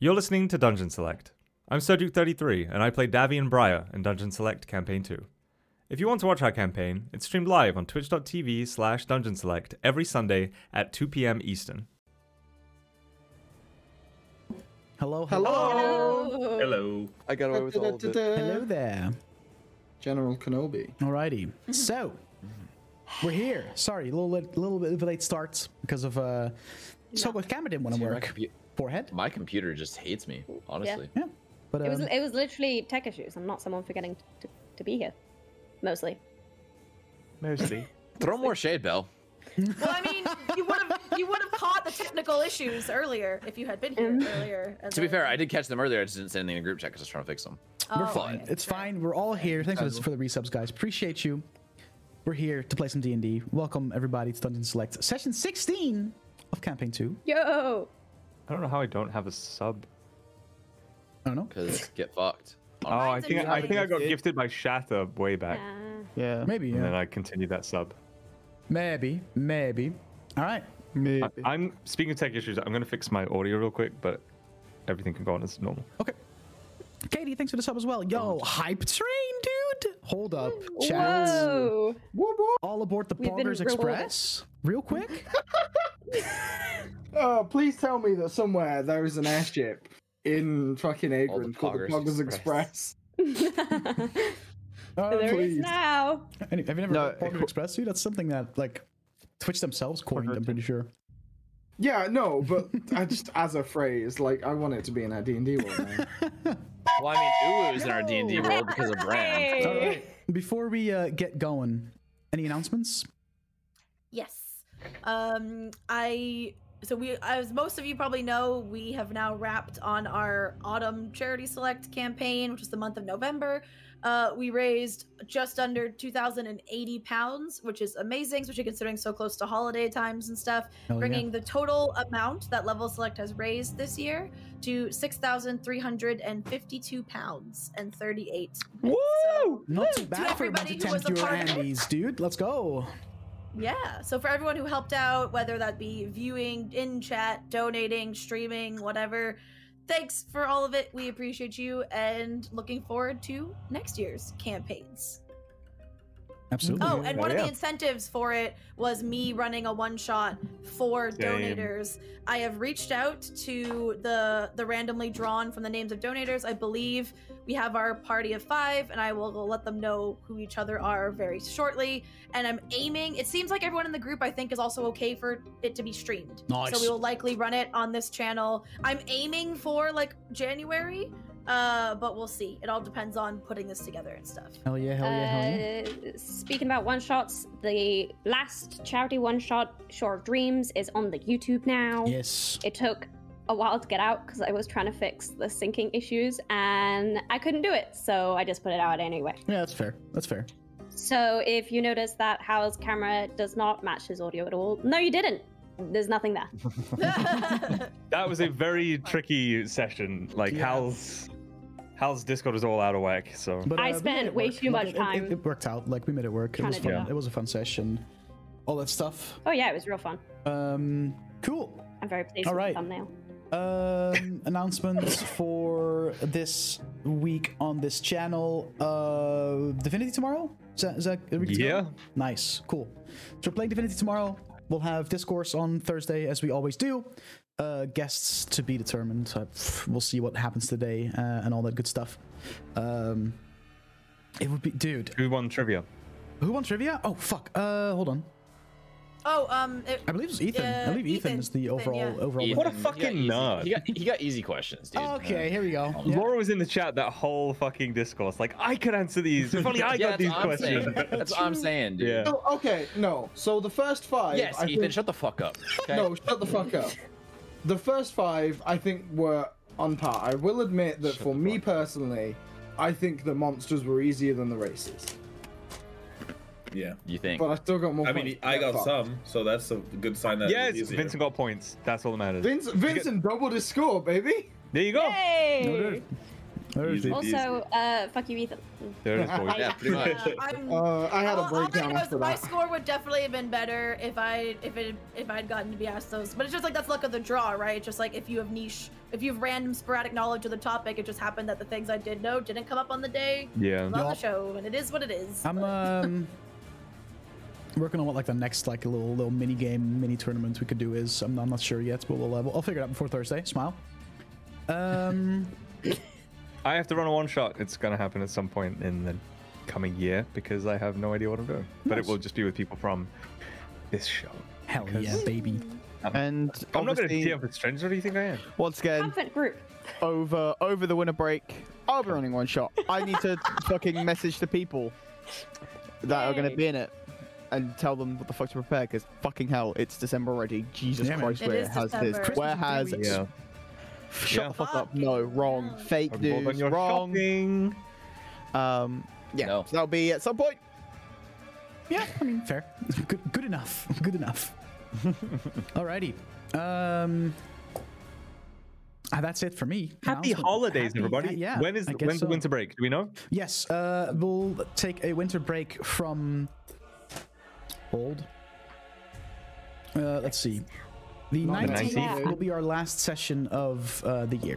You're listening to Dungeon Select. I'm Serduke33, and I play Davian Briar in Dungeon Select Campaign 2. If you want to watch our campaign, it's streamed live on twitch.tv slash dungeon select every Sunday at 2 p.m. Eastern. Hello, hello, Hello. Hello. I got away with all of it. hello there. General Kenobi. Alrighty, Mm-hmm. so we're here. Sorry, a little late, little bit of a late start because of uh, so what camera didn't want to See, my work. compu- Mm. Forehead. My computer just hates me, honestly. Yeah, but It was um, it was literally tech issues. I'm not someone forgetting to, to, to be here, mostly. Mostly. Throw more shade, Bell. Well, I mean, you would have you would have caught the technical issues earlier if you had been here earlier. as To be a- fair, I did catch them earlier. I just didn't say anything in the group chat because I was trying to fix them. Oh, We're fine. okay. it's fine. We're all here. Thanks for the, for the resubs, guys. Appreciate you. We're here to play some D and D. Welcome everybody to Dungeon Select session 16 of campaign two. Yo, I don't know how I don't have a sub. I don't know. Because get fucked. Oh, I Mine's a think I think I got gifted. gifted by Shatter way back, Yeah, maybe. and then Mm-hmm. Yeah. I continued that sub. Maybe, maybe. All right. I, I'm speaking of tech issues. I'm gonna fix my audio real quick, but everything can go on as normal. Okay. Katie, thanks for the sub as well. Yo, hype train, dude. Hold up, chat. whoa! All aboard the We've been Poggers rewarded. Express. Real quick. Oh, please tell me that somewhere there is an airship in fucking Agron called the Poggers Poggers Express. Express. Um, there it is please. now. Any- Have you never No, heard of Pogger it- Express? Dude, that's something that like Twitch themselves coined. I'm pretty sure. Yeah, no, but I just as a phrase, like I want it to be in our D and D world. now. Well, I mean, Uwu is in our D and D world because of brand. All right. Before we uh, get going, any announcements? Yes. Um, I so we as most of you probably know, we have now wrapped on our autumn charity select campaign, which is the month of November. Uh, we raised just under two thousand and eighty pounds, which is amazing, especially considering so close to holiday times and stuff. Hell yeah. bringing the total amount that Level Select has raised this year to six thousand three hundred and fifty-two pounds and thirty-eight. Woo! Not too bad for a everybody bunch of who was a 10 pure part of it. Andes, dude. Let's go. yeah. So for everyone who helped out, whether that be viewing in chat, donating, streaming, whatever, thanks for all of it. We appreciate you and looking forward to next year's campaigns. Absolutely. Oh, and Oh, one of yeah. the incentives for it was me running a one shot for Same. donators. I have reached out to the the randomly drawn from the names of donators. I believe we have our party of five, and I will let them know who each other are very shortly. And I'm aiming. It seems like everyone in the group I think is also okay for it to be streamed. So Nice. we will likely run it on this channel. I'm aiming for like January, uh, but we'll see. It all depends on putting this together and stuff. Hell yeah! Hell yeah! Hell yeah! Uh, Speaking about one shots, the last charity one shot, Shore of Dreams, is on the YouTube now. Yes. It took a while to get out because I was trying to fix the syncing issues and I couldn't do it, so I just put it out anyway. Yeah, that's fair. That's fair. So if you notice that Hal's camera does not match his audio at all, no, you didn't. There's nothing there. That was a very tricky session. Like Yeah. Hal's Hal's Discord is all out of whack. So But uh, I we made spent it way work. too much It- it- time It, worked out. Like we made it work. It trying was to do fun. that. It was a fun session. All that stuff. Oh yeah, it was real fun. Um, cool. I'm very pleased All with right. the thumbnail. um, announcements for this week on this channel. Uh, Divinity tomorrow. Is that, is that a week tomorrow? Yeah. Nice. Cool. So we're playing Divinity tomorrow. We'll have discourse on Thursday as we always do. Uh, guests to be determined. So we'll see what happens today uh, and all that good stuff. Um, it would be, dude. who won trivia? Who won trivia? Oh fuck. Uh, hold on. Oh, um, it, I believe it's Ethan. I Yeah, believe Ethan, Ethan. is the Ethan, overall yeah. overall. Ethan, winner. What a he got fucking easy- nerd. He got, he got easy questions, dude. Okay, here we go. Yeah. Laura was in the chat that whole fucking discourse. Like I could answer these. If only I Yeah, got that's these what I'm saying. questions. That's what I'm saying, dude. Yeah. Oh, okay, no. So the first five. Yes, I Ethan, think- shut the fuck up. Okay. No, shut the fuck up. The first five, I think, were on par. I will admit that for me personally, I think the monsters were easier than the races, Yeah. You think? but I still got more. I points mean, to I get fucked. got some, so that's a good sign that. it Yes, was easier. Vincent got points. That's all that matters. Vince, Vincent doubled his score, baby. There you go. Hey! Easy, Also, easy. uh, fuck you, Ethan. There it is, boys. Yeah, pretty much. Uh, I'm- Uh, I had a Oh, all- all I breakdown know is after My that. score would definitely have been better if I if it if I'd gotten to be asked those. But it's just like that's luck of the draw, right? It's just like if you have niche, if you have random sporadic knowledge of the topic, it just happened that the things I did know didn't come up on the day Yeah. it was on the Yup. show, and it is what it is. I'm um working on what like the next like little little mini game mini tournament we could do is. I'm, I'm not sure yet, but we'll uh, we'll- I'll figure it out before Thursday. Smile. Um, I have to run a one shot. It's going to happen at some point in the coming year because I have no idea what I'm doing. But it Nice. will just be with people from this show. hell yeah, baby. And I'm not going to obviously, DM with strangers. What do you think I am? once again, Confident group. over over the winter break, I'll be running one shot. I need to fucking message the people that are going to Yay. be in it and tell them what the fuck to prepare because fucking hell, it's December already. Jesus Yeah, man. Christ, It where is has December. this? Where Christmas has in three it? weeks. Shut Yeah. the fuck up. Fucking No, wrong. hell. Fake More than news. your Wrong. shopping. Um, yeah, No. so that'll be at some point. Yeah, I mean, fair. Good, good enough. Good enough. Alrighty. Um, ah, that's it for me. Happy Announcement- holidays, happy- everybody. yeah, when is I the, guess when's so. the winter break? Do we know? Yes, uh, we'll take a winter break from old. Uh, let's see. The Not the 19th 19th. will be our last session of uh, the year.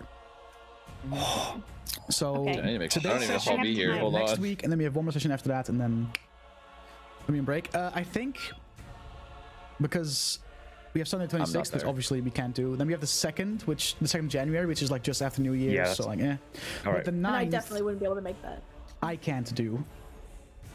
so Okay. I, need to make, I today's don't even know if session, I'll be here. we have Hold next on. week, and then we have one more session after that, and then I mean break. Uh, I think because we have Sunday not 26th, which there. obviously we can't do. Then we have the second, which the second of January, which is like just after New Year's. that's- so like, yeah. All right. But the and I 9th, definitely wouldn't be able to make that. I can't do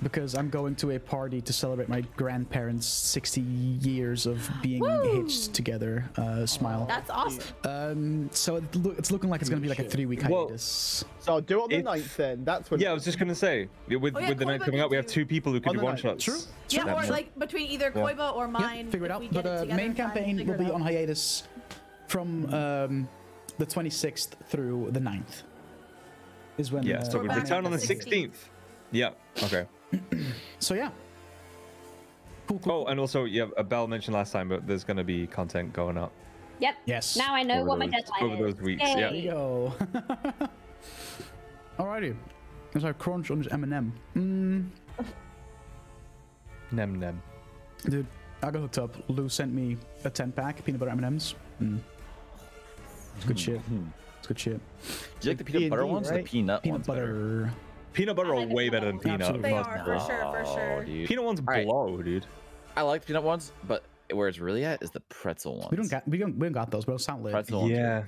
because I'm going to a party to celebrate my grandparents' 60 years of being hitched together. Uh, smile. That's awesome. Um, so it loo- it's looking like it's going to be like a three week Well- hiatus. So I'll do it on the If- ninth then. That's when. Yeah, I was just going to say, with, Oh, yeah, with the night Corbin coming up, we can have do- two people who can On do the one night. shots. True. Yeah, or That's- like betteen either Koiba or mine. yeah, figure it if out. we get But uh, together main in time, campaign figure will it be out. on hiatus from um, the 26th through the 9th. Is when. Yeah, so uh, we We're back return on on the the 16th. 16th. Yeah, okay. so yeah. Cool, cool. Oh, and also, yeah, uh, Belle mentioned last time, but there's going to be content going up. Yep. Yes. Now I know Over what my those- deadline over is. those weeks, yeah. Yay. Yo. Alrighty. There's our crunch on this M&M. Nem nem. Dude, I got hooked up. Lou sent me a 10 pack peanut butter M&Ms. Mm. It's good shit. It's good shit. Do you like the peanut butter D&D, ones or the right? peanut Peanut ones? better? butter. Peanut butter I are like the way peanut better than ones. peanut. Absolutely. They Most are for sure, for Oh, sure. dude. Peanut ones right. blow, dude. I like the peanut ones, but where it's really at is the pretzel ones. We don't got we don't, we don't got those, but those sound lit. pretzel ones. Yeah. Yeah,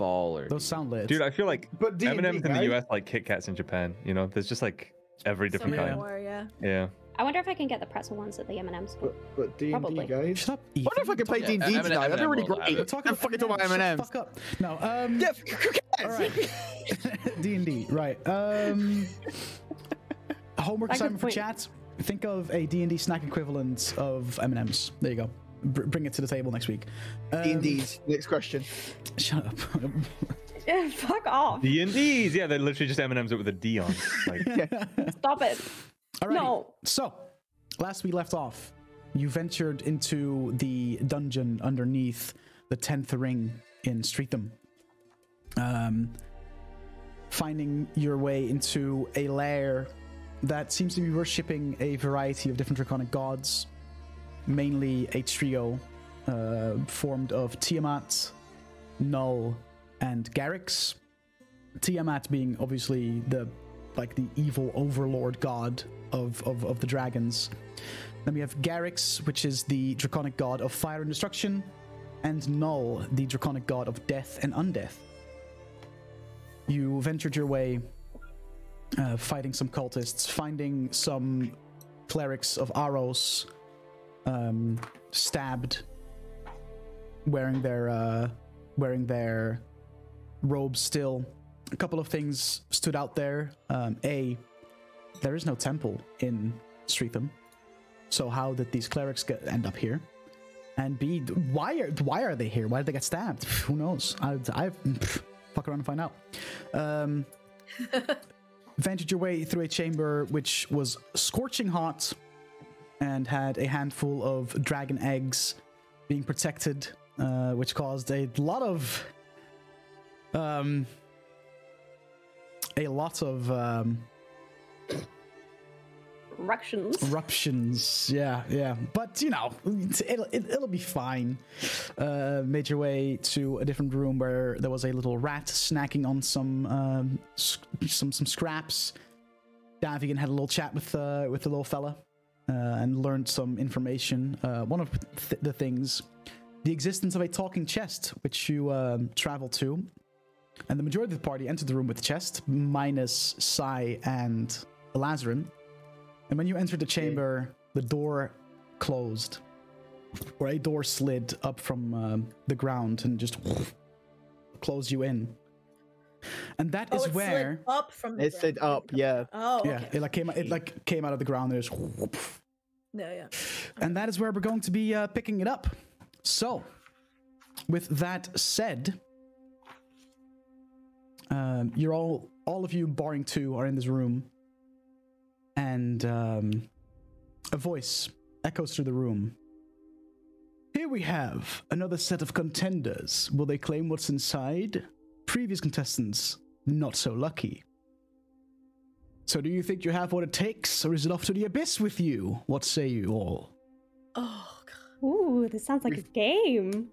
Baller. Uh, Those dude. sound lit. dude. I feel like But D&D, M and M's in right? the US like Kit Kats in Japan. You know, there's just like every So different many kind. more, yeah. Yeah. I wonder if I can get the pretzel ones at the M&Ms. But, but D&D, Probably. guys. Shut up, Ethan. I wonder if I can play Yeah, D&D M&M tonight. That'd be really will have great. it. We're talking I'm fucking talking about M&Ms. M&Ms. Shut the fuck up. No, um... Yeah, who cares? Alright. D&D, right. Um, homework I could assignment for wait. chat. Think of a D&D snack equivalent of M&Ms. There you go. Br- bring it to the table next week. Um, D&D's. Next question. Shut up. Fuck off. D and D's. Yeah, they're literally just M and M's with a D on. Like, Stop it. Alrighty. No. So, last we left off, you ventured into the dungeon underneath the 10th ring in Streatham. Um, finding your way into a lair that seems to be worshipping a variety of different draconic gods, mainly a trio uh, formed of Tiamat, Null, and Garrix. Tiamat being obviously the like the evil overlord god of, of, of the dragons. Then we have Garrix, which is the draconic god of fire and destruction, and Null, the draconic god of death and undeath. You ventured your way, uh, fighting some cultists, finding some clerics of Aros um, stabbed, wearing their uh, wearing their robes still. A couple of things stood out there. Um, a, there is no temple in Streatham, so how did these clerics get, end up here? And B, why are why are they here? Why did they get stabbed? Who knows? I I pff, fuck around and find out. Um, ventured your way through a chamber which was scorching hot, and had a handful of dragon eggs being protected, uh, which caused a lot of um, a lot of um, Ructions. Eruptions, yeah, yeah. But you know, it'll, it, it'll be fine. Uh, made your way to a different room where there was a little rat snacking on some um, sc- some some scraps. Davian had a little chat with uh, with the little fella uh, and learned some information. Uh, one of th- the things, the existence of a talking chest, which you um, travel to, and the majority of the party entered the room with the chest, minus Sai and Lazarin. And when you entered the chamber, the door closed, or a door slid up from um the ground and just closed you in. And that is Oh, it slid where up from the It slid ground. up, yeah. Oh, okay. yeah, it like came it like came out of the ground and just yeah, yeah. and that is where we're going to be uh, picking it up. So, with that said, um, you're all all of you barring two are in this room, and um, a voice echoes through the room. Here we have another set of contenders. Will they claim what's inside? Previous contestants not so lucky. So, do you think you have what it takes, or is it off to the abyss with you? What say you all? Oh god. Ooh, this sounds like a game.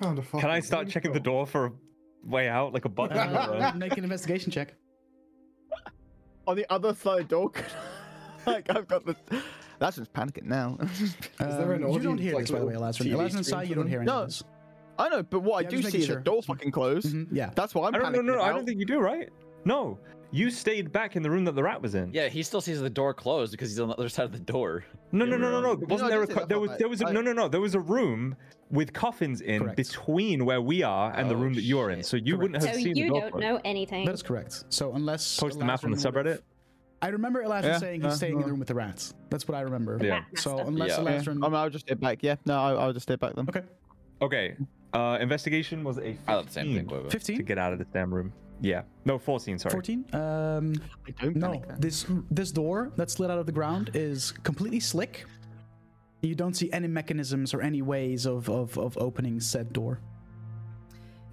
Found a Can I start checking the door for a way out, like a button? or Uh, a... make an investigation check. On the other side door. like I've got the. That's just panicking now. Is there an Um, you don't audience, hear like, this, by the way, little Lazarus. TV Lazarus screen inside, for you don't them? hear any No. of this. I know, but Yeah, what I I'm do just see making is sure. the door fucking closed. Mhm, Yeah. That's why I'm I don't know. panicking. No, I now. don't think you do, right? No, you stayed back in the room that the rat was in. Yeah, he still sees the door closed because he's on the other side of the door. No, Yeah, no, no, we're um, no, on- no. No, Wasn't I there a did say co- that there part, was there was a, I- no, no, no. There was a room with coffins in Correct. between where we are and the Oh, room that you're in. shit. So you wouldn't So have seen you the door. don't closed. know anything. That is correct. So unless Post the map on the Lazarus would- subreddit. I remember Lazarus Yeah, saying he's uh, staying in no. the room with the rats. That's what I remember. Yeah. Rat So master. unless Yeah. Yeah, Lazarus, I'm, I'll just stay back. Yeah, no, I'll, I'll just stay back then. okay, Okay. Uh, investigation was a I love the same thing, 15 Quavo. to fifteen. get out of this damn room. Yeah. No, 14. Sorry. 14 um I don't no panic then. this this door that slid out of the ground is completely slick you don't see any mechanisms or any ways of of, of opening said door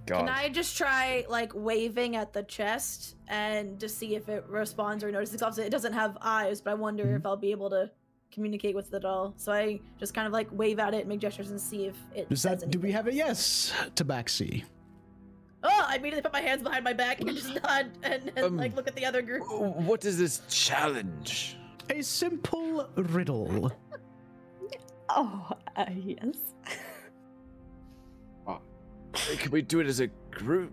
God. Can I just try like waving at the chest and to see if it responds or notices? 'Cause Obviously, it doesn't have eyes, but I wonder Mm-hmm. if I'll be able to communicate with it at all. So I just kind of like wave at it, make gestures, and see if it. does says that do we anything. have a yes tabaxi Oh! I immediately put my hands behind my back and just nod and, and Um, like look at the other group. What is this challenge? a simple riddle Oh, uh, yes. Can we do it as a group?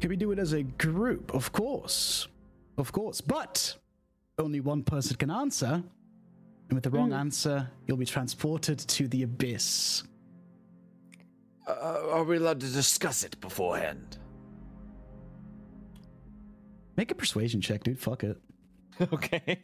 Can we do it as a group? Of course. Of course. But only one person can answer. And with the wrong answer, you'll be transported to the abyss. Uh, are we allowed to discuss it beforehand? Make a persuasion check, dude. Fuck it. okay.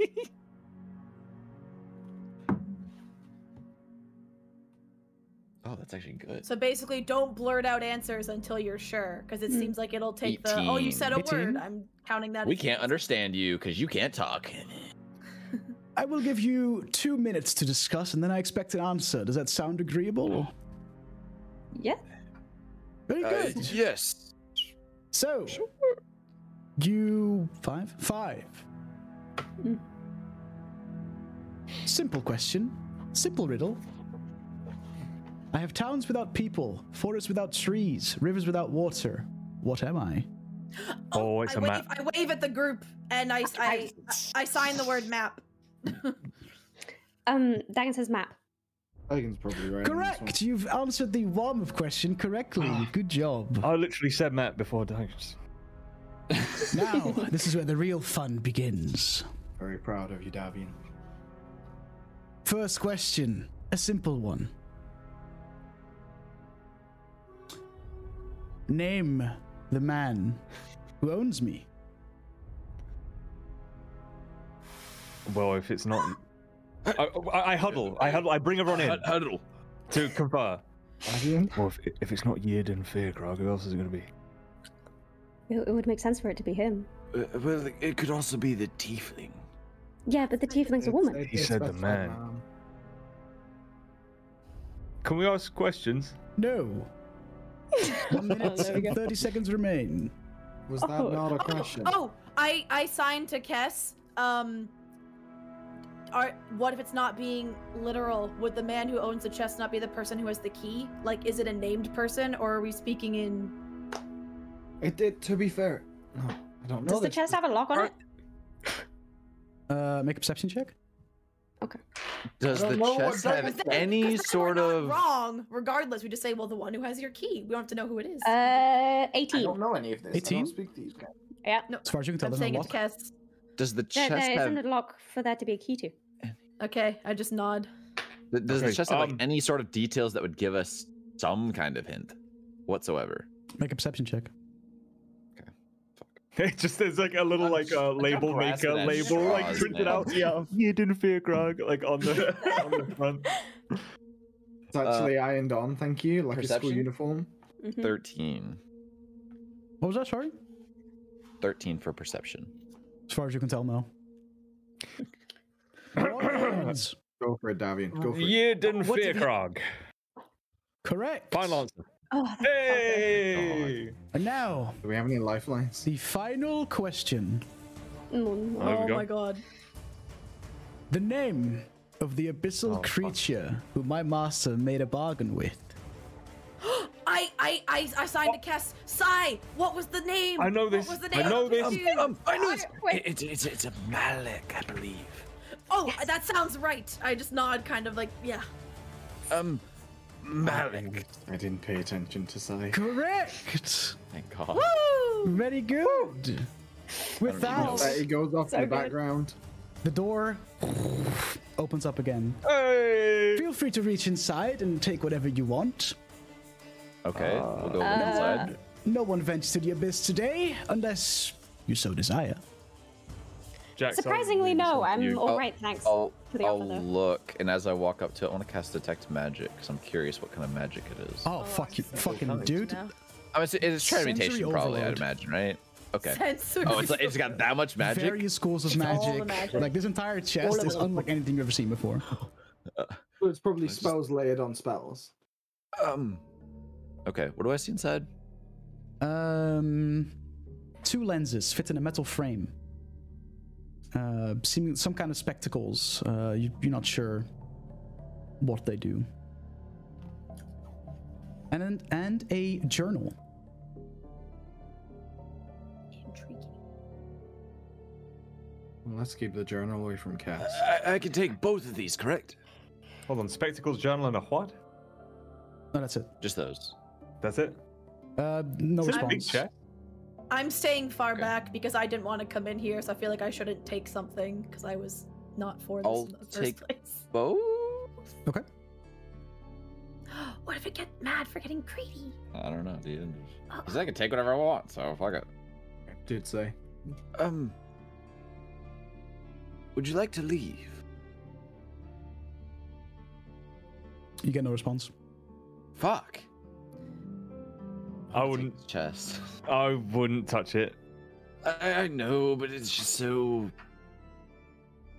Oh, that's actually good. So basically, don't blurt out answers until you're sure, because Mm. it seems like it'll take the. Oh, you said a 18. word. I'm counting that. We as- can't understand you because you can't talk. I will give you two minutes to discuss, and then I expect an answer. Does that sound agreeable? Yeah. Very Uh, good. yes. So, you five five. Simple question, simple riddle. I have towns without people, forests without trees, rivers without water. What am I? Oh, it's um, I a wave, map. I wave at the group and I, I, I, I sign the word map. Um, Dagon says map. Dagon's probably right. on this one. Correct. You've answered the warm-up question correctly. Ah. Good job. I literally said Matt before Douglas. Now, this is where the real fun begins. Very proud of you, Davian. First question, a simple one. Name the man who owns me. Well, if it's not. I, I, I huddle. I huddle. I bring everyone in Huddle. to confer. Davian? Well, if, if it's not Yidden Faircrog, who else is it going to be? It, it would make sense for it to be him. Uh, well, it could also be the tiefling. Yeah, but the tiefling's a woman. It's- it's said the man. specified, ma'am. Can we ask questions? No. One minute there we and go. 30 seconds remain. Was that Oh. not a Oh, question? Oh, I I signed to Kess. Um, are what if it's not being literal? Would the man who owns the chest not be the person who has the key? Like, is it a named person, or are we speaking in? It, it, to be fair, no, I don't know. Does the this. chest have a lock on it? Uh, make a perception check. Does I the don't know what chest that have is. any Because we're sort not of? wrong? Regardless, we just say, well, the one who has your key. We don't have to know who it is. Uh, I 18. don't know any of this. I 18? don't speak these guys. Yeah. no, As far as you can tell, I'm there's no saying it to lock. Kess. Does the There, chest there have? isn't a lock for there to be a key to. Okay, I just nod. th- Does Okay, the chest have like um, any sort of details that would give us some kind of hint, whatsoever? Make a perception check. It just there's like a little I'm like just- a I'm label grasping maker at label like straws, printed man. out. Yeah, you didn't fear Grog like on the on the front. It's actually ironed on, thank you, like a school perception? uniform. Mhm. 13. What was that? Sorry. 13 for perception. As far as you can tell, no. Words. Go for it, Davian. Go for it. You didn't fear Grog. Correct. Final answer. Oh, thank fuck. Hey. And now Do we have any lifelines? the final question. Mm, there we oh go. my god. The name of the abyssal creature who my master made a bargain with. I I I, I signed to Kess. Sai, what was the name? I know this. What was the I name? know of the this. dude? I know it's, wait. it- it's, it's, it's a Malik, I believe. Oh, that sounds right. I just nod, kind of like, yeah. Um, Malik. I didn't pay attention to say. Correct. Thank God. Very good. With that, It goes off in the good. background. the door opens up again. Hey. Feel free to reach inside and take whatever you want. Okay, we'll go Uh, inside. No one ventures to the abyss today, unless you so desire. Jack, sorry, Surprisingly, this no. one's for I'm you. all right, thanks. I'll, for the I'll offer, though. look, and as I walk up to it, I want to cast Detect Magic, because I'm curious what kind of magic it is. Oh, fuck you, fucking dude. No. I mean, Oh, it's, it's Sensory transmutation, probably, overload. I'd imagine, right? Okay. Sensory Oh, it's, like, it's got that much magic? Various schools of all the magic. magic. Like this entire chest is unlike anything you've ever seen before. Well, it's probably spells layered on spells. Um. Okay, what do I see inside? Um, two lenses fit in a metal frame. Uh, seeming some kind of spectacles. Uh, you, you're not sure what they do. And and a journal. Well, let's keep the journal away from Cass. I, I can take both of these, correct? Hold on. Spectacles, journal, and a what? No, Oh, that's it. Just those. That's it. Uh, no Is it a big response. check? I'm staying far back because I didn't want to come in here, so I feel like I shouldn't take something because I was not for this I'll in the first take- place. Both? Okay. What if it get mad for getting greedy? I don't know, dude. Because I can take whatever I want, so fuck it. Did say. Um. Would you like to leave? You get no response. Fuck. I Take wouldn't. his Chest. I wouldn't touch it. I, I know, but it's just so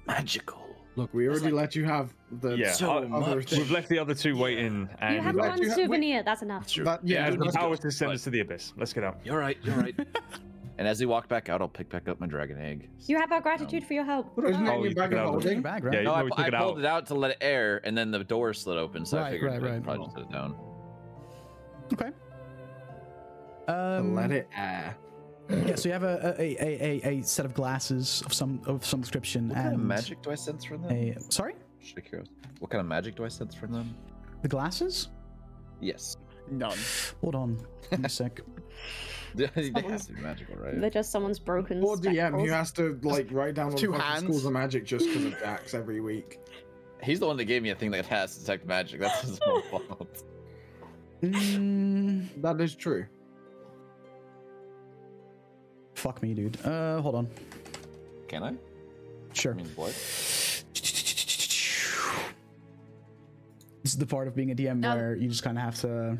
magical. Look, we already let you have the Yeah. So I- much. We've left the other two waiting, and You have like, one you ha- wait. souvenir, that's enough. Sure. That- yeah, has the let's power go. to send But- us to the abyss. Let's get out. You're right. You're right. and as he walked back out, I'll pick back up my dragon egg. You have our gratitude for your help. Put it in Oh, your you bag took it of out of the- holding. Bag, right? Yeah, you No, I, probably I took it out. pulled it out to let it air, and then the door slid open, so Right, I figured right, I'd right. probably just set it down. Okay. Um, Let it air. Yeah, so you have a a, a, a a set of glasses of some of some description What and kind of magic do I sense from them? a sorry, Just curious. What kind of magic do I sense from them? the glasses. Yes. None. Hold on, give me a sec. they have to be magical, right? They're just someone's broken Poor DM, spectacles. who has to like write down all the Two fucking hands. schools of magic just because of Dax every week. He's the one that gave me a thing that has to detect magic. That's his own fault. Mm, That is true. fuck me, dude. Uh, hold on. Can I? I Sure. mean, what? This is the part of being a DM No. where you just kind of have to.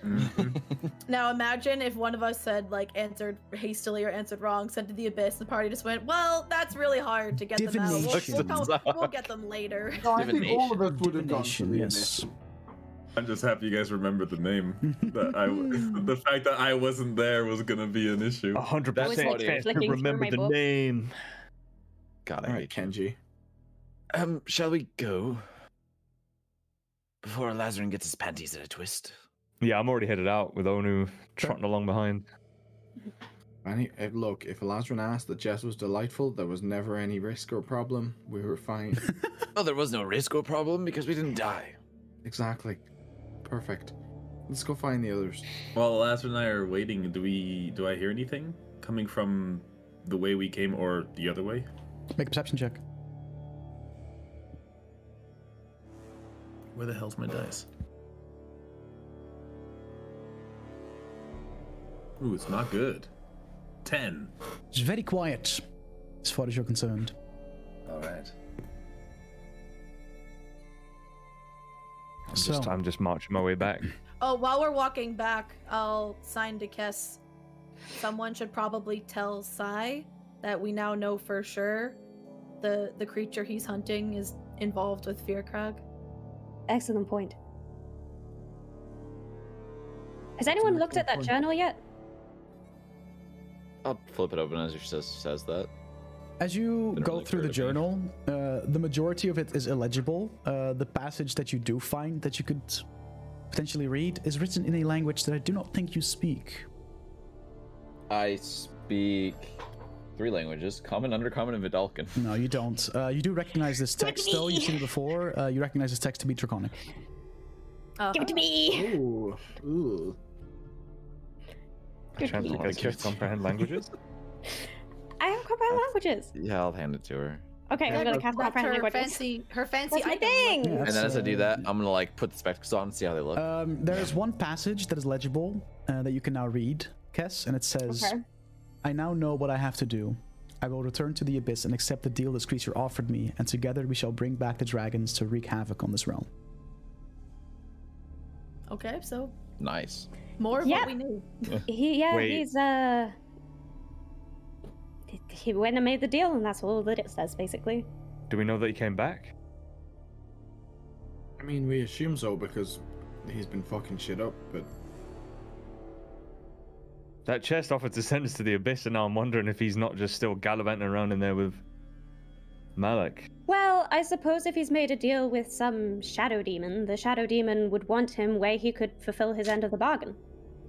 Now imagine if one of us said like answered hastily or answered wrong, sent to the abyss, the party just went, well, that's really hard to get them out. We'll, Divination. we'll, go- we'll get them later. No, I think all of us would have gone to Divination, the yes. I'm just happy you guys remember the name. That I, Hmm. the fact that I wasn't there was gonna be an issue. hundred I was percent like chance to flicking through remember my the book. name. God, I All right, hate you. Kenji. Um, shall we go? Before Lazarin gets his panties in a twist. Yeah, I'm already headed out with Onu trotting along behind. Any, eh, look, if Lazrin asked that Jess was delightful, there was never any risk or problem. We were fine. Oh, there was no risk or problem because we didn't die. exactly. Perfect. Let's go find the others. While Lazar and I are waiting, do we do I hear anything coming from the way we came or the other way? Make a perception check. Where the hell's my dice? Ooh, it's not good. Ten. It's very quiet, as far as you're concerned. All right. I'm just, So- I'm just marching my way back. Oh, while we're walking back, I'll sign to Kess. Someone should probably tell Sai that we now know for sure the the creature he's hunting is involved with Fearcrag. Excellent point. Has anyone looked at that journal yet? I'll flip it open as you says says that. As you Didn't go really through the occur to me. journal, uh, the majority of it is illegible. Uh, the passage that you do find that you could potentially read is written in a language that I do not think you speak. I speak three languages: common, undercommon, and Vidalcan. No, you don't. Uh, you do recognize this text, though. You've seen it before. Uh, you recognize this text to be draconic. Uh, Give it to me. Ooh. Ooh. I translate Like guys can it. comprehend languages. I have comprehend languages. Yeah, I'll hand it to her. Okay, I'm gonna cast That's comprehend her languages. fancy, her fancy That's my item. thing. Yeah, And that's, then as I do uh, that, I'm gonna like put the spectacles on and see how they look. Um, there is one passage that is legible uh, that you can now read, Kes, and it says, Okay. I now know what I have to do. I will return to the abyss and accept the deal this creature offered me, and together we shall bring back the dragons to wreak havoc on this realm. Okay, so nice. more of Yep. what we knew. He, yeah, Wait. he's uh. he- He went and made the deal, and that's all that it says, basically. Do we know that he came back? I mean, we assume so because he's been fucking shit up, but That chest offered to send us to the abyss, and now I'm wondering if he's not just still gallivanting around in there with Malak. Well, I suppose if he's made a deal with some shadow demon, the shadow demon would want him where he could fulfill his end of the bargain.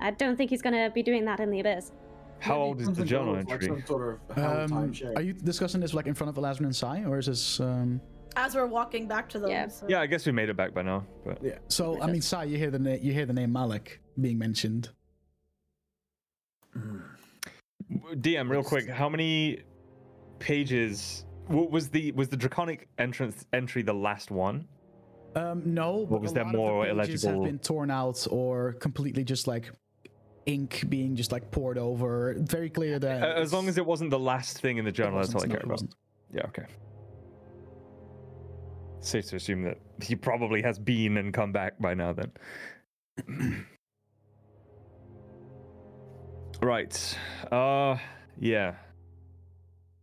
I don't think he's gonna be doing that in the abyss. How old is the Something journal goes, like entry? some sort of hell Um, timeshare. are you discussing this like in front of Elazrin and Sai, or is this? Um... As we're walking back to uh, them. Yeah. so- Yeah, I guess we made it back by now. But Yeah. So I mean, Sai, you hear the na- you hear the name Malik being mentioned. DM, real quick, how many pages wa- was the was the draconic entrance entry the last one? Um, no, but was a there lot of the more pages illegible- have been torn out or completely just like ink being just like poured over. Very clear that Uh, as long as it wasn't the last thing in the journal, that's all I wasn't, no, care it about. wasn't. Yeah, okay. Safe to assume that he probably has been and come back by now then. right. Uh yeah.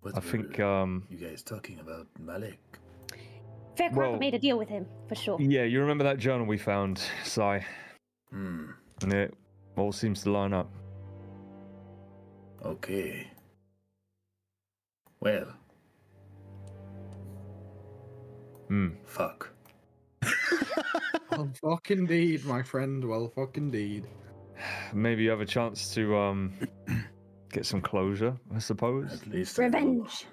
What's I think um you guys talking about Malik. Faircrack Well- made a deal with him, for sure. yeah, you remember that journal we found, Sai, Hmm. and it all seems to line up. Okay. Well, Hmm. fuck. well, fuck indeed, my friend. Well, fuck indeed. Maybe you have a chance to um get some closure, I suppose. At least. I know- Revenge.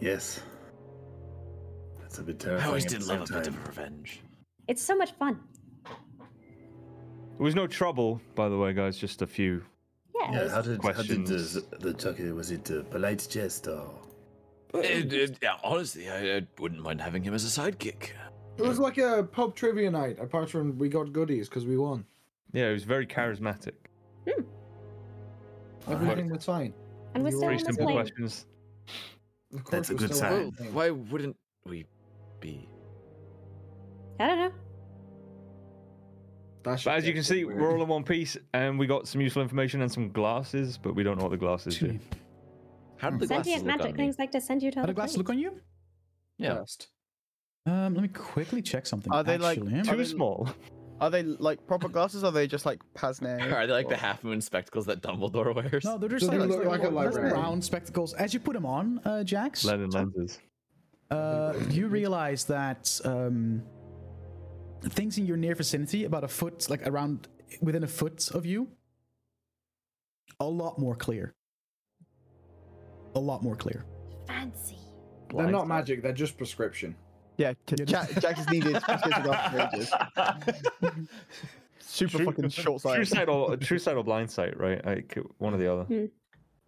Yes. That's a bit I terrifying. always at did the love a same bit time. of revenge. It's so much fun. It was no trouble, by the way, guys, just a few Yeah. Yeah, how did, how did Questions. the, the chucky, was it a polite jest or? It- it- yeah, honestly, I, I wouldn't mind having him as a sidekick. It was like a pub trivia night, apart from we got goodies because we won. Yeah, he was very charismatic. Everything was fine. And we're You still Very on always this simple play. plane. questions. Of That's course a we're good still sign. on Well, the plane. why wouldn't we be? I don't know. That shit But as you can gets see, weird. we're all in one piece, and we got some useful information and some glasses, but we don't know what the glasses do. How did the glasses Sentient look magic on me? things like to send you to Are the other glasses planes. look on you? Yeah. First. Um, let me quickly check something. Are they like actually. Are Too they- small. Are they like proper glasses? Or are they just like Pasne? Are they like the half moon spectacles that Dumbledore wears? No, they're just like, those round spectacles. As you put them on, uh, Jax, Leaden lenses. uh, you realize that um, things in your near vicinity, about a foot, like around within a foot of you, a lot more clear. A lot more clear. Fancy. They're not magic. They're just prescription. Yeah, t- Jack, Jack just needed prescription glasses for ages. Super fucking short sight. True sight or true sight or blind sight, right? Like one or the other. Hmm.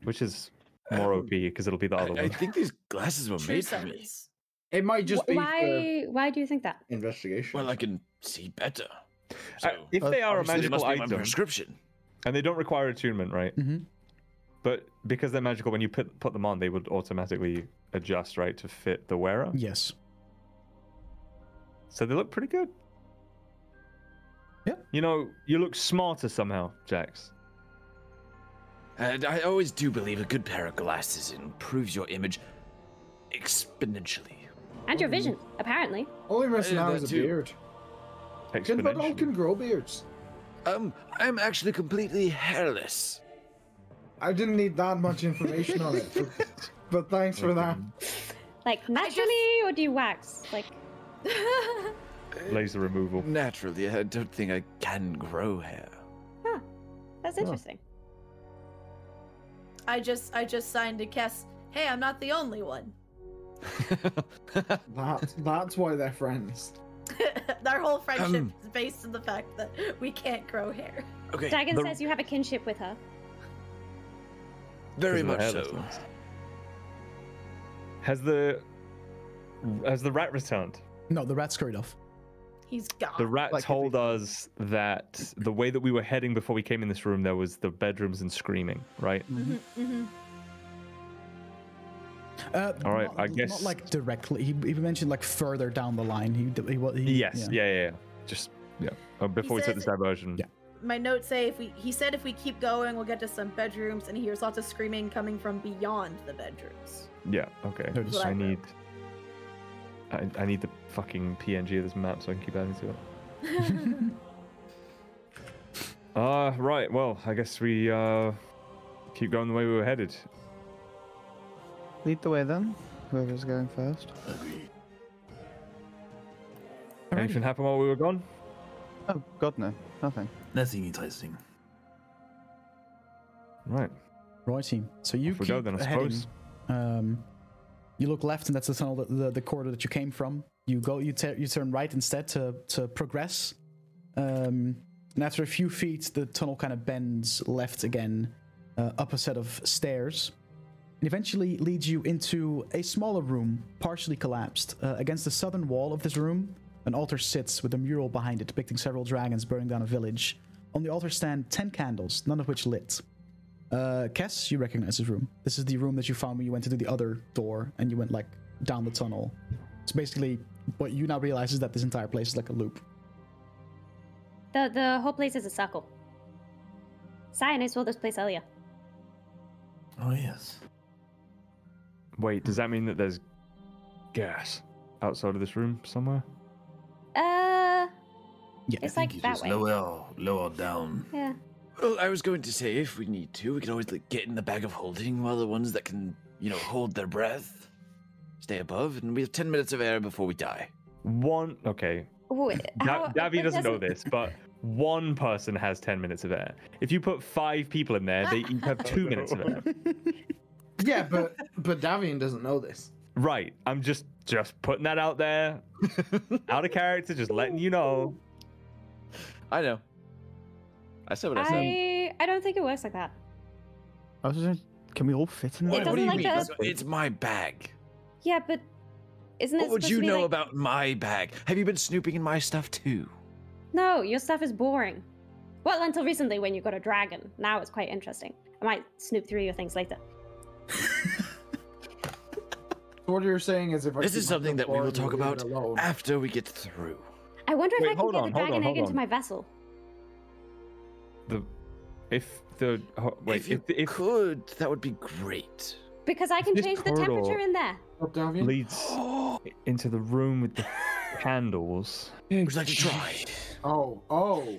Which is more OP because it'll be the other one. Uh, I think these glasses were True silence. It might just Wh- be uh, why? Why do you think that? for investigation. Well, I can see better. Uh, if they are a obviously they magical must be my item, prescription. and they don't require attunement, right? Mm-hmm. But because they're magical, when you put put them on, they would automatically adjust, right, to fit the wearer. Yes. So they look pretty good. Yeah. You know, you look smarter somehow, Jax. And I always do believe a good pair of glasses improves your image exponentially. And your vision, apparently. All you're missing Yeah, now that is a too. beard. Can but all can grow beards. Um, I'm actually completely hairless. I didn't need that much information on it, but, but thanks for that. Like naturally, or do you wax? Like Laser removal. Naturally, I don't think I can grow hair. that's interesting. I just I just signed to Kess. Hey, I'm not the only one. That that's why they're friends. Our whole friendship Um. is based on the fact that we can't grow hair. Okay. Dagon the- says you have a kinship with her. Very Because of much the so. hairlessness. Has the has the rat returned? No, the rat scurried off. He's gone. The rat told us that the way that we were heading before we came in this room, there was the bedrooms and screaming, right? Mm-hmm. Uh, All right, not- I guess- Not like directly. He, he mentioned like further down the line. He, d- he, wa- he, Yes. Yeah. Yeah. yeah, Just yeah. Uh, before we took says- this diversion. Yeah. My notes say if we he said if we keep going, we'll get to some bedrooms, and he hears lots of screaming coming from beyond the bedrooms. Yeah. Okay. Notice- I Black need. I, I need the fucking PNG of this map so I can keep adding to it. Uh, right. Well, I guess we uh keep going the way we were headed. Lead the way then. Whoever's going first. Anything happen while we were gone? Oh God, no, nothing. Nothing interesting. Right. Righty. So you Off we go keep then, I heading. suppose. Um, you look left, and that's the tunnel, that, the the corridor that you came from. You go, you ter- you turn right instead to to progress. Um, and after a few feet, the tunnel kind of bends left again, uh, up a set of stairs, and eventually leads you into a smaller room, partially collapsed. Uh, against the southern wall of this room, an altar sits with a mural behind it depicting several dragons burning down a village. On the altar stand ten candles, none of which lit. Uh, Kes, you recognize this room. This is the room that you found when you went into the other door and you went like down the tunnel. So basically, what you now realize is that this entire place is like a loop. The the whole place is a circle. Cyanus saw this place earlier. Oh yes. Wait. Does that mean that there's gas outside of this room somewhere? Uh, Yeah, it's like that Just way. lower, lower down. Yeah. Well, I was going to say if we need to, we can always like, get in the bag of holding while the ones that can, you know, hold their breath stay above, and we have 10 minutes of air before we die. One. Okay. Wait, Da- how- Davy that doesn't know this, but one person has 10 minutes of air. If you put five people in there, they each have two minutes of air. Yeah, but but Davian doesn't know this. Right. I'm just just putting that out there. out of character, just letting you know. I know. I said what I said. I I don't think it works like that. I was just gonna- can we all fit in It there? doesn't like It's, the- it's my bag. Yeah, but isn't it? What would supposed you to be know like- about my bag? Have you been snooping in my stuff too? No, your stuff is boring. Well, until recently when you got a dragon. Now it's quite interesting. I might snoop through your things later. So what you're saying is if I This keep is my something that we floor will and talk leave it about alone- after we get through. I wonder if Wait, I can hold get on, the hold on, dragon hold egg into on. my vessel. The if the ho- wait, if you if, the- if could, that would be great. Because I can This change the corridor- temperature in there. What, Davian? leads into the room with the candles. Would you like to try? Oh, oh.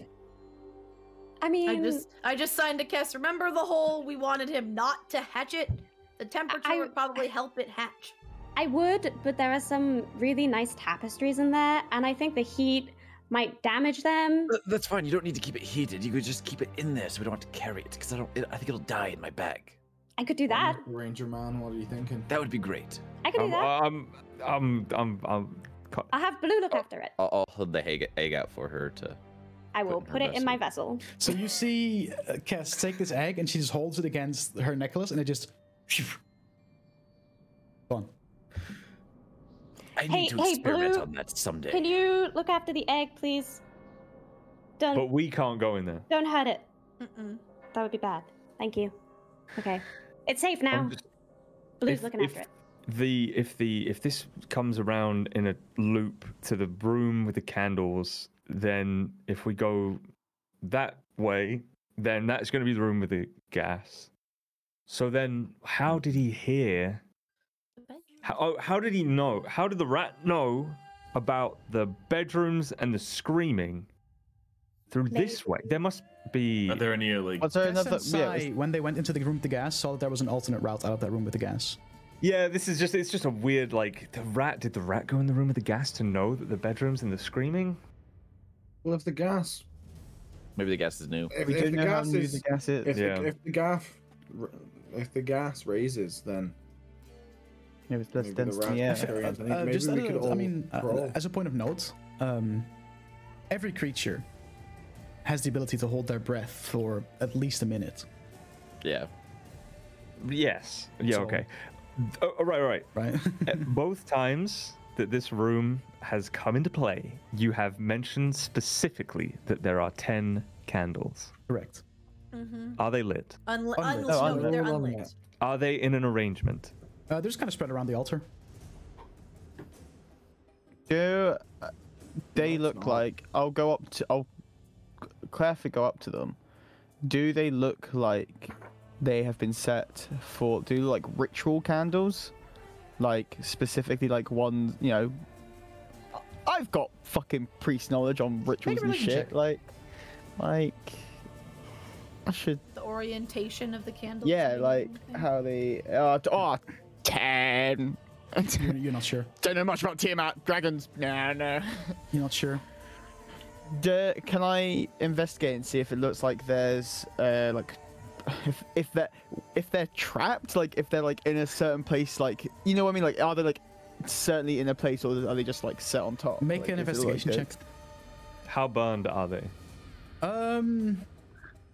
I mean, I just I just signed a kiss. Remember the whole we wanted him not to hatch it? The temperature would probably help it hatch. I would, but there are some really nice tapestries in there, and I think the heat might damage them. Th- That's fine. You don't need to keep it heated. You could just keep it in there so we don't have to carry it. Because I don't. It, I think it'll die in my bag. I could do that. Ranger man, what are you thinking? That would be great. I could do Um, that. um, um, um, um, co- I'll have Blue look oh, after it. I'll, I'll hold the egg, egg out for her to. I will put it in my vessel. So you see uh, Kes take this egg and she just holds it against her necklace and it just. Gone. I need Hey- to hey, experiment Blue, on that someday. Can you look after the egg, please? Don't but we can't go in there. don't hurt it. Mm-mm. That would be bad. Thank you. Okay, it's safe now. I'm just- Blue's if- looking if after it. The if the if this comes around in a loop to the room with the candles, then if we go that way, then that's going to be the room with the gas. So then, how did he hear? How, oh, how did he know? How did the rat know about the bedrooms and the screaming through this way? There must be. Are there any uh, like? Was there Kes another? and Yeah, Sai, when they went into the room with the gas, saw that there was an alternate route out of that room with the gas. Yeah, this is just it's just a weird like the rat did the rat go in the room with the gas to know that the bedrooms and the screaming? Well, if the gas, Maybe the gas is new. if, We if don't the know how gas new is, the gas is. If, Yeah. the, if the gas, if the gas raises, then it was less maybe dense. the rat Yeah. carries. I think Uh, maybe just we as a- could all I mean, uh, crawl. as a point of note, um, every creature has the ability to hold their breath for at least a minute. Yeah. Yes. Yeah, So- okay. Oh, oh, right, right. Right? At Both times that this room has come into play, you have mentioned specifically that there are 10 candles. Correct. Mm-hmm. Are they lit? Unli- Unlit. unlit. No, No, unlit. they're Hold on a unlit. minute. Are they in an arrangement? Uh, they're just kind of spread around the altar. Do uh, they it's look not. like? I'll go up to. I'll Claire go up to them. Do they look like they have been set for? Do they look like ritual candles, like specifically like one? You know, I've got fucking priest knowledge on rituals and religion shit. check. Like, like I should. The orientation of the candles. Yeah, maybe, like okay. how they. Uh, t- oh, ten. You're, you're not sure. Don't know much about Tiamat dragons. No, no. You're not sure. Do, can I investigate and see if it looks like there's uh, like if, if they're if they're trapped, like if they're like in a certain place, like you know what I mean? Like are they like certainly in a place, or are they just like set on top? Make Like, an is it, investigation like, a- check. How burned are they? Um,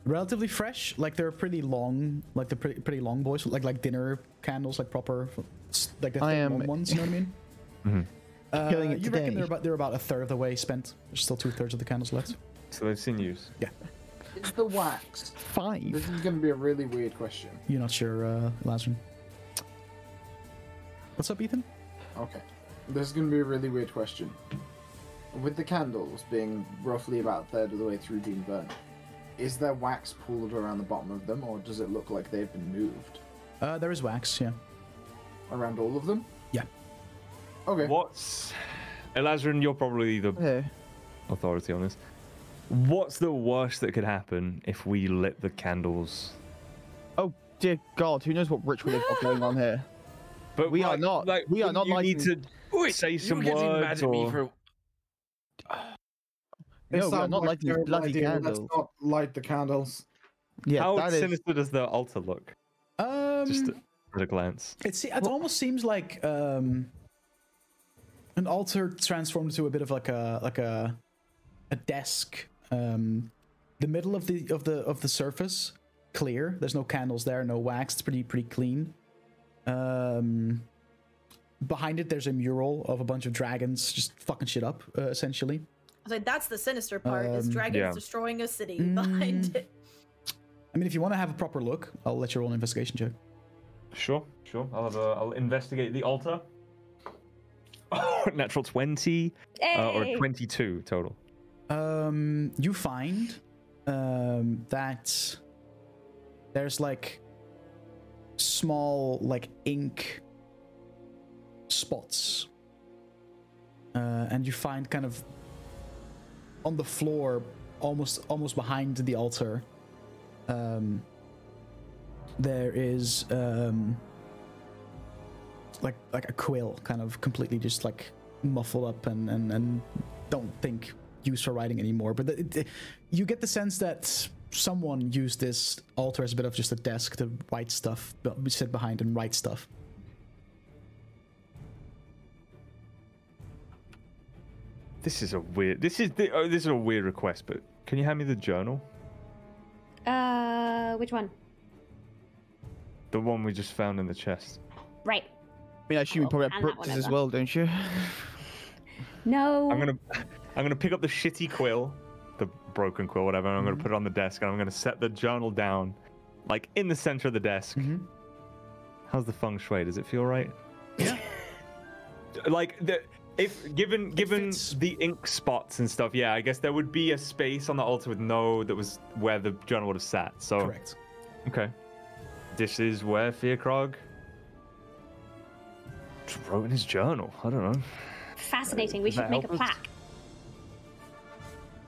relatively fresh. Like they're pretty long. Like they're pretty, pretty long boys. Like like dinner candles, like proper, s- like the I thick am- long ones. You know what I mean? Uh, Killing it you reckon today. they're about they're about a third of the way spent. There's still two thirds of the candles left. So they've seen use. It's the wax. This Five. is going to be a really weird question. You're not sure, uh, Lazarus. What's up, Ethan? Okay. This is going to be a really weird question. With the candles being roughly about a third of the way through being burnt, is there wax pooled around the bottom of them, or does it look like they've been moved Uh, there is wax. Yeah. around all of them? Yeah. Okay. What's. Elazrin, you're probably the Okay. authority on this. What's the worst that could happen if we lit the candles? Oh dear God, who knows what ritual they've got going on here? But We are not- we are wouldn't not You need to licensed- Wait, say you some were getting words mad at me or- for This No, we are sounds not like a lighting terrible these bloody idea. candles. Let's not light the candles. Yeah, How that is. sinister does the altar look? Um, Just uh, at a glance. It, se- it almost seems like um, an altar transformed into a bit of like a like a a desk. Um, the middle of the of the of the surface clear. There's no candles there, no wax. It's pretty pretty clean. Um, behind it, there's a mural of a bunch of dragons just fucking shit up, uh, essentially. I was like, that's the sinister part is Um, dragons Yeah. destroying a city Mm. behind it. I mean, if you want to have a proper look, I'll let you roll an investigation check. Sure, sure. I'll have a, I'll investigate the altar. Oh, natural twenty uh, or Hey! twenty-two total. Um, you find um, that there's like small like ink spots, uh, and you find kind of on the floor, almost almost behind the altar, um, there is um, like like a quill, kind of completely just like muffled up, and and, and don't think used for writing anymore. But it, it- you get the sense that someone used this altar as a bit of just a desk to write stuff, but we sit behind and write stuff. This is a weird. This is the, oh, this is a weird request, but can you hand me the journal? Uh, which one? The one we just found in the chest. Right. I mean, I assume you probably have hand that one Brooks's as over. well, don't you? No. I'm gonna I'm gonna pick up the shitty quill, the broken quill, whatever, and I'm gonna put it on the desk and I'm gonna set the journal down, like in the center of the desk. How's the feng shui? Does it feel right? Yeah. like the if given given the ink spots and stuff, yeah, I guess there would be a space on the altar with no that was where the journal would have sat. So Correct. Okay. This is where Fearcrog wrote in his journal. I don't know. Fascinating. We uh, Does that should make a help us? plaque.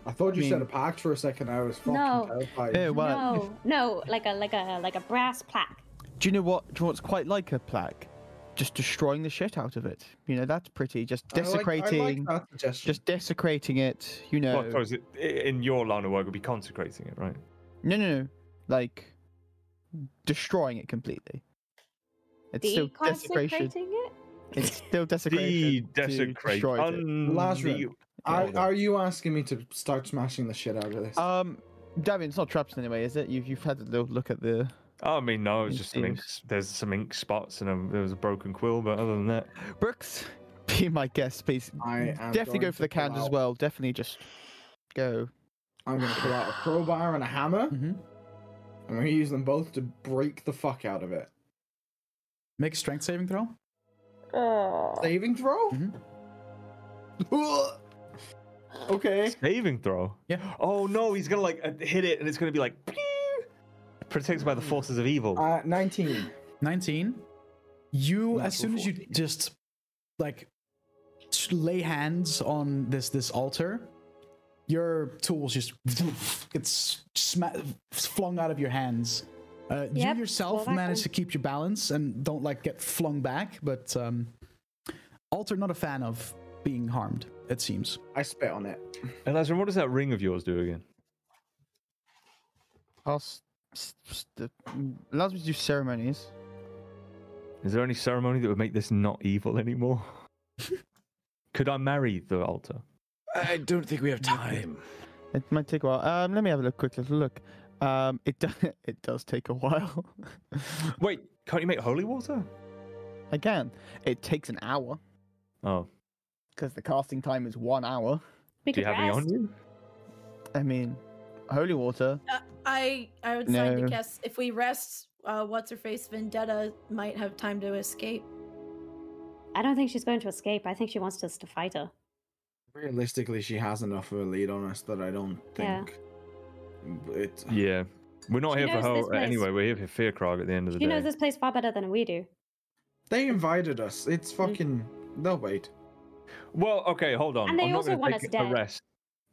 I thought you I said a mean- pact for a second. I was fucking No. terrified. Yeah, well, No, no, like a like a like a brass plaque. do you know what? Do you know what's quite like a plaque? Just destroying the shit out of it. You know, that's pretty. Just I like- I like desecrating. that suggestion. just desecrating it. You know. Well, I suppose it, i- in your line of work, would be consecrating it, right? No, no, no. Like destroying it completely. It's still desecration. Deconsecrating it? It's still The desecration. to desecrate. destroy it. Un- Lazarus, the- Are, Hold on. are you asking me to start smashing the shit out of this? Um, Damien, it's not traps anyway, is it? You've you've had a little look at the. I mean, no, it's It just some ink, seems- there's some ink spots and um there was a broken quill, but other than that, Brooks, be my guest, please. I am Definitely go going for the to pull candles as out- well. Definitely just go. I'm gonna pull out a crowbar and a hammer. Mm-hmm. Mhm. I'm gonna use them both to break the fuck out of it. Make a strength saving throw. Saving throw? Mhm. Mm-hmm. okay. saving throw. Yeah. Oh no, he's gonna like uh, hit it, and it's gonna be like protected by the forces of evil. Uh, 19. 19 you Natural as soon as you 40. just like s- lay hands on this this altar your tools just gets sma- flung out of your hands uh, Yep, you yourself well, that manage one. to keep your balance and don't like get flung back but um altar not a fan of being harmed it seems I spit on it. and Lazarus, what does that ring of yours do again? Pass. St- allows me to do ceremonies. Is there any ceremony that would make this not evil anymore? Could I marry the altar? I don't think we have time. It might take a while. Um, let me have a look, quick little look. Um, it do- it does take a while. Wait, can't you make holy water? Again, it takes an hour Oh, because the casting time is one hour. We do could you have any rest. on you? I mean, holy water. Uh, I I would sign No. to guess if we rest, uh, what's her face vendetta might have time to escape. I don't think she's going to escape. I think she wants us to fight her. Realistically, she has enough of a lead on us that I don't Yeah. think it's Yeah. We're not She here for knows this her place. anyway. We're here for Fearcrog at the end of the She day. knows this place far better than we do. They invited us. It's Mm. fucking. They'll wait. Well, okay, hold on. And they I'm not also gonna want take us a dead. rest.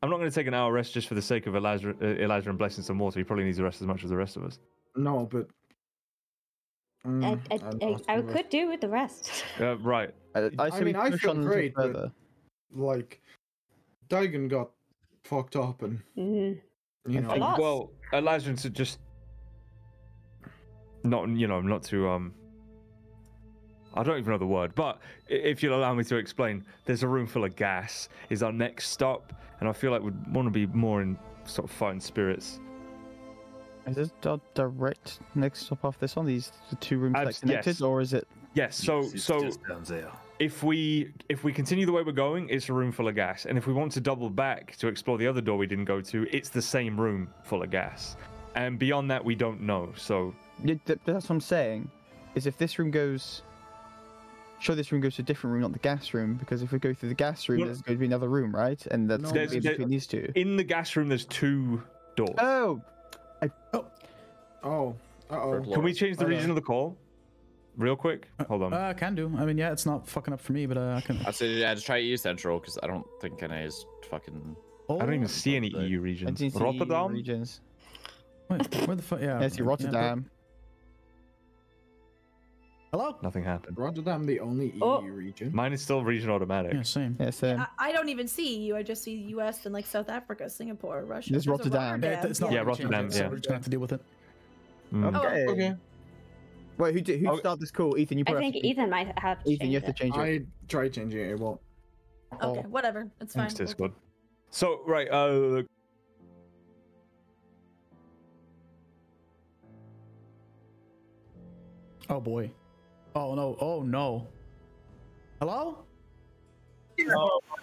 I'm not going to take an hour rest just for the sake of Eliza, uh, Eliza and blessing some water. He probably needs a rest as much as the rest of us. No, but. Mm, I, I'm I, not I, I sure. could do with the rest. Uh, right. I, I, say we mean, I push feel on a little great, but- further. Like, Dagon got fucked up, and Mhm. you I know. think- Us. Well, Eliza should just not, you know, not to um. I don't even know the word, but i- if you'll allow me to explain, there's a room full of gas. Is our next stop, and I feel like we'd want to be more in sort of fighting spirits. Is this the direct next stop off this one? These the two rooms Abs- that connected, yes. or is it? Yes. So, Yes, it's so just down there. if we if we continue the way we're going, it's a room full of gas. And if we want to double back to explore the other door we didn't go to, it's the same room full of gas. And beyond that, we don't know. So Yeah, th- that's what I'm saying. Is if this room goes, sure, this room goes to a different room, not the gas room, because if we go through the gas room, Well- there's going to be another room, right? And that's No, going There's- to be there- between these two. in the gas room, there's two doors. Oh, Oh. Uh oh. Can we change the Hold region on. of the call, real quick? Hold on. uh can do i mean yeah it's not fucking up for me but uh, i can E I said, yeah, just try EU Central because I don't think NA is fucking. I don't even see any EU regions. didn't see E EU Rotterdam? regions. Wait, where the fuck? Yeah. Yeah, see Oh, yeah, but- Rotterdam. Hello. Nothing happened. Rotterdam, the only EU Oh. region. Mine is still region automatic. Yeah, same. Yeah, same. I, I don't even see EU. I just see US and like South Africa, Singapore, Russia. There's There's a Rotterdam. Yeah, it's not Yeah, gonna change Rotterdam, it, so yeah. We're just gonna have to deal with it. Mm. Oh, Okay. Okay. Wait, who did who Oh. started this call? Ethan, you I probably think have to, Ethan might have. Ethan, you changed have to it. change it. I tried changing it. It won't. Okay, whatever. It's fine. Thanks, Discord. So, right, uh, Oh boy. Oh no. Oh no. Hello.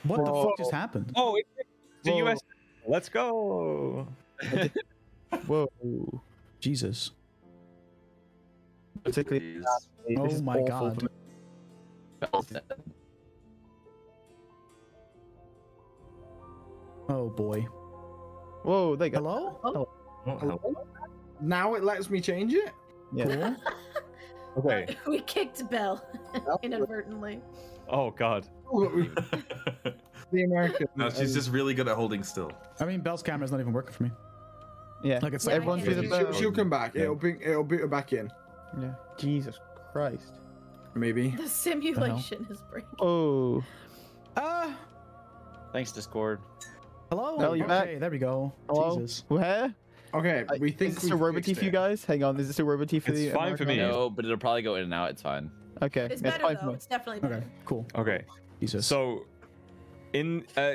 What the fuck just happened? oh, it- the Whoa. US. Let's go. Whoa. Jesus. Particularly Oh this is my awful God. for me. Oh boy. Whoa, they go. Hello. Now it lets me change it. Yeah. Okay. we kicked Bell inadvertently. Oh, God. Look, we- the American. No, she's just really good at holding still. I mean, Bell's camera's not even working for me. Yeah. Like it's Yeah, like Everyone I through can't the see She'll, bell. she'll come back. It'll bring. It'll boot her back in. Yeah. Jesus Christ. Maybe. Uh-huh. The simulation is breaking. Oh. Uh, Thanks, Discord. hello. Bell, you okay, back? there we go. Hello. Jesus. Where? Okay. I- we think is this we a robot fixed for you it. guys? Hang on, is this a robot for It's the? fine for American? me. No, but it'll probably go in and out. It's fine. Okay. It's yeah, better fine for though. me. It's definitely better. Okay. Cool. Okay. Jesus. So, in uh,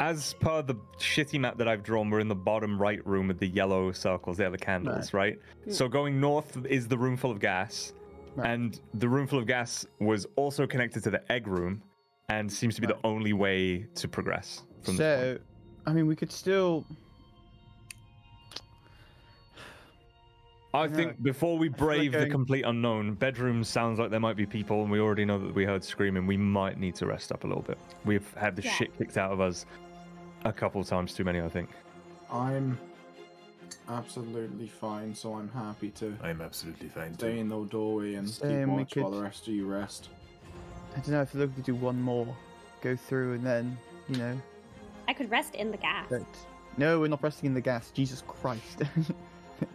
as per the shitty map that I've drawn, we're in the bottom right room with the yellow circles. They're the candles, right? So going north is the room full of gas, Hmm. Right. and the room full of gas was also connected to the egg room, and seems to be the only way to progress. From this point. So, I mean, we could still. I yeah. think before we feel like brave the going- complete unknown, bedroom sounds like there might be people, and we already know that we heard screaming. We might need to rest up a little bit. We've had the Yeah. shit kicked out of us a couple times too many, I think. I'm absolutely fine, so I'm happy to I'm absolutely fine. stay Too. in the doorway and keep Same, we watch while could- the rest of you rest. I don't know if we could do one more, go through, and then you know. I could rest in the gas. But no, we're not resting in the gas. Jesus Christ.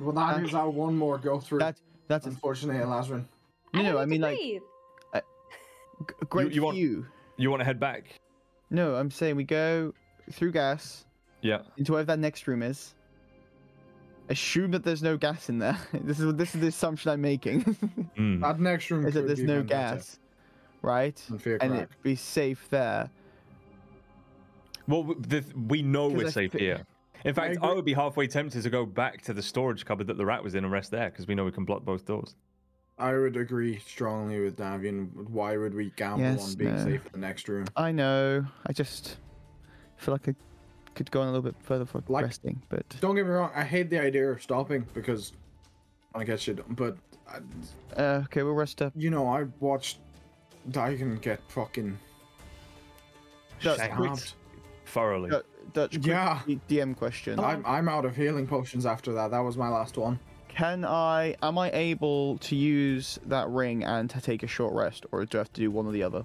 Well, that Uh, is our one more go through. that that's a, Unfortunately, Lazarus. you know. don't I need to mean, like breathe. g- great you you, want- You want to head back? No, I'm saying we go through gas Yeah. into wherever that next room is. Assume that there's no gas in there. this is this is the assumption I'm making. Mm. That next room is that could there's be no Vendetta gas, right? And fear And crack. it be safe there. Well, w- the, th- we know 'Cause we're I safe thi- here. In fact, I, agree. would be halfway tempted to go back to the storage cupboard that the rat was in and rest there because we know we can block both doors. I would agree strongly with Davian. Why would we gamble Yes, on being no. safe in the next room? I know. I just feel like I could go on a little bit further for Like- resting, but Don't get me wrong. I hate the idea of stopping because I get shit. done, But I, uh, okay, we'll rest up. you know, I watched Davian get fucking Dutch, quick, stabbed. Thoroughly. Du- Dutch, quick Yeah. D- DM question. I'm, I'm out of healing potions after that. That was my last one. Can I? Am I able to use that ring and to take a short rest, or do I have to do one or the other?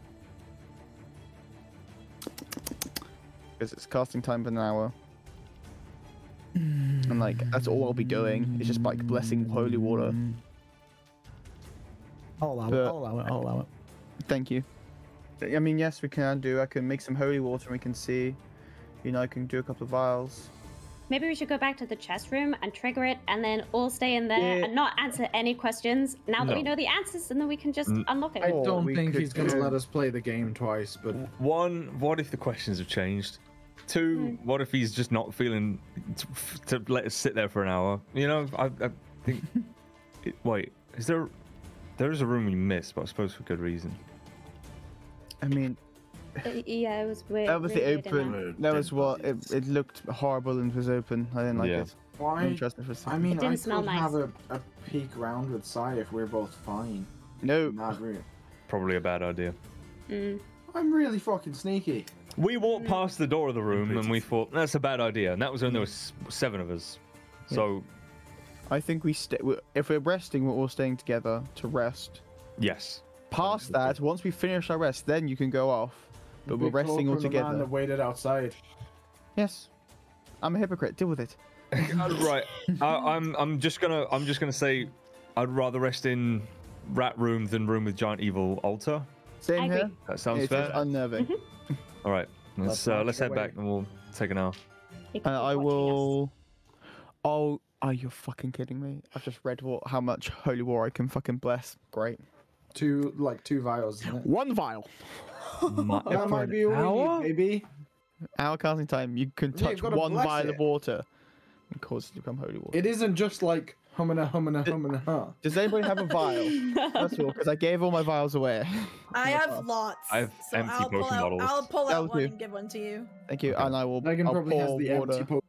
Because it's casting time for an hour. And like that's all I'll be doing. It's just like blessing holy water. I'll allow it. But- I'll allow it. I'll allow it. Thank you. I mean, yes, we can do. I can make some holy water, and we can see. You know, I can do a couple of vials. Maybe we should go back to the chess room and trigger it, and then all stay in there Yeah. and not answer any questions. Now that we No. know the answers, and then we can just Mm. unlock it. Oh, I Or don't Oh, we think could he's gonna do- let us play the game twice, but One, what if the questions have changed? Two, what if he's just not feeling to, f- to let us sit there for an hour? You know, I, I think. it, wait, is there. There is a room we missed, but I suppose for good reason. I mean, Uh, yeah, it was weird. that was the really weird in there. open. That was what it, it looked horrible and was open. I didn't like Yeah. it. I why? didn't trust it for a I second. mean, It didn't I smell could nice. have a, a peek round with Sai if we're both fine. no. in that room. Probably a bad idea. I'm really fucking sneaky. We walked past the door of the room and we thought that's a bad idea, and that was when there were s- seven of us. So I think we stay. If we're resting, we're all staying together to rest. yes, Past that, once we finish our rest, then you can go off. But we're Big talk resting all from the man together. that waited outside. Yes. I'm a hypocrite. Deal with it. right. I, I'm I'm just gonna I'm just gonna say I'd rather rest in rat room than room with giant evil altar. Same here. That sounds it's fair. just unnerving. All right. Let's That's uh, fine, let's no head back and we'll take an hour. Uh, I will. Oh, are you fucking kidding me? I've just read what how much holy war I can fucking bless. Great. Two like two vials. Isn't it? One vial. That might be all we need, maybe. Hour casting time. You can Yeah, you've touch gotta one bless vial it. of water and cause it to become holy water. It isn't just like humana humana humana huh. Does anybody have a vial? That's all, because I gave all my vials away. I have lots. I have so empty I'll pull potion out, bottles. I'll pull That out was one you. and give one to you. Thank you, and I will. Megan I'll probably has pour the water. empty po- bottle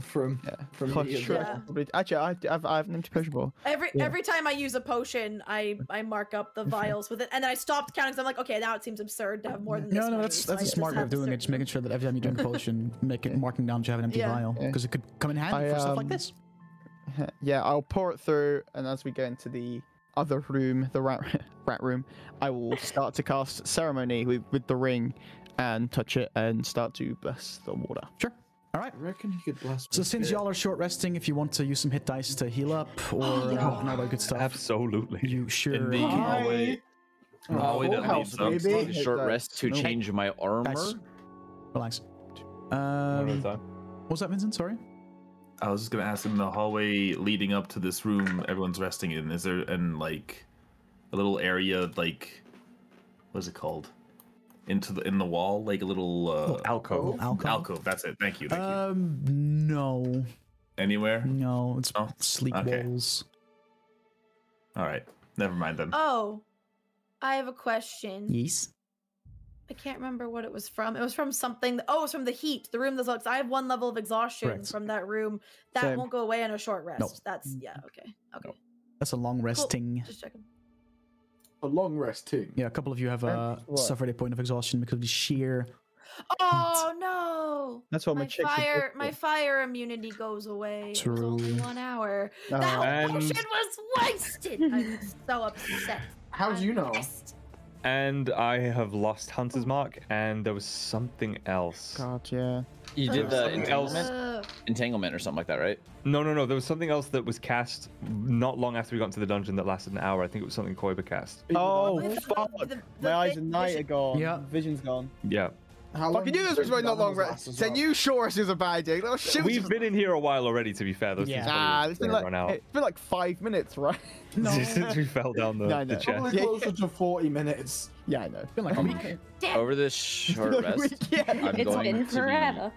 from from Oh, me as sure. well. Probably- Actually, I, I've, I have an empty potion bottle. Every Yeah. every time I use a potion, I I mark up the vials with it, and then I stopped counting because I'm like, okay, now it seems absurd to have more than this. No, no, many, that's so that's I a just smart way have of doing it. certain- Just making sure that every time you drink a potion, make it marking down that you have an empty Yeah. vial Yeah. because it could come in handy I, for stuff um, like this. Yeah, I'll pour it through, and as we get into the other room, the rat rat room, I will start to cast ceremony with, with the ring, and touch it and start to bless the water. Sure. All right. I reckon he could bless. So me. since y'all are short resting, if you want to use some hit dice to heal up or Oh, uh, and all that good stuff, Absolutely. you sure. Indeed. Hi. Oh, wait. Oh, Oh, we full don't need house, some baby. short Hey, rest to no. change my armor. Guys, relax. One at Um, a what time. was that, Vincent? Sorry. I was just gonna ask in the hallway leading up to this room everyone's resting in. Is there an like a little area like what is it called? Into the in the wall, like a little uh, Oh, Alcove. Oh, Alcove? Alcove. That's it. Thank you. Thank you. Um, no, Anywhere? no, it's Oh, sleep okay. walls. All right. Never mind then. Oh, I have a question. Yes. I can't remember what it was from. It was from something. That, oh, it was from the heat. The room that's because I have one level of exhaustion Correct. from that room. That Same. won't go away in a short rest. That's yeah. Okay. Okay. That's a long resting. Just checking. a long rest too. Yeah, a couple of you have uh, what? suffered a point of exhaustion because of the sheer. Oh no. That's what my, my chicks are fire good my for. fire immunity goes away. It was only True. one hour. Oh. that And- potion was wasted. I'm so upset. How do you I'm know? pissed. And I have lost Hunter's Mark, and there was something else. Oh, God, yeah. You did the Something else. entanglement, Ugh. entanglement or something like that, right? No, no, no. There was something else that was cast not long after we got into the dungeon that lasted an hour. I think it was something Koiba cast. Oh, With the- fuck. the- the my eyes big and night are vision- gone. Yeah. Vision's gone. Yeah. How Fucking long knew this was really not long Donovan's rest. last as Then well? you sure this is a bad day. Oh, shit. We've been in here a while already, to be fair. Those Yeah. things Nah, probably it's been gonna like, run out. it's been like five minutes, right? since we fell down the, No, the no. chest. Probably closer to forty minutes. yeah, I know. Been like a week. Damn. Over this short Like, we, rest, yeah, I'm It's going been to forever.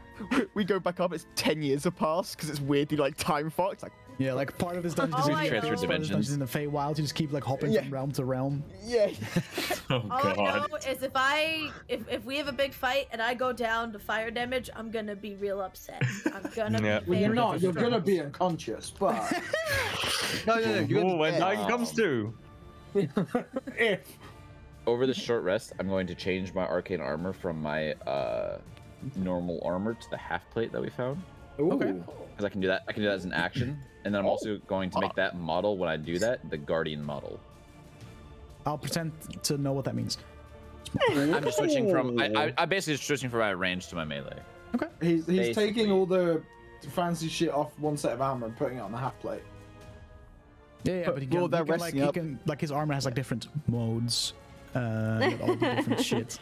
we go back up. It's ten years have passed because it's weirdly like time fucked. Like, Yeah, like part of this dungeon. All is in- I know- part of this Transfer dungeon is in the Feywild. You just keep like hopping Oh, Yeah. from realm to realm. yeah, Oh All I know is if I if, if we have a big fight and I go down to fire damage, I'm gonna be real upset. I'm gonna Yeah. Well, be Well, you're very not. You're gonna distraught. be unconscious, but no, no, no. You Oh, when understand. night comes to. over this short rest, I'm going to change my arcane armor from my uh, normal armor to the half plate that we found. okay. Because I can do that. I can do that as an action, and then I'm also going to make that model when I do that the guardian model. I'll pretend to know what that means. I'm just switching from. I, I, I basically just switching from my range to my melee. He's he's Basically. taking all the fancy shit off one set of armor and putting it on the half plate. Yeah, yeah, but he can, well, they're he can, like, resting he up. can like his armor has like different modes, uh, with all the different shit.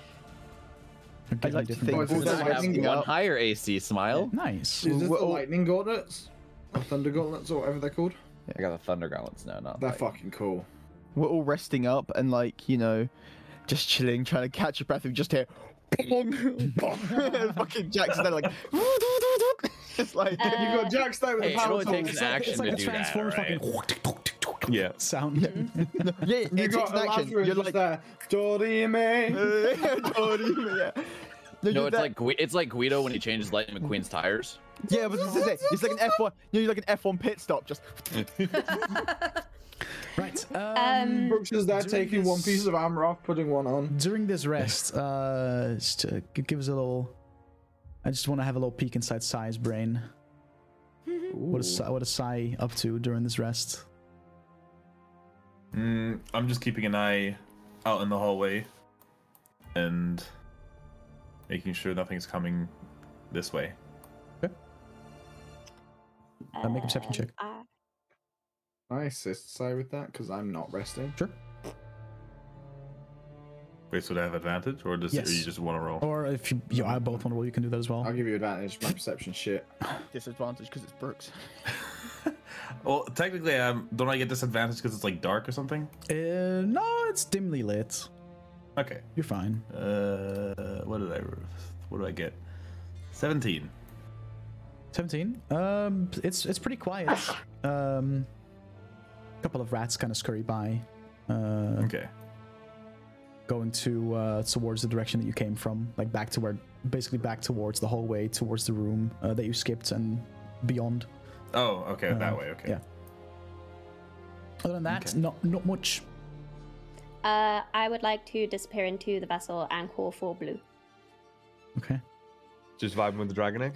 They're giving I'd like to different think Well, also it's Does Does I that have lightening one up. higher AC? Smile. Nice. Is this we're the all- lightning gauntlets or thunder gauntlets or whatever they're called? I got the thunder gauntlets now. Not They're like- fucking cool. We're all resting up and like you know, just chilling, trying to catch a breath. We just hear, bong, bong. fucking Jackson. They're like, it's like You've Uh, Uh, got Jack's there with Hey, the it power only tool. takes an action it's like to a do that. transform right? fucking Yeah. sound. yeah, it You takes got an action. Lazarus You're just like, there. Dorime. Doreen, yeah. No, No, you're it's there- like Gui- it's like Guido when he changes Lightning McQueen's tires. yeah, but this is it. It's like an F1. You know, you're like an F1 pit stop. Just Right. Um, Brooks is there Doing taking one this- piece of armor off, putting one on. during this rest, uh, just to g- give us a little. I just want to have a little peek inside Sai's brain. What is Sai, what is Sai up to during this rest? Mm, I'm just keeping an eye out in the hallway and making sure nothing's coming this way. Uh, make a perception check. I, I assist Sai with that because I'm not resting. Sure. Wait, so do I have advantage, or does Yes. or you just want to roll? Or if you, you I both want to roll, you can do that as well. I'll give you advantage. My perception shit. Disadvantage because it's Brooks. Well, technically, um, don't I get disadvantage because it's like dark or something? Uh, no, it's dimly lit. Okay. You're fine. Uh, what did I? What do I get? Seventeen. 17 um it's it's pretty quiet um a couple of rats kind of scurry by uh Okay. going to uh towards the direction that you came from like back to where basically back towards the hallway towards the room uh, that you skipped and beyond Oh, okay, Uh-huh. that way. Okay. yeah other than that not not much uh, I would like to disappear into the vessel and call for blue. okay Just vibing with the dragon egg.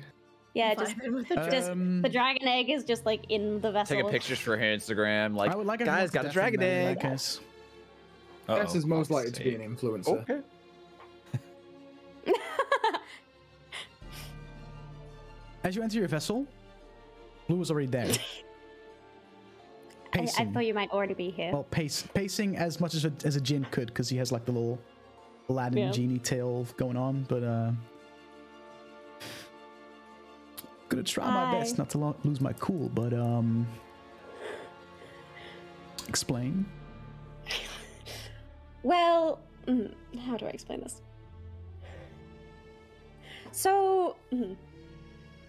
Yeah, just, Vibing with the just Um, the dragon egg is just like in the vessel. Taking pictures for her Instagram. Like, i would like guys, got a dragon egg. okay Guess is most likely to be sake. an influencer. Okay. as you enter your vessel blue was already there I, I thought you might already be here. Well, pace, pacing as much as a, as a djinn could, because he has like the little Aladdin Yeah. genie tail going on. But uh, gonna try my best Hi. not to lo- lose my cool. But um, explain. Well, mm, how do I explain this? So, mm,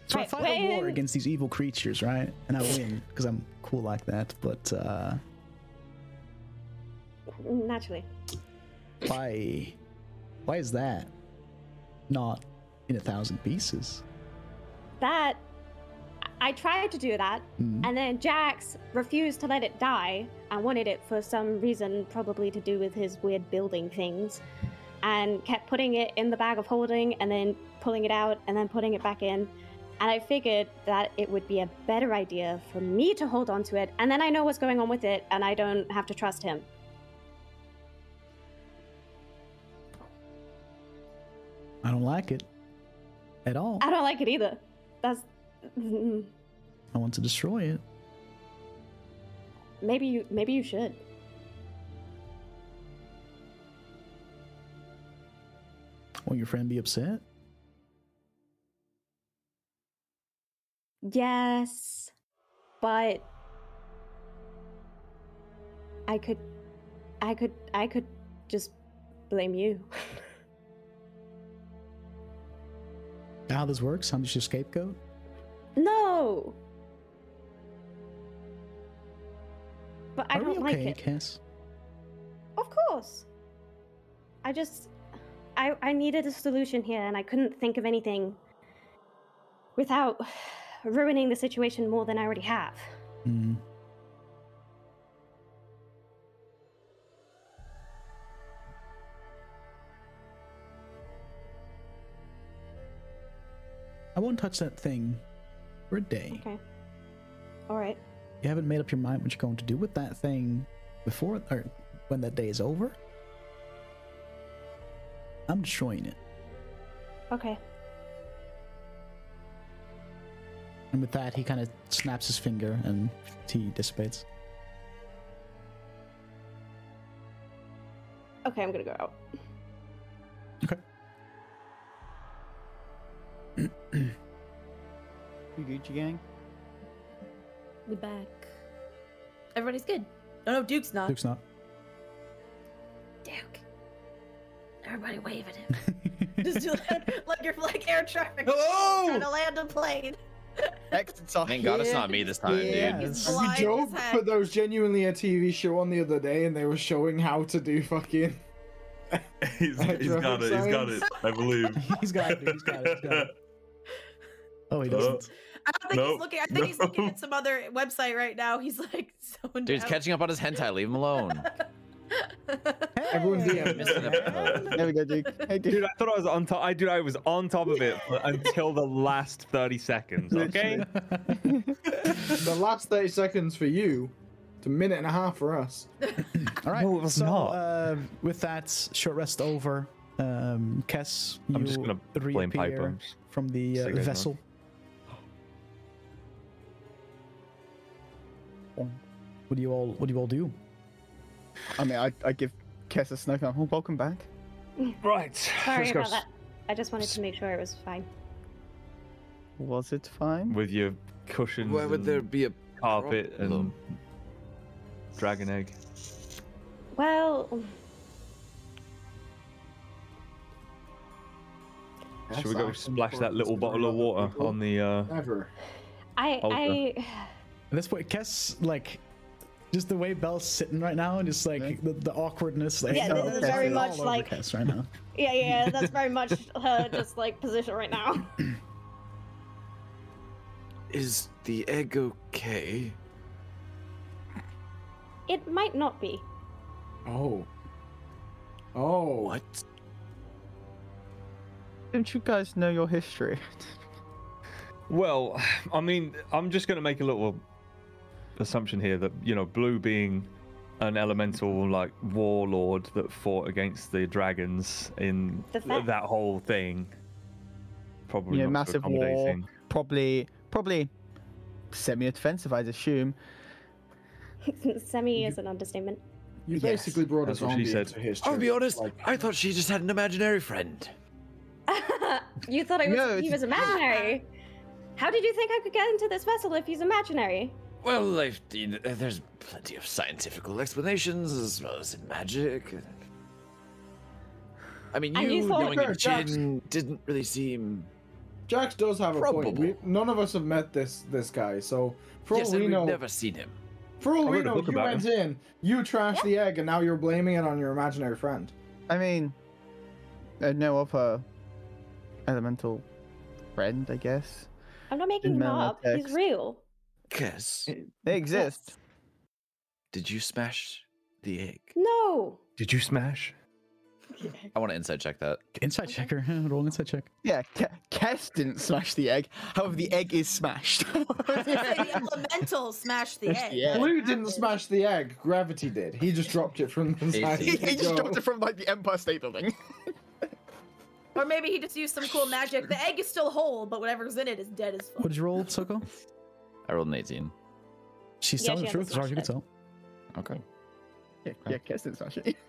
So I Right, fight a war when- against these evil creatures, right? And I win because I'm cool like that. But uh, naturally. why? Why is that not in a thousand pieces? that I tried to do that, Hmm, and then Jax refused to let it die and wanted it for some reason, probably to do with his weird building things, and kept putting it in the bag of holding and then pulling it out and then putting it back in. And I figured that it would be a better idea for me to hold on to it, and then I know what's going on with it, and I don't have to trust him. I don't like it at all. I don't like it either. That's. mm, I want to destroy it. Maybe you, maybe you should. Won't your friend be upset? Yes, but I could, I could, I could just blame you. How this works? I'm just your scapegoat. No. But I Are we don't like okay, it. Cass? Of course. I just, I, I needed a solution here, and I couldn't think of anything without ruining the situation more than I already have. Hmm. I won't touch that thing for a day. Okay. All right. You haven't made up your mind what you're going to do with that thing before or when that day is over. I'm destroying it. Okay. And with that, he kind of snaps his finger and he dissipates. Okay, I'm gonna go out. Okay. You Gucci gang. We back. Everybody's good. Oh, No, no, Duke's Uh, not. Luke's not. Duke. Everybody wave at him. Just do like, like you're like air traffic. Trying to land a plane. Exit's off. Thank God it's not me this time, dude. Yes. It's We Blind as joked, heck. but there was genuinely a TV show on the other day, and they were showing how to do fucking. he's, he's got it. He's got it. I believe. He's got it, dude. He's got it. He's got it. Oh, he doesn't. I don't think Nope. he's looking. I think he's looking at some other website right now. He's like zoned Dude's out. catching up on his hentai. Leave him alone. Everyone's Missing the episode. There we go, Duke. Hey, Duke. Dude, I thought I was on top. I dude, I was on top of it for- until the last thirty seconds. Okay. the last thirty seconds for you, to minute and a half for us. All right. No, it was so, not. Uh, with that short rest over, um, Kes, you I'm just gonna blame reappear Piper. from the uh, Sick, I know. vessel. What do you all What do you all do? I mean, I, I give Kes a snug hug. Oh, welcome back. Right. Sorry let's go about that. I just wanted to make sure it was fine. Was it fine? With your cushions. Why would there and be a carpet and problem? dragon egg? Well, Should we go splash that little bottle of water on the? uh Never. I Okay. I At this point, Kes like just the way Belle's sitting right now, and just like the, the awkwardness. Like, Yeah, it's all- this is it's very all much over like- Kes right now. yeah yeah that's very much her just like position right now. Is the egg okay? It might not be. Oh. Oh. What? Don't you guys know your history? Well, I mean, I'm just going to make a little assumption here that you know, blue being an elemental like warlord that fought against the dragons in The th- fa- that whole thing. Probably you know, not so massive war. accommodating. Probably, probably semi-offensive, I'd assume. Semi is an understatement. You Yes. basically brought That's a what she zombie said. into history. I'll be honest, Like, I thought she just had an imaginary friend. you thought I was, No, he it's- was imaginary. How did you think I could get into this vessel if he's imaginary? Well, i there's plenty of scientific explanations as well as in magic. I mean, And you, you thought- knowing your Sure, chin didn't really seem. Jax does have a point. Probable. We, none of us have met this this guy, so for yes, all and we we've know, never seen him. for all I we wrote a know, book you about went in, you trashed the egg, and now you're blaming it on your imaginary friend. I mean, I know of her elemental friend, I guess. I'm not making him Email or up. He's text. real. Yes. They exist. Did you smash the egg? No. Did you smash? I want to inside check that. Inside checker. Roll an inside check. Yeah, Ke- Kes didn't smash the egg. However, the egg is smashed. the elemental smash the egg. Yeah. Blue didn't smash the egg. Gravity did. He just dropped it from the side. he he just dropped it from like the Empire State Building. Or maybe he just used some cool magic. The egg is still whole, but whatever's in it is dead as fuck. What did you roll, Soko? I rolled an 18. She's Yeah, telling she the truth, as far as you can hasn't tell. Okay. yeah, yeah, Kes didn't smash it.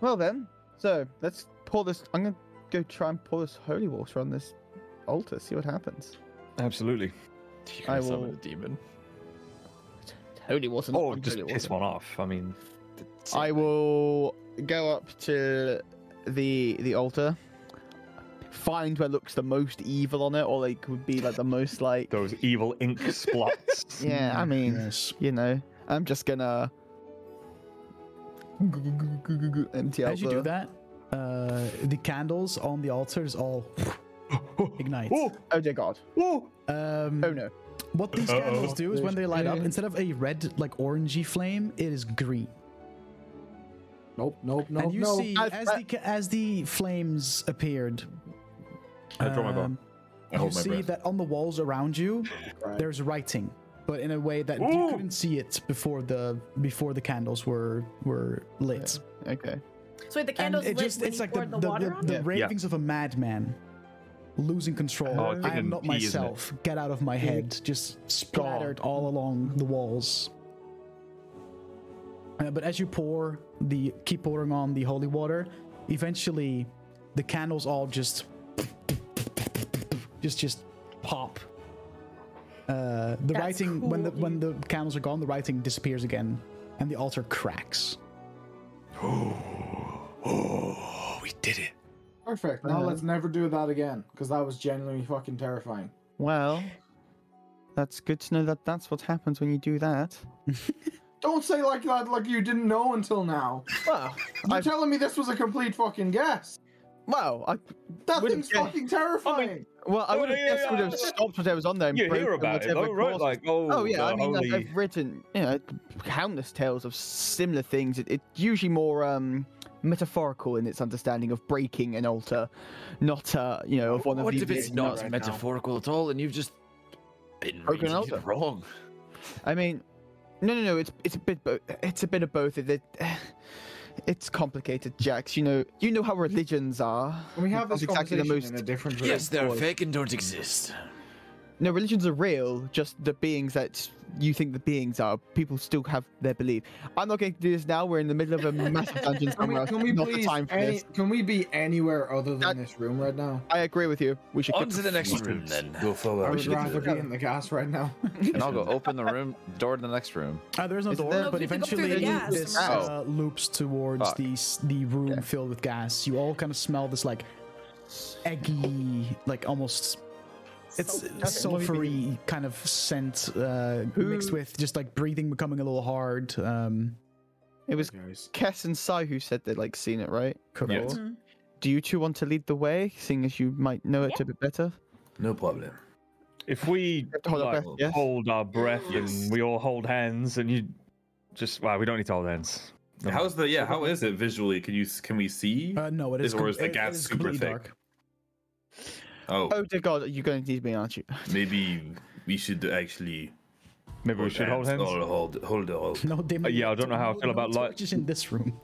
well then, so let's pour this. I'm gonna go try and pour this holy water on this altar. See what happens. Absolutely. You I can summon will- a demon. Holy water. Or Oh, just piss one off. I mean, I will go up to the the altar, find where looks the most evil on it, or like would be like the most like. those evil ink splots. Yeah, I mean, Yes. you know, I'm just gonna empty out. As you do the- that, uh, the candles on the altars all ignite. Oh dear God! Um, Oh no! What these candles Uh-oh. do is when they light up, instead of a red, like orangey flame, it is green. Nope, nope, nope, and you nope. see, I've- as the ca- as the flames appeared, I draw my bow. um, I you hold my see breath. that on the walls around you, Right. there's writing, but in a way that you Ooh. couldn't see it before the before the candles were were lit. Okay. So wait, the And candles it lit just when it's he like the, poured the, the, water the- on the it? ravings of a madman losing control. Oh, it's I am in not P, isn't it? myself. Get out of my head. Just splattered all along the walls. Uh, but as you pour the keep pouring on the holy water, eventually the candles all just just just pop. Uh, the writing when the when the candles are gone, the writing disappears again, and the altar cracks. Oh, we did it. Perfect. Now let's never do that again, because that was genuinely fucking terrifying. Well, that's good to know that that's what happens when you do that. Don't say like that, like you didn't know until now. Wow! You're I've, telling me this was a complete fucking guess. wow! I That Wouldn't thing's get- fucking terrifying. Well, I Oh, would have yeah, guessed yeah, would have yeah. stopped whatever was on there. And You hear broken about it, whatever though, right? caused- Like, oh, oh yeah, the I mean, like, holy- I've written you know countless tales of similar things. It, it's usually more um metaphorical in its understanding of breaking an altar, not uh you know of one What of if the. it's not metaphorical at all and you've just been Broken reading altar. it wrong? I mean, no, no, no. It's it's a bit bo- it's a bit of both. It, it- it's complicated, Jax. You know you know how religions are. And we have It's this not exactly the conversation most in a different room. Yes, they're fake and don't exist. No, religions are real. Just the beings that you think the beings are. People still have their belief. I'm not going to do this now. We're in the middle of a massive dungeon Can somewhere. we, else. can we not the please? time for any- this. can we be anywhere other than That- this room right now? I agree with you. We should. On keep- to the next room Let's then. Go I forward. would rather be in the gas right now. And I'll go open the room door to the next room. Uh, there is no Is door, there- but You have to go through the eventually gas, this right? uh, loops towards Fuck. the s the room filled with gas. You all kind of smell this like eggy, like almost it's sulfury kind of scent uh, mixed with just like breathing becoming a little hard. Um, It was Kess and Sai who said they'd like seen it, right? Correct. Before. Do you two want to lead the way, seeing as you might know it a bit better? No problem. If we have to hold our like, breath, yes? hold our breath Yes. and we all hold hands and you just wow, we don't need to hold hands. Never mind. How's the yeah? How is it visually? Can you s- can we see? uh, no, it Is- is. or com- is the it- it gas is super completely thick? dark. Oh, Oh dear God, you're going to need to be aren't you? Maybe we should actually. Maybe we should hold hands. Or hold, hold, hold. No, demon. Uh, yeah, I don't know how I feel about light. Just in this room.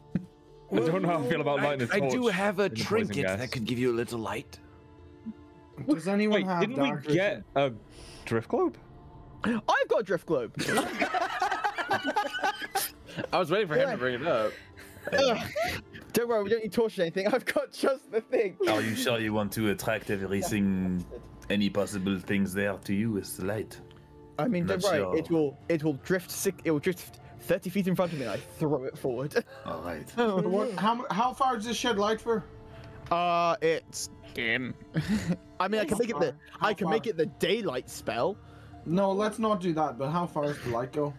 I don't know how I feel about lighting I a torch. do have a in the poison trinket gas. that could give you a little light. Does anyone Wait, have didn't we dark get vision? a drift globe? I've got a drift globe. I was waiting for him to bring it up. don't worry, we don't need torches or anything. I've got just the thing. Are you sure you want to attract everything, any possible things there to you with the light? I mean, don't That's worry. your- It will it will drift six. It will drift thirty feet in front of me. and I throw it forward. All right. What, how, how far does this shed light for? Uh, it's dim. I mean, I can How make it the far? How I can make far? it the daylight spell. No, let's not do that. But how far does the light go?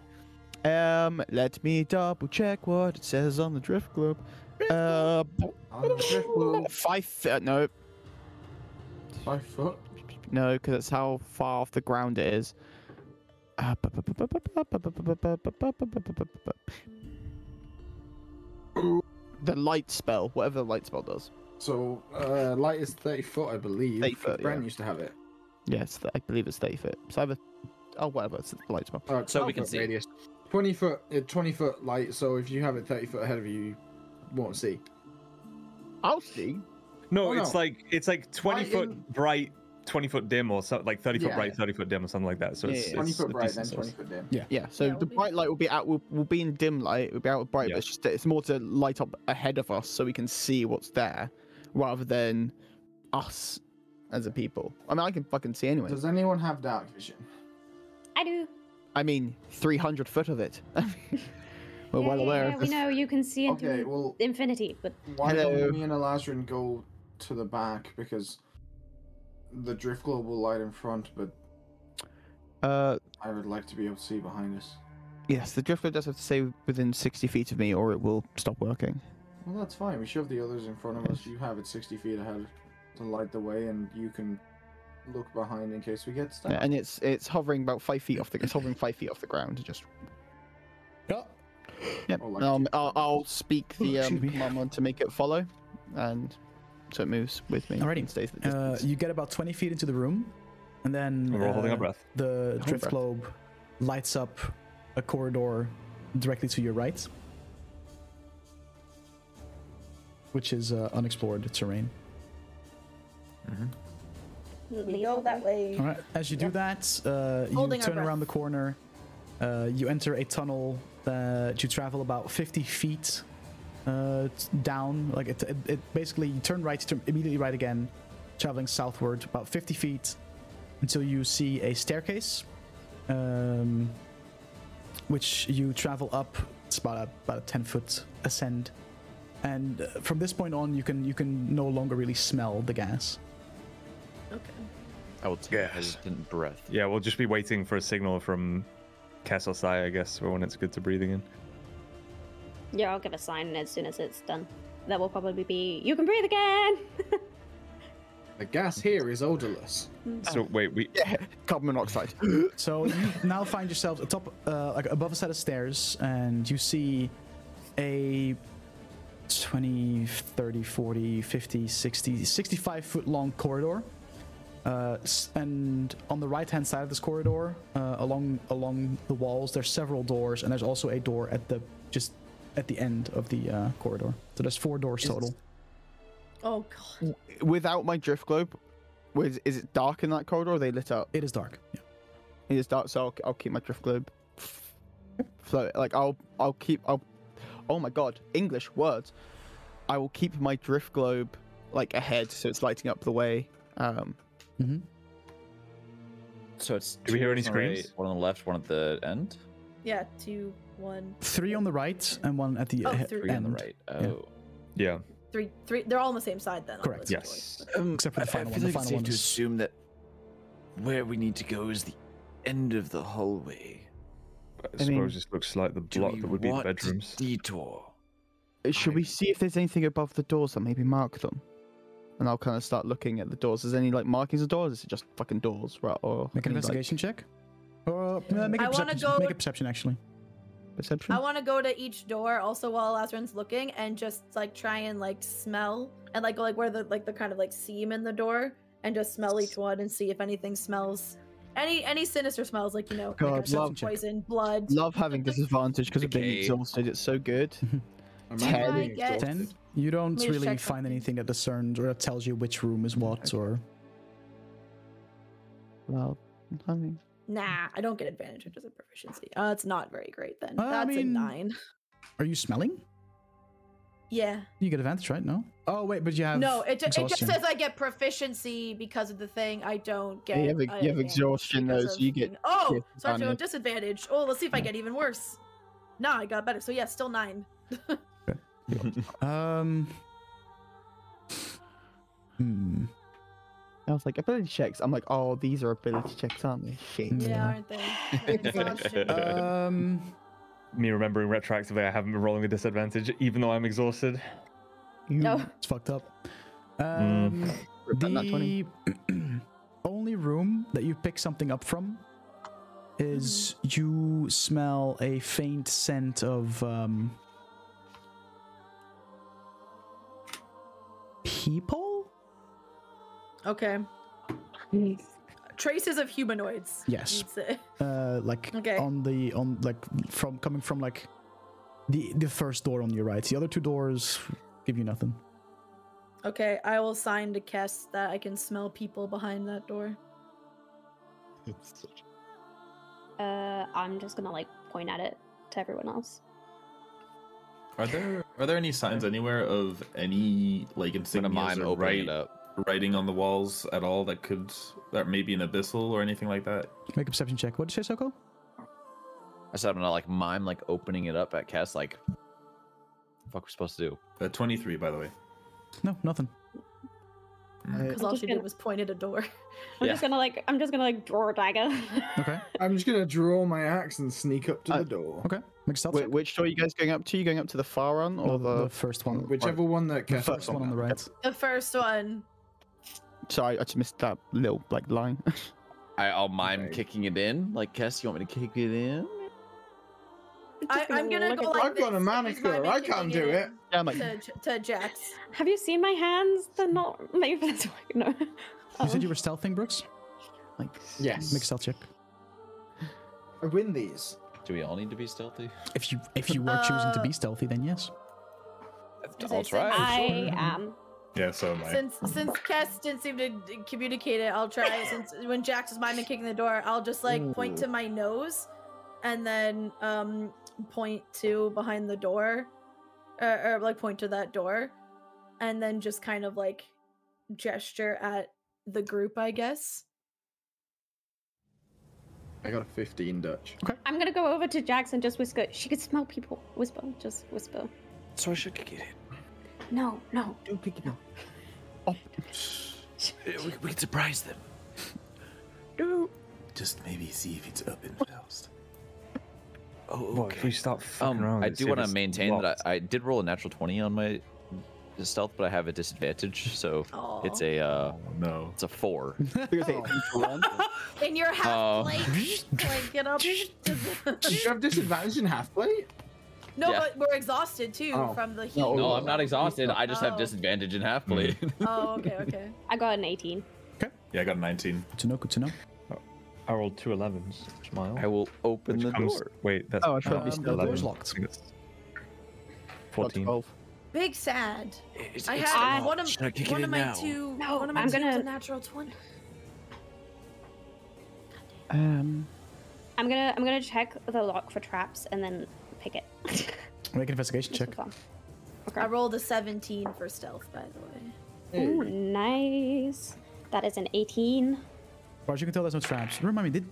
Um, let me double check what it says on the drift globe. Uh, On the drift globe, five. Uh, no, by foot. no, because that's how far off the ground it is. Uh, The light spell, whatever the light spell does. So uh, light is thirty foot, I believe. 30 foot, Bren yeah. used to have it. Yes, I believe it's thirty foot. So I have a, oh whatever, it's the light spell. Uh, So 12 we can foot see. Radius. Twenty foot, uh, twenty foot light. So if you have it thirty foot ahead of you, you won't see. I'll see. No, Oh, it's no. like it's like twenty Light foot in- bright, twenty foot dim, or something like thirty foot Yeah. bright, thirty foot dim, or something like that. So Yeah, it's, yeah. Twenty it's a foot bright, then decent twenty size. foot dim. Yeah, so Yeah, the we'll be- bright light will be out. We'll, we'll be in dim light. We'll be out bright, Yeah. but it's just it's more to light up ahead of us so we can see what's there, rather than us as a people. I mean, I can fucking see anyway. Does anyone have dark vision? I do. I mean, three hundred foot of it. We're well Yeah, aware yeah, of we this. know you can see into Okay, well, infinity, but why Hello. don't me and Elazrin go to the back because the drift globe will light in front, but Uh, I would like to be able to see behind us. yes, the drifter does have to stay within sixty feet of me, or it will stop working. Well, that's fine. We shove the others in front of us. You have it 60 feet ahead to light the way, and you can look behind in case we get stuck. And it's it's hovering about five feet off the it's hovering five feet off the ground. Just Oh. Yep. Or like Um, two I'll, I'll speak the um, Excuse me. command one to make it follow, and so it moves with me. Alrighty. and stays the Uh, distance. you get about 20 feet into the room, and then We're all holding uh, our breath. The drift breath. globe lights up a corridor directly to your right, which is uh, unexplored terrain. We go that way. All right. As you do that, uh, you Holding our turn breath. around the corner. Uh, you enter a tunnel that you travel about 50 feet uh, t- down. Like it, it, it basically you turn right, turn immediately right again, traveling southward about 50 feet until you see a staircase, um, which you travel up. It's about a, about a 10 foot ascend, and uh, from this point on, you can you can no longer really smell the gas. I will take a hesitant breath. Yeah, we'll just be waiting for a signal from Castle Sai, I guess, for when it's good to breathing in. yeah, I'll give a sign as soon as it's done. That will probably be you can breathe again. The gas here is odorless. So wait, we Carbon monoxide. So you now find yourselves atop, uh, like above a set of stairs, and you see a 20, 30, 40, 50, 60, 65 foot long corridor. Uh, s- and on the right hand side of this corridor, uh, along along the walls, there's several doors, and there's also a door at the just at the end of the uh, corridor. So there's four doors total. Oh god. Without my drift globe, was is it dark in that corridor? Or are they lit up? It is dark. Yeah. It is dark, so I'll, I'll keep my drift globe float. Like I'll I'll keep I'll. Oh my god, English words. I will keep my drift globe like ahead, so it's lighting up the way. Um, hmm So it's. Do we two hear any on the right, screams? one on the left, one at the end. Yeah, two, one, Three on the right and one at the Oh, he- three. Three end. on the right. Oh. Yeah. three, three. They're all on the same side then. all Correct. those people. Yes. Um, Except for the I- final I one. feel The like it's final safe one to is- assume that where we need to go is the end of the hallway. I, I suppose mean, this looks like the Do block we that would be the want to bedrooms. Detour. Should we see if there's anything above the doors that maybe mark them? And I'll kind of start looking at the doors. Is there any like markings of doors? Is it just fucking doors, right? Or Make an any, like, investigation check. Or uh, make, a I wanna perception, go- make a perception, actually. perception. I want to go to each door also while Lazarus looking and just like try and like smell and like go, like where the like the kind of like seam in the door and just smell each one and see if anything smells any any sinister smells like you know like, God, or something love- poison blood. Love having disadvantage because of being Decay. exhausted. It's so good. Am I Ten. being I guess- exhausted? Ten. You don't Let me just really find check something. anything that discerns or that tells you which room is what or. Love having. Nah, I don't get advantage because of proficiency. Uh, it's not very great then. Uh, I That's mean- a nine. Are you smelling? Yeah. You get advantage, right? No. Oh wait, but you have No, it, ju- it just exhaustion. says I get proficiency because of the thing. I don't get. Yeah, you have, ex- uh, you have advantage exhaustion though, because so of- you get. Oh, yeah, so I have to go advantage. disadvantage. Oh, let's see if I get even worse. Nah, I got better. So yeah, still nine. Um. Hmm. I was like ability checks. I'm like, oh, these are ability checks, aren't they? Shit. Yeah, Yeah. aren't they? Like, exhaustion. Um. Me remembering retroactively, I haven't been rolling a disadvantage, even though I'm exhausted. No. It's fucked up. Mm. Um, Repent that 20. the only room that you pick something up from is you smell a faint scent of um, people. okay. Traces of humanoids. Yes. you'd say. Uh, like Okay. on the on like from coming from like the the first door on your right. The other two doors give you nothing. Okay, I will sign to Kess that I can smell people behind that door. Uh, I'm just gonna like point at it to everyone else. Are there are there any signs anywhere of any like When a insignias mime or opening it write, up. writing on the walls at all that could that may be an abyssal or anything like that? Make a perception check. What did you say, Soko? I said I'm gonna like mime like opening it up at Cass like. Fuck, we supposed to do. Uh, Twenty three, by the way. No, nothing. Uh, Because all just she gonna- did was point at a door. I'm Yeah. just gonna like I'm just gonna like draw a dagger. Okay. I'm just gonna draw my axe and sneak up to Uh, the door. Okay. Make a stealth Wait, check. which door are you guys going up to? You going up to the far one or the, the? first one. Whichever one that The gets first one on the right. The first one. Sorry, I just missed that little like line. I, I'll mime Okay. kicking it in. Like Cass, you want me to kick it in? I, I'm gonna look go at- like I've got a this, and he's manicure, miming I can't kicking do it yeah, I'm like, To, to Jax. Have you seen my hands? They're not. Maybe that's why. No. You said you were stealthing, Brooks? like Yes. Make a stealth check. I win these. Do we all need to be stealthy? If you if you were choosing to Uh, be stealthy, then yes. Is I'll it safe? try. Um, I am. Yeah, so am I. Since since Kes didn't seem to d- communicate it, I'll try. since when Jax was miming kicking the door, I'll just like point to my nose, and then um point to behind the door, or, or like point to that door, and then just kind of like gesture at the group, I guess. I got a 15 Dutch. I'm gonna go over to Jax and just whisper. She could smell people. Whisper. Just whisper. So I should kick it No, no. don't pick it up. in. Uh, We, we can surprise them. Just maybe see if it's open first. Oh, Well, if we okay. start fucking Um, around, I and see do if want to it's maintain that locked. I, I did roll a natural 20 on my stealth, but I have a disadvantage, so it's Aw. a uh, Oh, no. it's a four. in your Oh. half plate. like get up. Did you have disadvantage in half plate? no, Yeah. but we're exhausted too Oh. from the heat. No, No, I'm not exhausted. I just have Oh. disadvantage in half plate. Oh, okay, okay. I got an 18. Yeah, I got a nineteen. Good to know, good to know. I rolled two 11s. Smile. I will open which the comes- door. Wait, that's Oh, I should be Um, the stealthy. door's 11. locked. I think it's Got 14. Twelve. big sad. It's- I it's had not. one of Should I kick it one in of my now? two No, one of my I'm two gonna- natural twenty. Um, I'm gonna I'm gonna check the lock for traps and then pick it. Make an investigation check. I rolled a seventeen for stealth, by the way. Ooh, nice. That is an 18. As far as you can tell, there's no traps. Remind me, did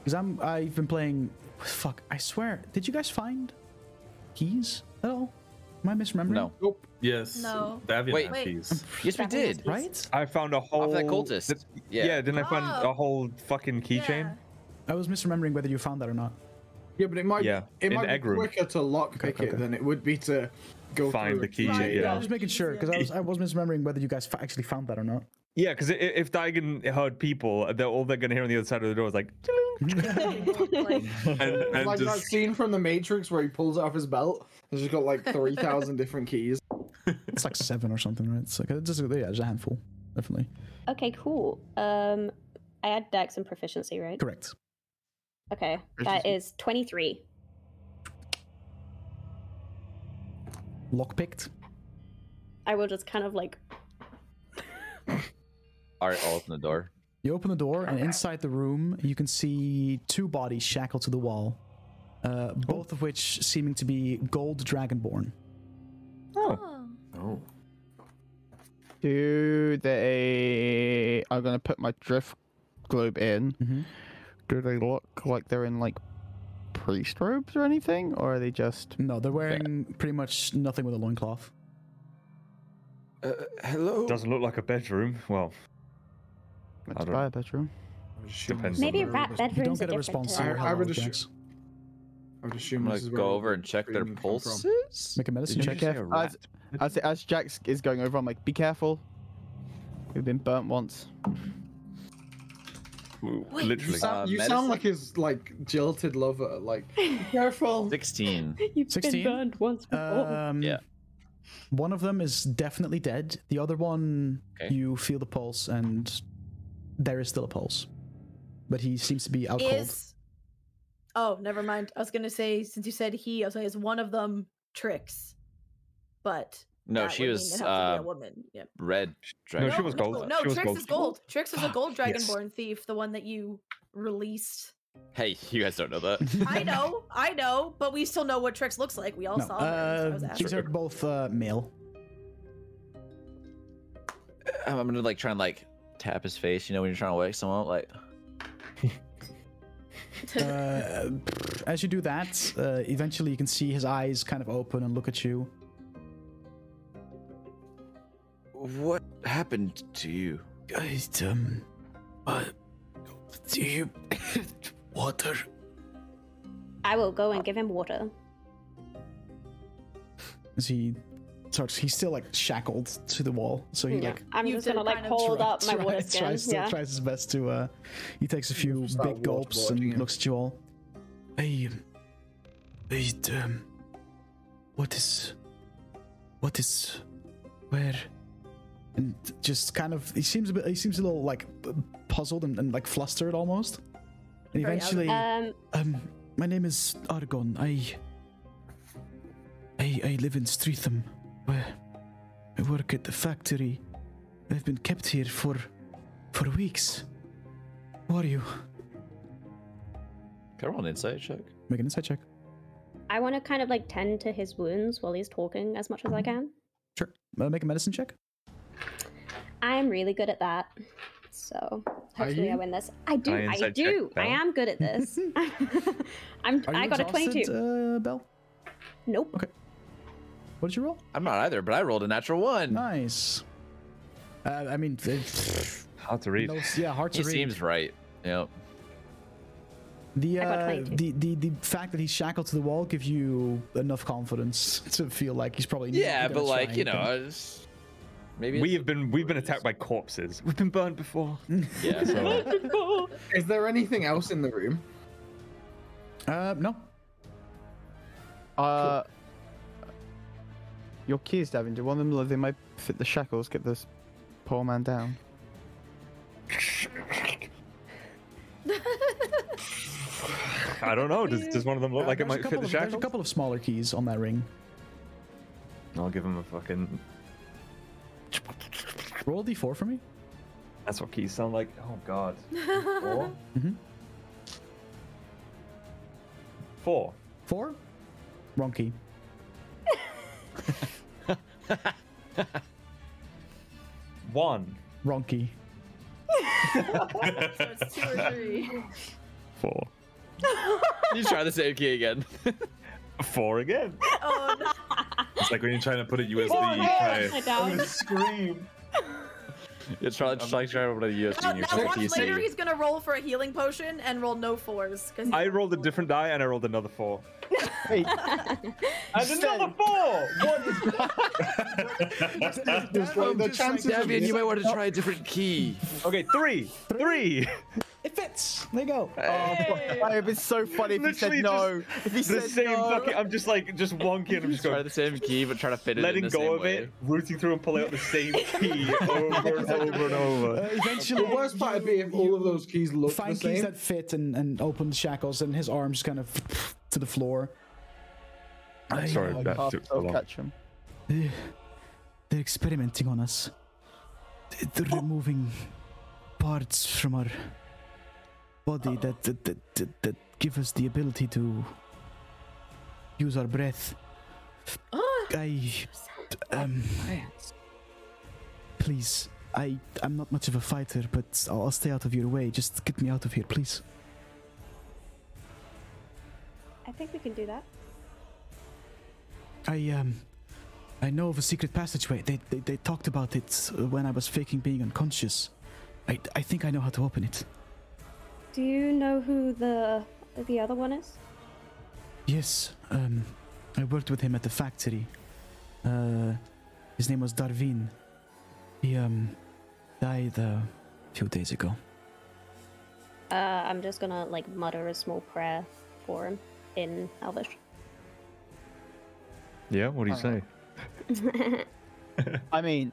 because I'm I've been playing. Fuck, I swear. Did you guys find keys at all? Am I misremembering? No. Yes. No. Davian Wait. had Wait. these. Yes, we did. Right? I found a whole Of that cultist. th- Yeah. yeah. Then I found Oh. a whole fucking keychain. I was misremembering whether you found that or not. Yeah, but it might Yeah, it in might the egg be room. quicker to lockpick okay, it okay. than it would be to go Find through the it. key, Right, Yeah, Yeah. I was just making sure because I was I was misremembering whether you guys fa- actually found that or not. Yeah, because if Diagon heard people, they're, all they're gonna hear on the other side of the door is like, Like, And, and like that just scene from The Matrix where he pulls it off his belt. He's just got like three thousand different keys. It's like seven or something, right? It's like it's just yeah, just a handful, definitely. Okay, cool. Um, I add dex and proficiency, right? Correct. Okay, that is 23. Lockpicked. I will just kind of like, All right, I'll open the door. You open the door, and inside the room, you can see two bodies shackled to the wall, uh, both of which seeming to be gold dragonborn. oh. oh, do they? I'm gonna put my drift globe in. Mhm. Do they look like they're in like priest robes or anything, or are they just? No, they're wearing pretty much nothing with a loincloth. Uh, hello. doesn't look like a bedroom. Well, It's don't- by a bedroom. depends. maybe Somewhere rat You don't bedrooms are get a different. response. to- I- to I how would well it assu- reacts. I would assume I'm gonna this is where go over and check their screaming come from. pulses. Make a medicine Did you check. say a rat? As as Jack is going over, I'm like, be careful. We've been burnt once. Wait, You Literally. sound, Uh, you medicine? sound like his like jilted lover. Like, be careful. Sixteen. You've 16? been burned once before. Um, Yeah. One of them is definitely dead. The other one, Okay. you feel the pulse, and there is still a pulse, but he seems to be out cold. Is oh, never mind. I was gonna say since you said he, I was like, is one of them tricks, but No, that she would mean was it has to be uh, a woman. Yeah. red. No, Dragon. she was no, gold. No, She was Trix gold. is gold. Trix is a gold Fuck, yes. dragonborn thief, the one that you released. Hey, you guys don't know that. I know, I know, but we still know what Trix looks like. We all no, saw her. so I was uh, asking. these are both uh, male. I'm I'm gonna like try and like tap his face. You know when you're trying to wake someone up, like uh, as you do that, uh, eventually you can see his eyes kind of open and look at you. What happened to you? I um, Do you water? I will go and give him water. As he starts, he's still like shackled to the wall, so he Yeah. like I'm You just did gonna like kind of hold try- up my try- water tries, skin. still yeah. tries his best to. Uh, he takes a few Start big gulps waterboarding and him. looks at you all. Hey, hey, um, what is, what is, where? And just kind of, he seems a bit, he seems a little like p- puzzled and, and like flustered almost. And Very eventually, Um, um, my name is Argon. I, I, I live in Streatham, where I work at the factory. I've been kept here for, for weeks. Who are you? Can I roll an insight check? Make an insight check. I want to kind of like tend to his wounds while he's talking as much as I Mm-hmm. can. Sure. Uh, make a medicine check. I'm really good at that. So hopefully I you? win this. I do. Try I, and side check do. I Bell. am good at this. I'm. Are you I got a exhausted, twenty-two. Uh, Bell, nope. what did you roll? I'm not either, but I rolled a natural one. Nice. Uh, I mean, it- Hard to read. no, yeah, hard to he read. seems right. Yep. the, I got uh, 22. the the the fact that he's shackled to the wall gives you enough confidence to feel like he's probably Yeah, gonna but try like you and- know, I just, maybe We it's- have been we've been attacked by corpses. We've been burned before. yeah. So, Is there anything else in the room? Uh, no. Uh, your keys, Davin. Do one of them? They might fit the shackles. Get this poor man down. I don't know. Does, does one of them look Uh, like it there's a might fit couple the of- Uh, There's shackles? a couple of smaller keys on that ring. I'll give him a fucking. Roll d d4 for me. That's what keys sound like. Oh god. Four. Mhm. Four. Four? Wrong key. One. Wrong key. So it's two or three. Four. You try the same key again. Four again. Oh no. It's like when you're trying to put a USB. Oh, hands, drive. my dog. Scream. It's try- it's like trying to put a USB Oh, in your now fucking watch later PC. he's gonna roll for a healing potion and roll no fours. Cause I rolled a different die and I rolled another four. Wait, And another four. What is Just like the chances Davian, you might want to try a different key. Okay, three. Three. It fits. There you go. Uh, I have been so funny if he said Literally no. If he The said same no. fucking. I'm just like just wonky and I'm just Try going. the same key, but try to fit it in Letting the same go of way. it, rooting through and pulling out the same key over and over and Uh, over. eventually, The worst part would be if all of those keys look the find keys same. that fit and, and open the shackles, and his arms kind of to the floor. Sorry, that Half took so I'll long. catch him. They're experimenting on us. They're removing parts from our body that that, that that that give us the ability to use our breath. I um please. I I'm not much of a fighter, but I'll, I'll stay out of your way. Just get me out of here, please. I think we can do that. I um I know of a secret passageway. They they, they talked about it uh, when I was faking being unconscious. I, I think I know how to open it. Do you know who the the other one is? Yes, um, I worked with him at the factory. Uh, his name was Darwin. He um, died uh, a few days ago. Uh, I'm just gonna like mutter a small prayer for him in Elvish. Yeah, what do you say? I mean,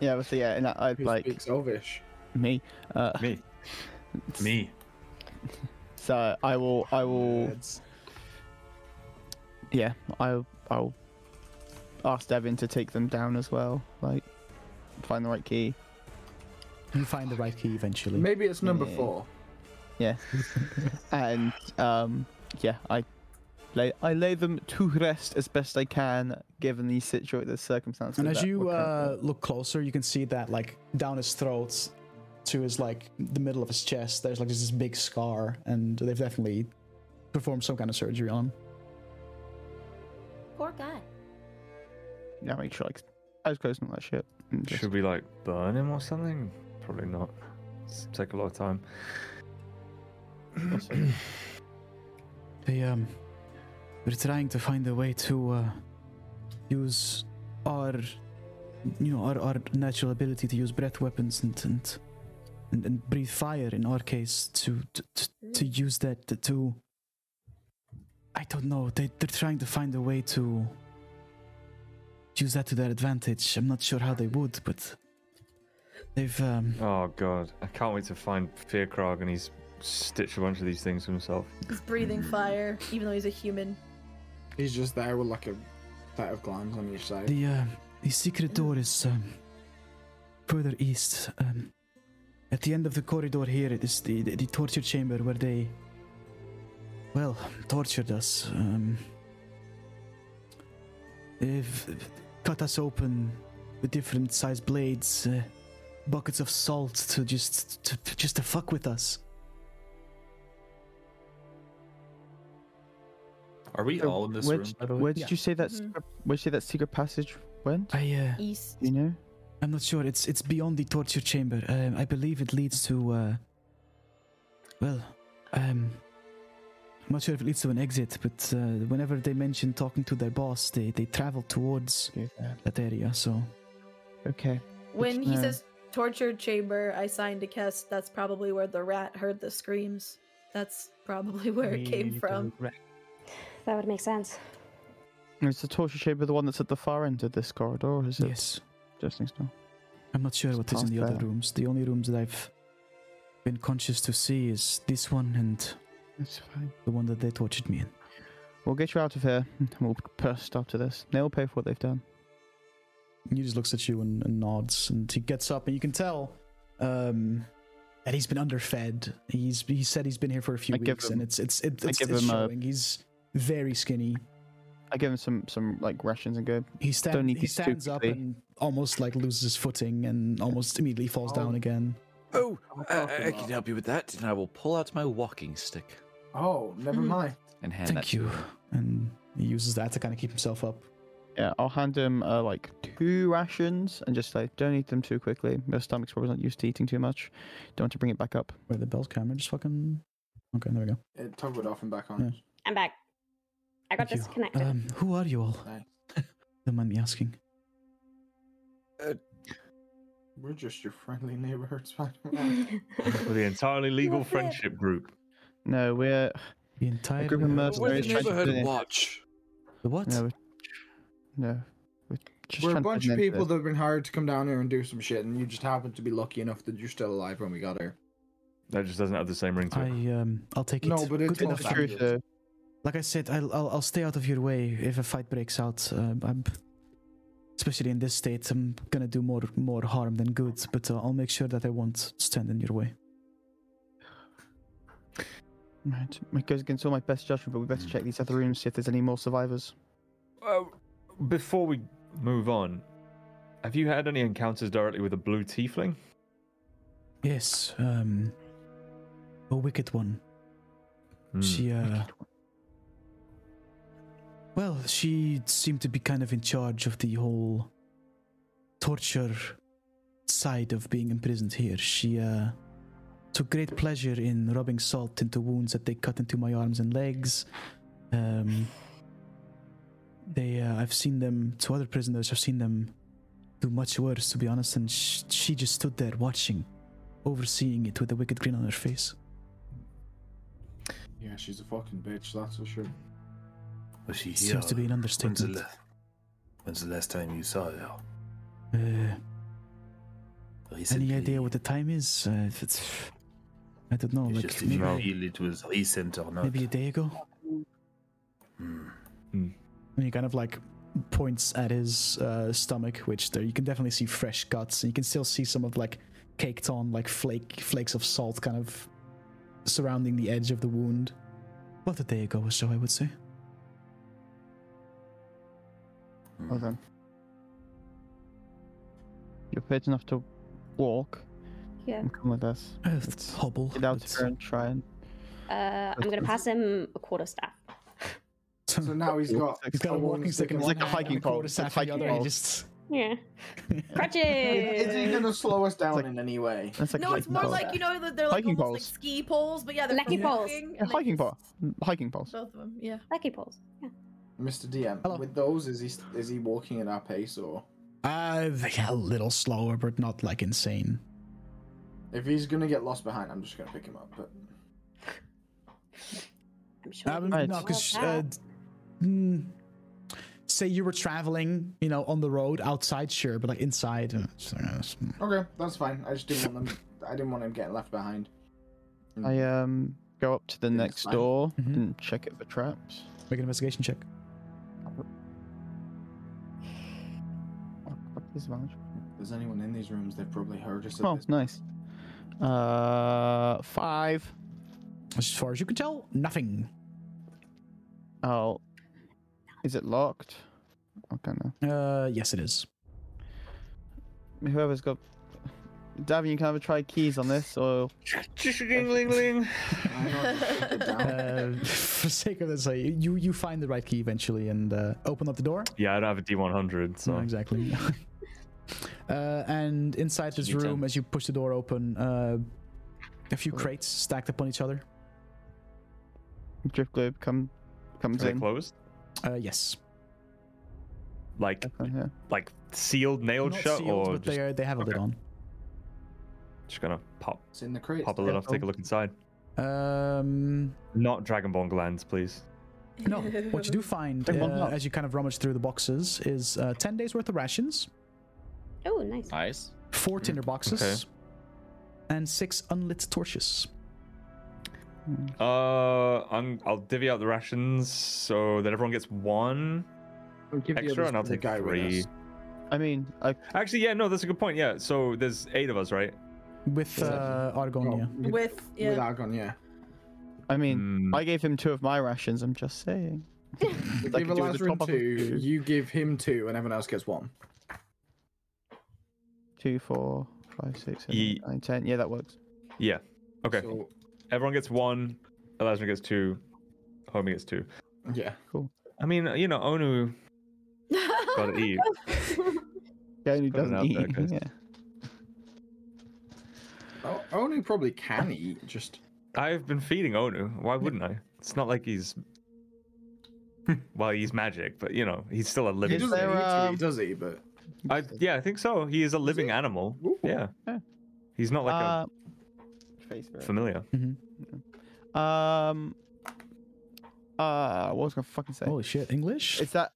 yeah, but yeah, and I, I Who like speaks Elvish? me. Uh, Me. Me. so I will, I will, It's- yeah, I'll, I'll ask Devin to take them down as well. Like, find the right key. You find the right key eventually. Maybe it's number Hmm. Yeah. four. Yeah. and um, yeah, I lay I lay them to rest as best I can given the situ the circumstances. And as that you we're uh, currently- look closer, you can see that like down his throat to his like the middle of his chest, there's like just this big scar, and they've definitely performed some kind of surgery on him. Poor guy. uh, yeah, make sure like I was closing all that shit. and just- Should we like burn him or something? Probably not. It's take a lot of time. They um, we're trying to find a way to uh, use our, you know, our, our natural ability to use breath weapons and and and, and breathe fire in our case to to, to, to use that to, to. I don't know. They they're trying to find a way to use that to their advantage. I'm not sure how they would, but they've um. Oh god, I can't wait to find Fearkrog and he's stitched a bunch of these things to himself. He's breathing fire, even though he's a human. He's just there with like a set of glands on each side. The uh, the secret door is um, further east. Um, at the end of the corridor here, it is the, the, the torture chamber where they, well, tortured us. Um, they've cut us open with different sized blades, uh, buckets of salt to just to, to- just to fuck with us. Are we all in this where, room? did- By the way? where did you say that? secret- Where did you say that secret passage went? I uh, East. You know, I'm not sure. It's it's beyond the torture chamber. Um, I believe it leads to. Uh, well, um, I'm not sure if it leads to an exit, but uh, whenever they mention talking to their boss, they they travel towards that area. So okay. When he no. says tortured chamber, I signed to cast. That's probably where the rat heard the screams. That's probably where it came from. That would make sense. Is the torture chamber the one that's at the far end of this corridor? Or is it yes, just next door? I'm not sure what is in past the other that. rooms. The only rooms that I've been conscious to see is this one and It's fine. the one that they tortured me in. We'll get you out of here. and We'll put a stop to this. They'll pay for what they've done. He just looks at you and, and nods, and he gets up, and you can tell um, that he's been underfed. He's he said he's been here for a few I give weeks, and him- it's it's it's, I it's, give it's him a- showing. He's very skinny. I give him some some like rations and go. He, stand, Don't need he these too stands up quickly." and almost like loses his footing and almost immediately falls down again. Oh, What uh, are you I talking can help you with that, and I will pull out my walking stick Oh, never mind. and hand that. Thank you. And he uses that to kind of keep himself up. Yeah, I'll hand him uh, like two rations and just say, don't eat them too quickly. Your stomach's probably not used to eating too much. Don't want to bring it back up. Wait, the bell's camera just fucking. Okay, there we go. It toggled off and back on. Yeah. I'm back. I got Thank you. disconnected. Um, who are you all? Thanks. Don't mind me asking. We're just your friendly neighborhood Spider-Man. With the entirely legal Love it. friendship group. No, we're The entire. a group of But We're mercenaries the trying to neighborhood finish- watch. The what? No, we're- no, we're just We're a trying to bunch of finish people this. that have been hired to come down here and do some shit, and you just happened to be lucky enough that you're still alive when we got here. That just doesn't have the same ring to I it. um, I'll take it. No, but it's Good enough. not It's the truth, though. Like I said, I'll, I'll I'll stay out of your way if a fight breaks out. Uh, I'm, especially in this state, I'm gonna do more more harm than good. But uh, I'll make sure that I won't stand in your way. Right. It goes against all my best judgment, but we better check these other rooms, see if there's any more survivors. Uh, before we move on, have you had any encounters directly with a blue tiefling? Yes. Um. A wicked one. Hmm. She, uh. Well, she seemed to be kind of in charge of the whole torture side of being imprisoned here. She, uh. Took great pleasure in rubbing salt into wounds that they cut into my arms and legs. Um. They, uh, I've seen them, to other prisoners, I've seen them do much worse, to be honest, and sh- she just stood there watching, overseeing it with a wicked grin on her face. Yeah, she's a fucking bitch, that's for sure. Was she here? Seems to be an When's the, understatement. la- when's the last time you saw her? Uh, Recently. any idea what the time is? Uh, if it's, I don't know, It's like just if you maybe, feel it was recent or not. maybe a day ago. Hmm. And he kind of like points at his uh, stomach, which there you can definitely see fresh cuts, and you can still see some of like caked on like flake flakes of salt kind of surrounding the edge of the wound. About a day ago or so, I would say. Well then. You're fit enough to walk Yeah. and come with us. Uh, it's hobble. Get out but- here and try and. Uh, I'm gonna pass him a quarter staff. So now he's got He's got a walking stick in in It's one like a hand hiking and a quarter pole. It's staff a in the hiking other, and he pole. just Yeah. Crutches. Is he gonna slow us down like- in any way? That's like no, it's more like you know that they're like Hiking almost poles. like ski poles, but yeah, they're Lucky for poles. walking, Yeah, and they hiking just- pole. Hiking poles. Both of them, yeah. Lucky poles. Yeah. Mr. DM, Hello. with those, is he is he walking at our pace or Uh, a little slower, but not like insane. if he's gonna get lost behind? I'm just gonna pick him up. But I'm sure. Um, you Right. No, can because solve uh, that. mm, say you were traveling, you know, on the road outside, sure, but like inside, uh, it's, uh, it's- okay, that's fine. I just didn't want them. I didn't want him getting left behind. I Mm-hmm. um go up to the next fine. door Mhm. and check it for traps. make an investigation check. Oh, fuck, disadvantage. If there's anyone in these rooms, they've probably heard us. At Oh, this. nice. Uh, five. As far as you can tell, nothing. Oh, is it locked? Okay, no. Uh, yes, it is. Whoever's got. Davin, you can either try keys on this I or know just shut it down. Uh, for sake of this, uh, you you find the right key eventually and uh, open up the door. Yeah, I don't have a D100, so. No, exactly. uh, and inside this Need room, ten. as you push the door open, uh, a few crates stacked upon each other. Drift Globe come comes Are they in. closed? Uh, yes. Like, Okay, yeah. like sealed, nailed Not shut, sealed, or but just, they, are, they have a lid okay. on. just gonna pop, It's in the crate. pop a lid off, take a look inside? Um, Not Dragonborn glands, please. no. What you do find Take one uh, up. as you kind of rummage through the boxes is uh, 10 days worth of rations, Oh, nice. Nice. four tinder boxes, Okay. and six unlit torches. Uh, I'm, I'll divvy out the rations so that everyone gets one Give the extra, others and I'll to the take guy with three. us. I mean, I Actually, yeah, no, that's a good point. Yeah, so there's eight of us, right? with uh, Oh, Argon. Yeah. With yeah. With Argon, yeah. I Mm, mean, I gave him two of my rations. I'm just saying. If I give could do with a Lazarus top-up of two, two. you give him two, and everyone else gets one. Two, four, five, six, seven, eight, Ye- nine, ten. Yeah, that works. Yeah. Okay. So, Everyone gets one. Elasmin gets two. Homie gets two. yeah. I mean, you know, Onu gotta eat. Yeah, and he Put it doesn't out eat. there, guys. yeah. Oh, Onu probably can eat. Just I've been feeding Onu. Why wouldn't I? It's not like he's. well, he's magic, but you know, he's still a he living. doesn't there, eat. to um, eat, does he? But I, yeah, I think so. He is a living animal. Ooh. Yeah. Yeah. He's not like uh, face a burn. familiar. Um. Uh, what was I gonna fucking say? Holy shit! English. It's that.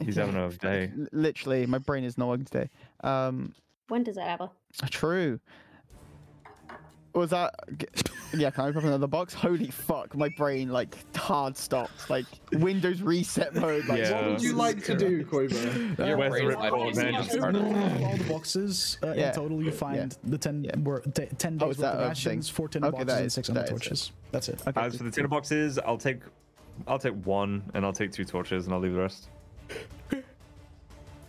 He's having a day. L- Literally, my brain is not working today. Um, When does that ever? true. Was that? g- Yeah, can I open up another box? Holy fuck, my brain like hard stopped, like Windows reset mode. Like, Yeah. what would you like to do, Koiba? Your Where's brain is the red not Oh, ball, using man? up If you part of it. remove all the boxes uh, Yeah. in total, you find the ten Yeah. were t- ten Oh, days is worth that of a rations, thing? four tin boxes, Okay, that and is- six hundred that is it. torches. That's it. Okay, As for the tinder boxes, I'll take, I'll take one, and I'll take two torches, and I'll leave the rest.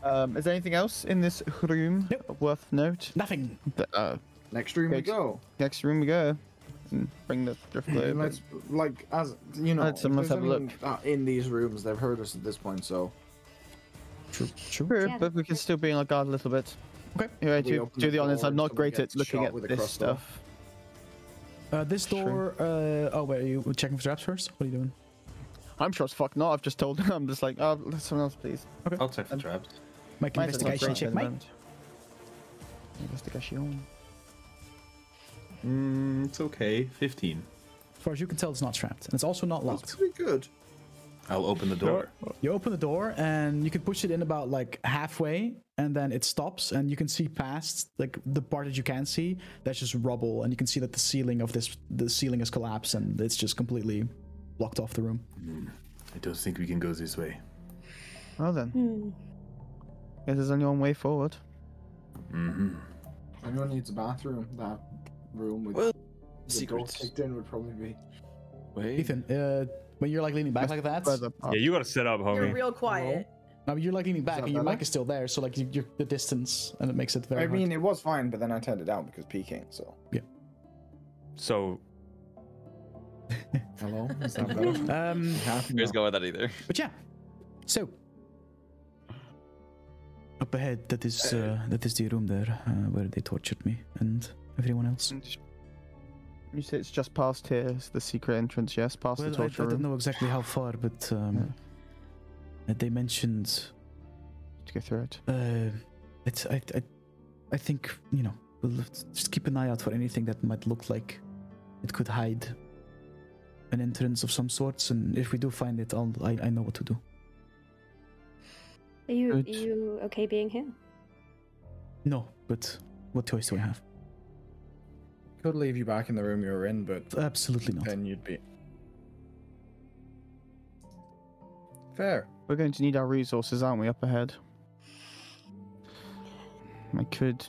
um, is there anything else in this room worth note? Nothing. The- uh, Next room we Next- go. next room we go. And bring the drift And globe. Let's like as you know. Let's- um, if let's there's have a anyone, uh, in these rooms. They've heard us at this point, so True, Yeah, but we can still be on our guard a little bit. Okay. Anyway, We to open do the the honors, door I'm and not someone great at gets looking shot at with a this crossbow. stuff. Uh, this door. Sure. Uh, oh wait, are you checking for traps first? What are you doing? I'm sure as fuck not. I've just told them. I'm just like, oh, let someone else, please. I'll check Um, for traps. Make Might as well investigation check, not try mate. it then. Investigation. Mm, it's okay. Fifteen. As far as you can tell, it's not trapped, and it's also not that's locked. pretty good. I'll open the door. You open the door and you can push it in about like halfway, and then it stops, and you can see past like the part that you can see. That's just rubble, and you can see that the ceiling of this the ceiling has collapsed, and it's just completely blocked off the room. I don't think we can go this way. Well then. Hmm. Guess there's only one way forward. Mm-hmm. If anyone needs a bathroom, that room with Well, the secrets. door kicked in would probably be. Wait. Ethan, uh, when you're like leaning back like that, Further Ah. up. Yeah, you gotta set up, You're homie. real quiet. no, you're like leaning back, that and your better? mic is still there, so like you, you're the distance, and it makes it very. I mean, it was fine, but then I turned it down because peeking. So So hello, Oh, is that better? hard. um, Half no. Where's going with that either? But yeah, so up ahead, that is uh, that is the room there uh, where they tortured me and everyone else. And just- You say it's just past here, it's the secret entrance, yes, past Well, the I, I torture don't room. know exactly how far, but um, uh, they mentioned To go through it. uh, it's I, I I think you know we'll just keep an eye out for anything that might look like it could hide an entrance of some sorts, and if we do find it, I'll, I I know what to do. Are you are Good. you okay being here? No, but what choice do I have? Could leave you back in the room you were in, but Absolutely not. then you'd be. Fair. We're going to need our resources, aren't we, up ahead? I could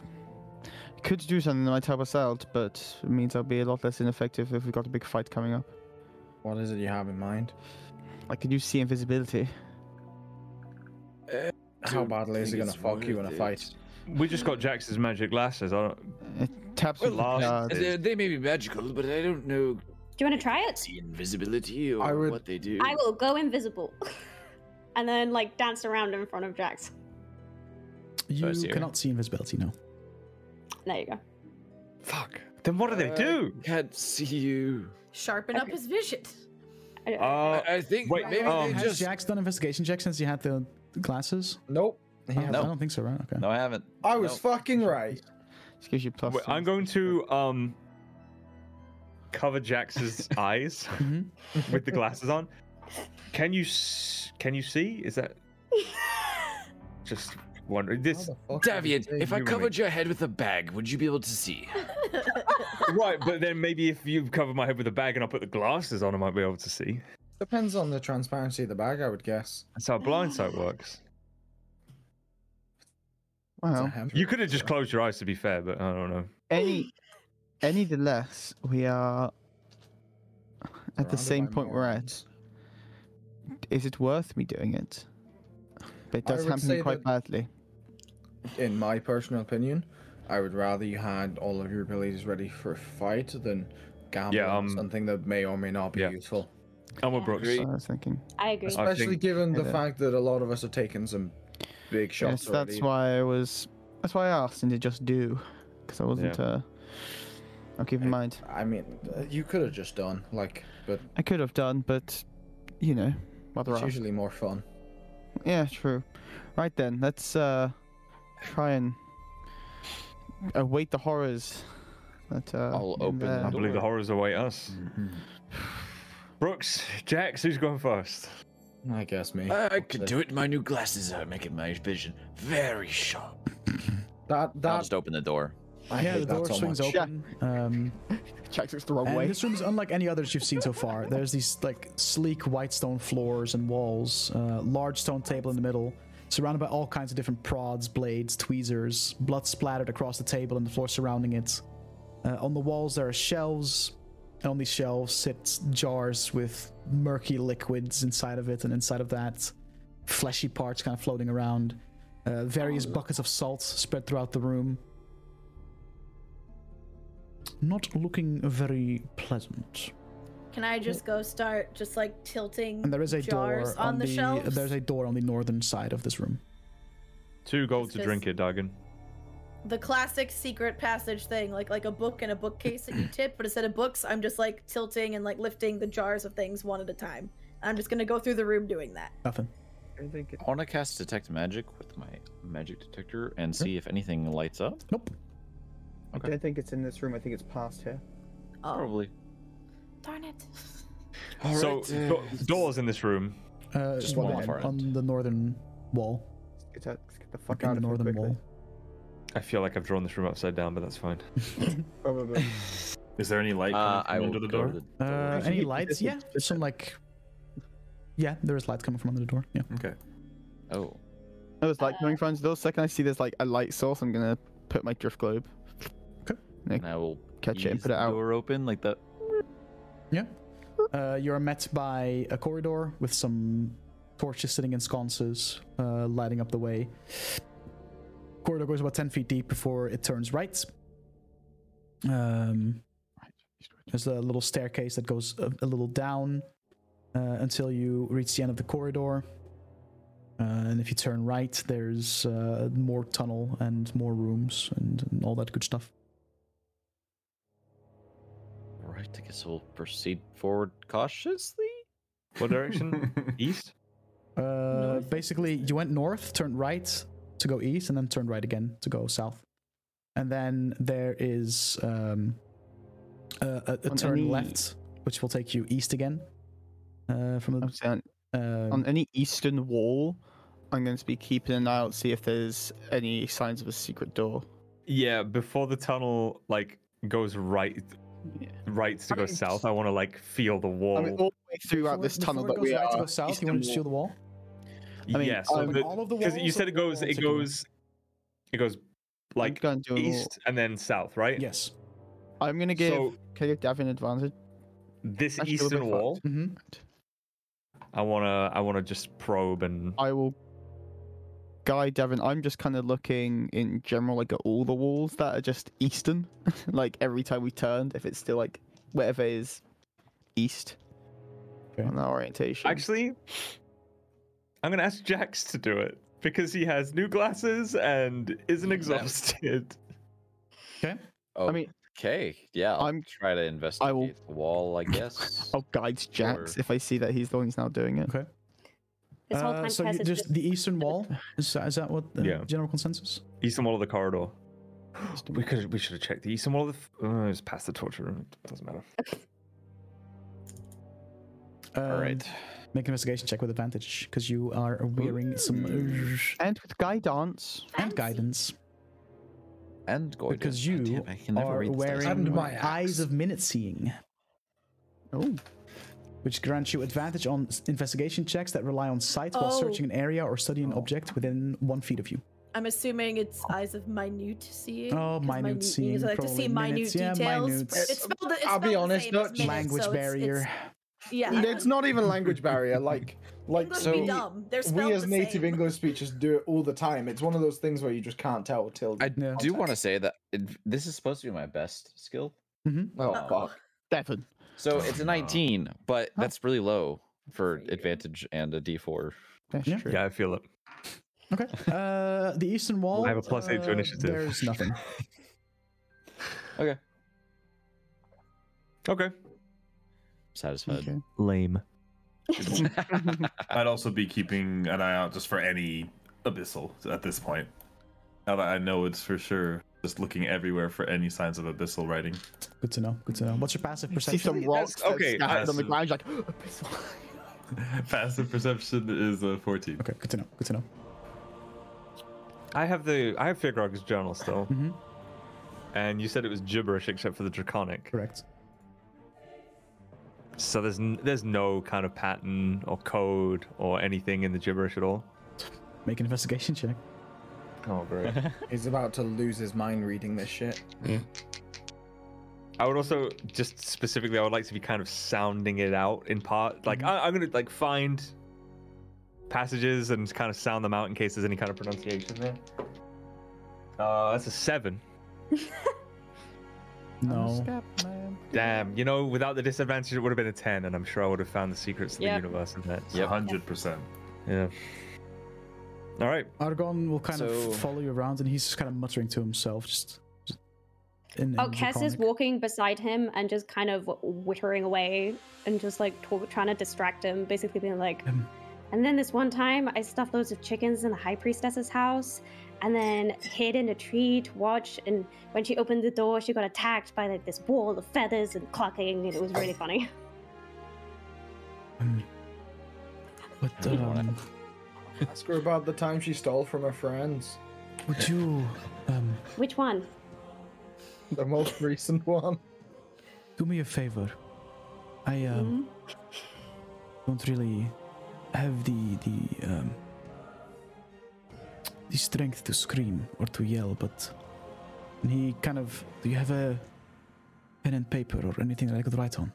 I could do something that might help us out, but it means I'll be a lot less ineffective if we've got a big fight coming up. What is it you have in mind? Like, can you see invisibility? How badly is it gonna fuck you in a fight? we just got Jax's magic glasses. I don't, It taps with the Well, card. it- they, they may be magical, but I don't know Do you want to try it? the invisibility or I would- what they do. I will go invisible, and then like dance around in front of Jax. You First year. cannot see invisibility, no. There you go. Fuck. Then what do they do? Can't see you. Sharpen up his vision. I don't- Uh, I think wait, maybe um, they Has just. Jax done investigation check since he had the glasses? Nope. He I has- don't think so, right? Okay. No, I haven't. I was fucking right. Just gives you plus. wait, I'm two. going to um cover Jax's eyes Mm-hmm. with the glasses on. Can you s- can you see? Is that just wondering? This Davian, if I you were me. covered your head with a bag, would you be able to see? Oh. right, but then maybe if you cover my head with a bag and I put the glasses on, I might be able to see. Depends on the transparency of the bag, I would guess. That's how blindsight works. Oh. Well, You could have just closed your eyes, to be fair, but I don't know. any any the less we are at the Surrounded same by point we're at. Is it worth me doing it? But it I does would hamper say me quite that- badly. in my personal opinion, I would rather you had all of your abilities ready for a fight than gamble Yeah, on um, something that may or may not be yeah. useful. I'm with Brooks. So I was thinking. I agree. I Especially think- given the Yeah. fact that a lot of us are taking some big shots Yes, that's already. why I was. That's why I asked him to just do, because I wasn't. Yeah. Uh, I'll keep in I- mind. I mean, uh, you could have just done like, but I could have done, but you know, rather it's asked. usually more fun. Yeah, true. Right then, let's uh try and await the horrors. That, uh, I'll in open there. I believe the horrors await us. Brooks, Jax, who's going first? I guess me. I, I could do it. My new glasses are making my vision very sharp. That I'll that just open the door. I yeah, hate the that door so swings much. open. Um, Jax looks the wrong and way. this room is unlike any others you've seen so far. There's these like sleek white stone floors and walls, uh, large stone table in the middle, surrounded by all kinds of different prods, blades, tweezers, blood splattered across the table and the floor surrounding it. Uh, on the walls there are shelves, and on these shelves sit jars with murky liquids inside of it, and inside of that, fleshy parts kind of floating around. Uh, various buckets of salt spread throughout the room. Not looking very pleasant. Can I just go start just like tilting And there is a jars door on, the, shelves? there's a door on the northern side of this room. Two gold It's to drink it, Dagon. the classic secret passage thing, like like a book and a bookcase that you tip, but instead of books, I'm just like tilting and like lifting the jars of things one at a time. I'm just gonna go through the room doing that. Nothing. I want to cast detect magic with my magic detector and see if anything lights up. Nope. Okay. I don't think it's in this room. I think it's past here. Oh, Probably. darn it! uh, so, do- doors in this room. Uh, Just one one on- far end. on the northern wall. Let's Get, out, let's get the fuck in out the of here northern quickly. wall. I feel like I've drawn this room upside down, but that's fine. Probably. Is there any light coming Uh, I from will under the go door? to the Uh, door. any Actually, lights? this Yeah, is- some like. Yeah, there is lights coming from under the door. Yeah. Okay. Oh, I was like coming from the door. Second, I see there's like a light source. I'm gonna put my drift globe. and I will Catch it and ease put it the out. Door open like that. Yeah. Uh, you are met by a corridor with some torches sitting in sconces, uh, lighting up the way. Corridor goes about 10 feet deep before it turns right. Um, there's a little staircase that goes a, a little down uh, until you reach the end of the corridor. Uh, and if you turn right, there's uh, more tunnel and more rooms and, and all that good stuff. Right, I guess we'll proceed forward cautiously. What direction? East? Uh, basically, you went north, turned right to go east, and then turned right again to go south. And then there is um, a, a, a On turn any- left, which will take you east again. Uh, from I the, was saying, um, on any eastern wall, I'm going to be keeping an eye out, see if there's any signs of a secret door. Yeah, before the tunnel like goes right, Yeah. right to I go mean, south. I want to like feel the wall. I mean, all the way throughout before- this tunnel before that it goes we right are. to go south. You want to just eastern do the wall? I mean, yeah, so um, the- all of the because you walls said or it goes, one it particular? goes, it goes wall. like I'm going to do a wall. east and then south, right? Yes. I'm gonna give. So- Can I give Davin advantage? This Actually, we're eastern both wall, fucked. hmm I wanna, I wanna just probe and I will guide Davin. I'm just kind of looking in general, like at all the walls that are just eastern. like every time we turned, if it's still like whatever is east Okay. on that orientation. actually, I'm gonna ask Jax to do it because he has new glasses and isn't Yeah. exhausted. Oh, I mean, okay, yeah. I'll I'm- try to investigate will- Oh, the wall. I guess. I'll guide Jax Or- if I see that he's the one who's now doing it. Okay. This whole Uh, time, so Tess you, is just, just the eastern wall. Is that, is that what the Yeah. general consensus? Eastern wall of the corridor. We could, we should have checked the eastern wall of the. F- uh, it's past the torture room. It doesn't matter. Um, All right. Make an investigation check with advantage because you are wearing some And with guidance, and guidance. And go Because you are wearing And my Eyes axe. of Minute Seeing, oh, which grants you advantage on s- investigation checks that rely on sight while Oh. searching an area or studying an object within one feet of you. I'm assuming it's eyes of minute seeing. Oh, 'cause minute means seeing, I like to probably see minute minutes. Yeah, details. minutes. It's spelled. It's I'll be spelled the honest, same no, as minute, language so it's- barrier. It's, yeah. It's not even language barrier. Like, like English so. be dumb. They're spelled we as the native same. English speakers do it all the time. It's one of those things where you just can't tell till. I do want to say that it, this is supposed to be my best skill. Oh, Uh-oh. fuck. Devon. So it's a 19, but that's really low for advantage and a d4. That's Yeah. true. Yeah, I feel it. Okay. Uh, the eastern wall. I have a plus eight to uh, initiative. There's nothing. Okay. Okay. Satisfied. Okay. Lame. I'd also be keeping an eye out just for any abyssal at this point. Now that I know it's for sure, just looking everywhere for any signs of abyssal writing. Good to know. Good to know. What's your passive See some perception? rocks that okay, scattered on the passive. ground. You're like, Passive perception is uh, 14. Okay. Good to know. Good to know. I have the I have Figrog's journal still. Mm-hmm. And you said it was gibberish except for the draconic. Correct. So there's n- there's no kind of pattern or code or anything in the gibberish at all. Make an investigation check. Oh great. He's about to lose his mind reading this shit. I would also just specifically I would like to be kind of sounding it out in part. Mm-hmm. Like I, I'm gonna like find passages and kind of sound them out in case there's any kind of pronunciation there. Uh, that's a seven. Mm-hmm. No. Damn, you know, without the disadvantage, it would have been a ten, and I'm sure I would have found the secrets of the Yeah. universe in that. Yep. 100%. Yeah. All right. Argon will kind So- of follow you around, and he's just kind of muttering to himself, just. just in, Oh, in Kes is Draconic. walking beside him and just kind of wittering away and just like talk, trying to distract him, basically being like, Um. and then this one time I stuffed loads of chickens in the high priestess's house and then hid in a tree to watch. And when she opened the door, she got attacked by like this wall of feathers and clucking, and it was really funny. But um, Ask her about the time she stole from her friends. would you um, Which one? The most recent one. do me a favor? I um, don't really have the the um, the strength to scream or to yell, but and he kind of. Do you have a pen and paper or anything that I could write on?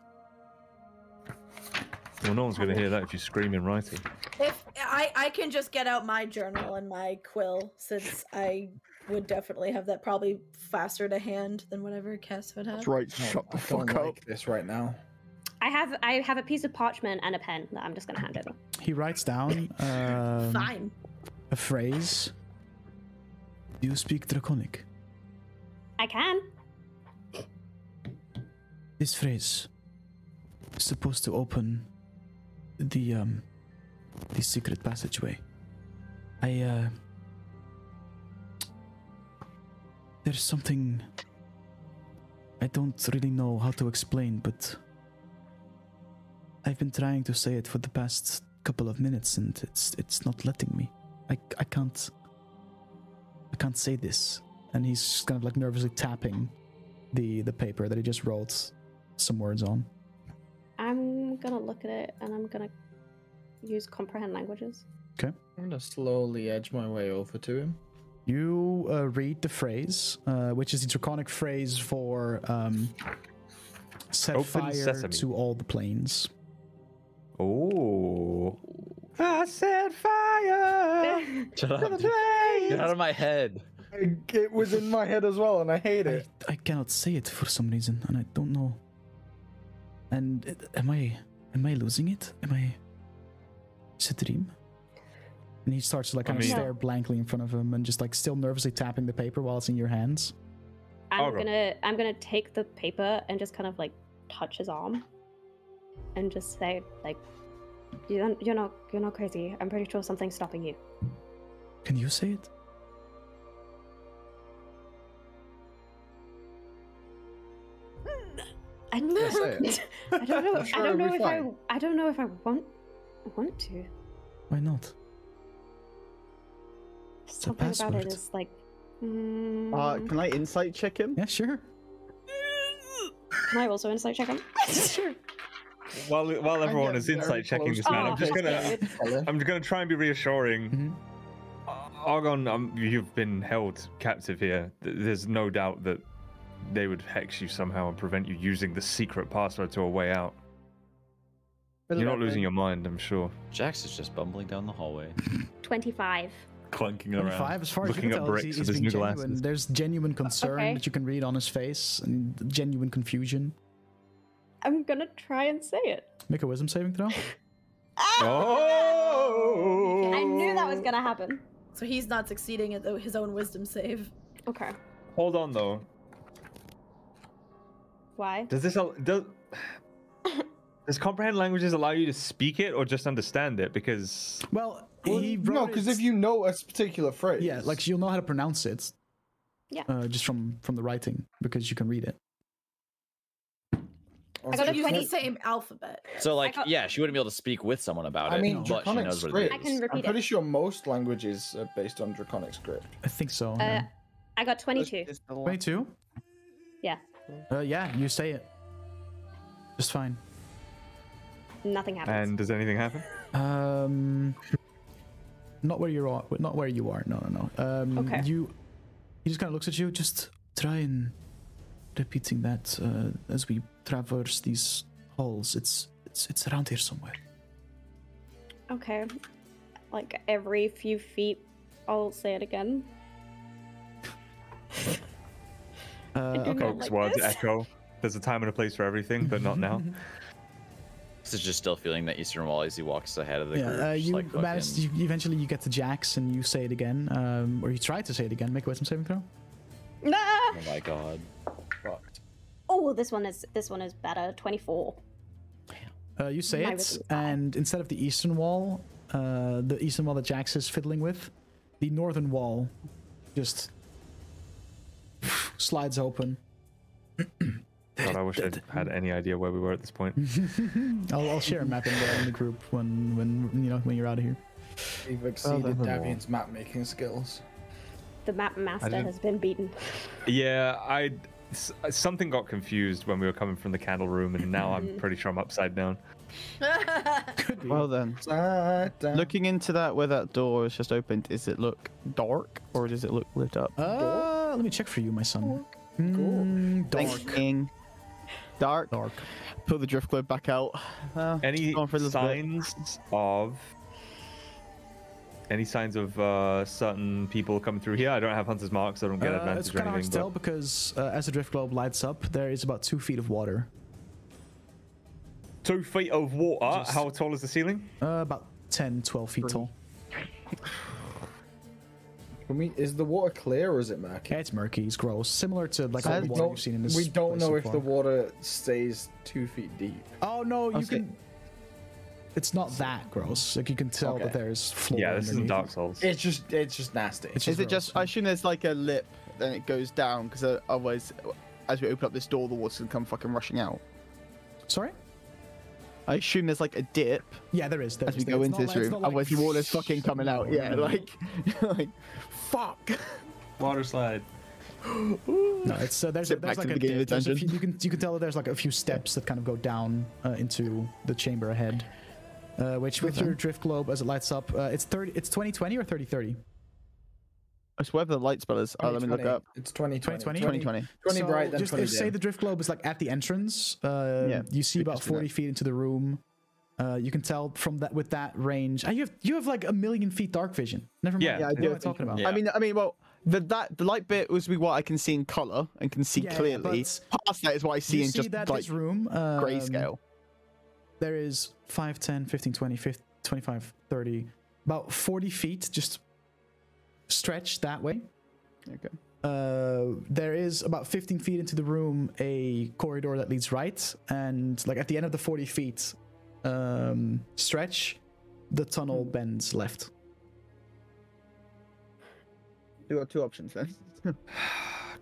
Well, no one's gonna hear that if you scream in writing. If I I can just get out my journal and my quill since I would definitely have that probably faster to hand than whatever Cass would have. That's right. No, Shut the Oh, I don't fuck like up. this right now. I have I have a piece of parchment and a pen that I'm just gonna hand over. He writes down um, Fine. a phrase. Do you speak Draconic? I can. This phrase is supposed to open the um the secret passageway. I uh there's something I don't really know how to explain, but I've been trying to say it for the past couple of minutes and it's it's not letting me. I I can't I can't say this. And he's kind of like nervously tapping the the paper that he just wrote some words on. I'm gonna look at it and I'm gonna use comprehend languages. I'm gonna slowly edge my way over to him. You uh, read the phrase, uh, which is the draconic phrase for um, set Open fire sesame. to all the planes. Oh. I said Oh, fire. Shut up, dude. Get out of my head. I, it was in my head as well, and I hate I, it. I cannot say it for some reason, and I don't know. And it, am I am I losing it? Am I? Is it a dream? And he starts to like I kind of mean- stare blankly in front of him, and just like still nervously tapping the paper while it's in your hands. I'm Argo. gonna I'm gonna take the paper and just kind of like touch his arm and just say like you don't, you're not you're not crazy. I'm pretty sure something's stopping you. Can you say it? I, say it. I don't know. I'm sure I don't it'll know be if I fine. I don't know if I want want to. Why not? a Something about it password. is like. Mm, Uh, can I insight check him? Yeah, sure. can I also insight check him? sure. While while everyone get is insight very Oh, checking close this to man, I'm it. just gonna Hello. I'm gonna try and be reassuring. Mhm. Uh, Argon, um, you've been held captive here. Th- There's no doubt that they would hex you somehow and prevent you using the secret password to a way out. You're not losing your mind, I'm sure. Jax is just bumbling down the hallway. 25. clunking around. Twenty-five, as far as you Looking can at tell, bricks he's, with he's his being new genuine. glasses. There's genuine concern Okay. that you can read on his face, and genuine confusion. I'm gonna try and say it. Make a wisdom saving throw. Oh! I knew that was gonna happen. So he's not succeeding at the- his own wisdom save. Okay. Hold on though. Why? Does this al- does does comprehend languages allow you to speak it or just understand it? Because Well, he wrote No, because it- if you know a particular phrase, yeah, like you'll know how to pronounce it. Yeah. Uh, just from from the writing because you can read it. I got a Use the 20. same alphabet. So like, got- yeah, she wouldn't be able to speak with someone about I it, mean, but she Draconic knows what it is. script. I can I'm repeat pretty it. sure most languages are based on Draconic script. I think so. Uh, I got 22. Twenty-two. Yeah. Uh, yeah, you say it. Just fine. Nothing happens. and does anything happen? Um, not where you are. Not where you are. No, no, no. Um, Okay. You. He just kind of looks at you. Just try and repeating that uh, as we traverse these halls. It's it's it's around here somewhere. Okay. Like every few feet, I'll say it again. Uh, do okay. not Folks, like words this. echo. There's a time and a place for everything, but not now. This is just still feeling that Eastern Wall as he walks ahead of the group. Yeah. Uh, just you like manage. fucking- You, eventually, you get to Jax and you say it again, um, or you try to say it again. Make a wisdom saving throw. Nah! Oh my god. Fucked. Oh, this one is this one is better. 24. Uh, you say My it, wisdom is five. and instead of the eastern wall, uh, the eastern wall that Jax is fiddling with, the northern wall just slides open. God, I wish I had any idea where we were at this point. I'll, I'll share a map in the, in the group when, when you know when you're out of here. We've exceeded wall. Davian's map making skills. The map master didn't- has been beaten. Yeah, I s- something got confused when we were coming from the candle room, and now I'm pretty sure I'm upside down. Well then, Upside down. looking into that where that door was just opened, is it look dark or does it look lit up? Uh, let me check for you, my son. Mm, dark. Thinking. Dark. Dark. Pull the drift globe back out. Uh, Any going for a little bit. signs of any signs of uh, certain people coming through here? I don't have hunter's marks, so I don't get Uh, it's advantage or kind of hard to anything. tell But because uh, as the drift globe lights up, there is about two feet of water, two feet of water. How tall is the ceiling? uh, about 10, 12 feet tall. Can we, is the water clear or is it murky? Yeah, it's murky, it's gross, similar to like all the we water you've seen in this. we don't place know so if far. the water stays two feet deep. Oh no, you say- can. It's not that gross. Like you can tell that Okay. there's floor. Yeah, this isn't underneath. Dark Souls. It's just it's just nasty. It's Is it gross, just? I assume there's like a lip, then it goes down because uh, otherwise, as we open up this door, the water's gonna come fucking rushing out. Sorry. I assume there's like a dip Yeah, there is. There as is, we there go is. into It's not this like- it's room. not like- Otherwise, the water's fucking coming out. Yeah, like, like, fuck. Water slide. No, it's uh, there's, Zip there's back like to a, the beginning of the there's a dungeon. few, you can you can tell that there's like a few steps that kind of go down uh, into the chamber ahead. Uh, which with your drift globe as it lights up, uh, it's thirty. It's twenty twenty or thirty thirty. It's whatever the light spell is. Oh, let me look 2020. up. It's 2020. 2020? 2020. 20 so bright, then just 20 if, say dim. the drift globe is like at the entrance. Uh, Yeah, you see we about just do that. forty feet into the room. Uh, you can tell from that with that range. Ah, you have you have like a million feet dark vision. Never mind. Yeah, Yeah, I I do know what I'm have talking about. Yeah. I mean, I mean, well, the that the light bit was be what I can see in color and can see Yeah, yeah, clearly. but Past that is what I see you in see just that like this room um, grayscale. there is 5 10 15 20 50, 25 30 about 40 feet just stretched that way Okay. uh, there is about 15 feet into the room a corridor that leads right and like at the end of the 40 feet um, stretch the tunnel bends left You got two options then.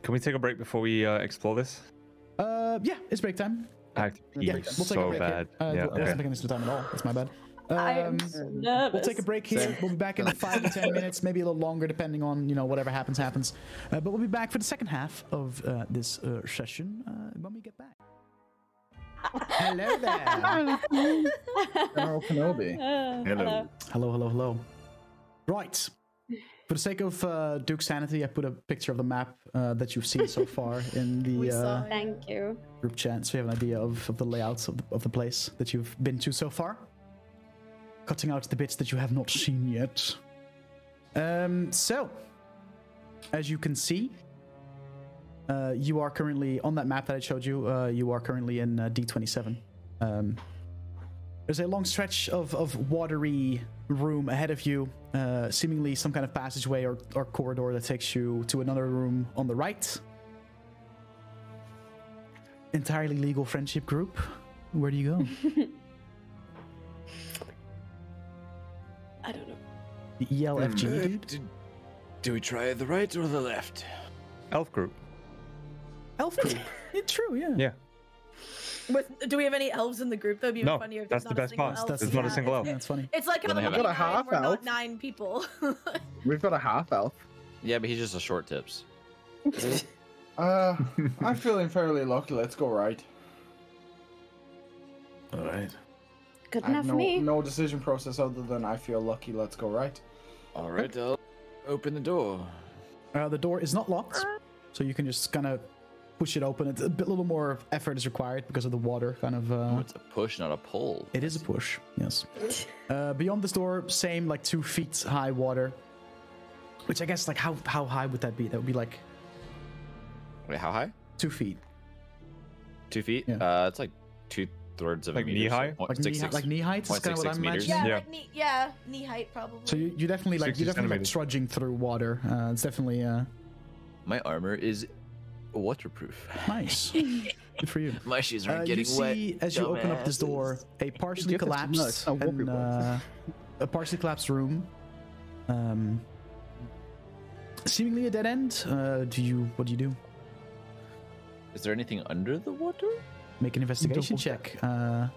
Can we take a break before we uh, explore this? uh, yeah it's break time I have to pee yeah we'll take a so break bad. here. Uh, yeah, we'll- that's okay. not taking us to time at all that's my bad um, I am so nervous. We'll take a break here. We'll be back in five to ten minutes, maybe a little longer, depending on you know whatever happens happens. Uh, but we'll be back for the second half of uh, this uh, session uh, when we get back. hello there. General Kenobi. Uh, Hello. hello, hello, hello. Right. For the sake of uh, Duke's sanity, I put a picture of the map uh, that you've seen so far in the We uh, saw it. Thank you. group chat, so you have an idea of, of the layouts of the, of the place that you've been to so far. Cutting out the bits that you have not seen yet. Um, so, as you can see, uh, you are currently on that map that I showed you. Uh, you are currently in uh, D27. Um, there's a long stretch of, of watery room ahead of you, uh, seemingly some kind of passageway or, or corridor that takes you to another room on the right. Entirely legal friendship group. Where do you go? I don't know. Yell FG, Uh, dude. d- do we try the right or the left? Elf group. Elf group. yeah, true, yeah. Yeah. With, do we have any elves in the group? That'd be No, funnier if that's there's the not a best single part. elf. That's There's not a Yeah, single elf. it's- That's funny. It's like Don't having have like it. nine, Got a half we're elf. not nine people. We've got a half elf. Yeah, but he's just a short tips. Uh, I'm feeling fairly lucky. Let's go right. All right. Good I have enough no, for me. no decision process other than I feel lucky. Let's go right. All right, I'll open the door. Uh, the door is not locked, so you can just kind of push it open. It's a bit, little more effort is required because of the water kind of. Oh, Uh, it's a push, not a pull. it is a push, yes. Uh, beyond this door, same like two feet high water. Which I guess like how how high would that be? That would be like Wait, how high? two feet, Two feet? Yeah. Uh, it's like two thirds of Like a meter. so knee-high? point like six knee, six. like knee height. Is kind of what 0.66 I'm meters. yeah, Yeah. imagining. Like knee, yeah, knee height probably. So you you definitely like 60 you definitely like centimeters. trudging through water. Uh, it's definitely uh, My armor is waterproof. nice. Good for you. My shoes aren't Uh, getting you see, wet. as you open up this door, dumbasses. a partially difference is no, it's collapsed, not what we and, uh, a partially collapsed room. Um, seemingly a dead end. Uh, do you? What do you do? Is there anything under the water? Make an investigation check uh,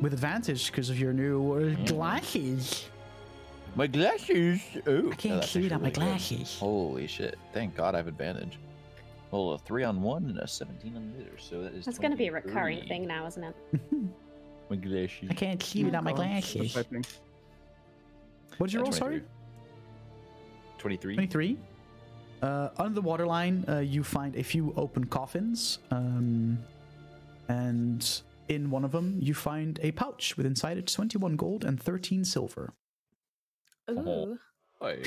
with advantage because of your new uh, Mm-hmm. glasses. My glasses. Oh, I can't see without my glasses. Holy shit! Thank God I have advantage. Well, a three on one and a seventeen on the other, so that is. That's going to be a recurring 23. thing now, isn't it? My glasses. I can't see without my glasses. What did you Uh, roll? Sorry, 23. twenty-three. Uh, under the waterline, uh, you find a few open coffins, um, and in one of them, you find a pouch with inside it twenty-one gold and thirteen silver. Uh-huh. Ooh.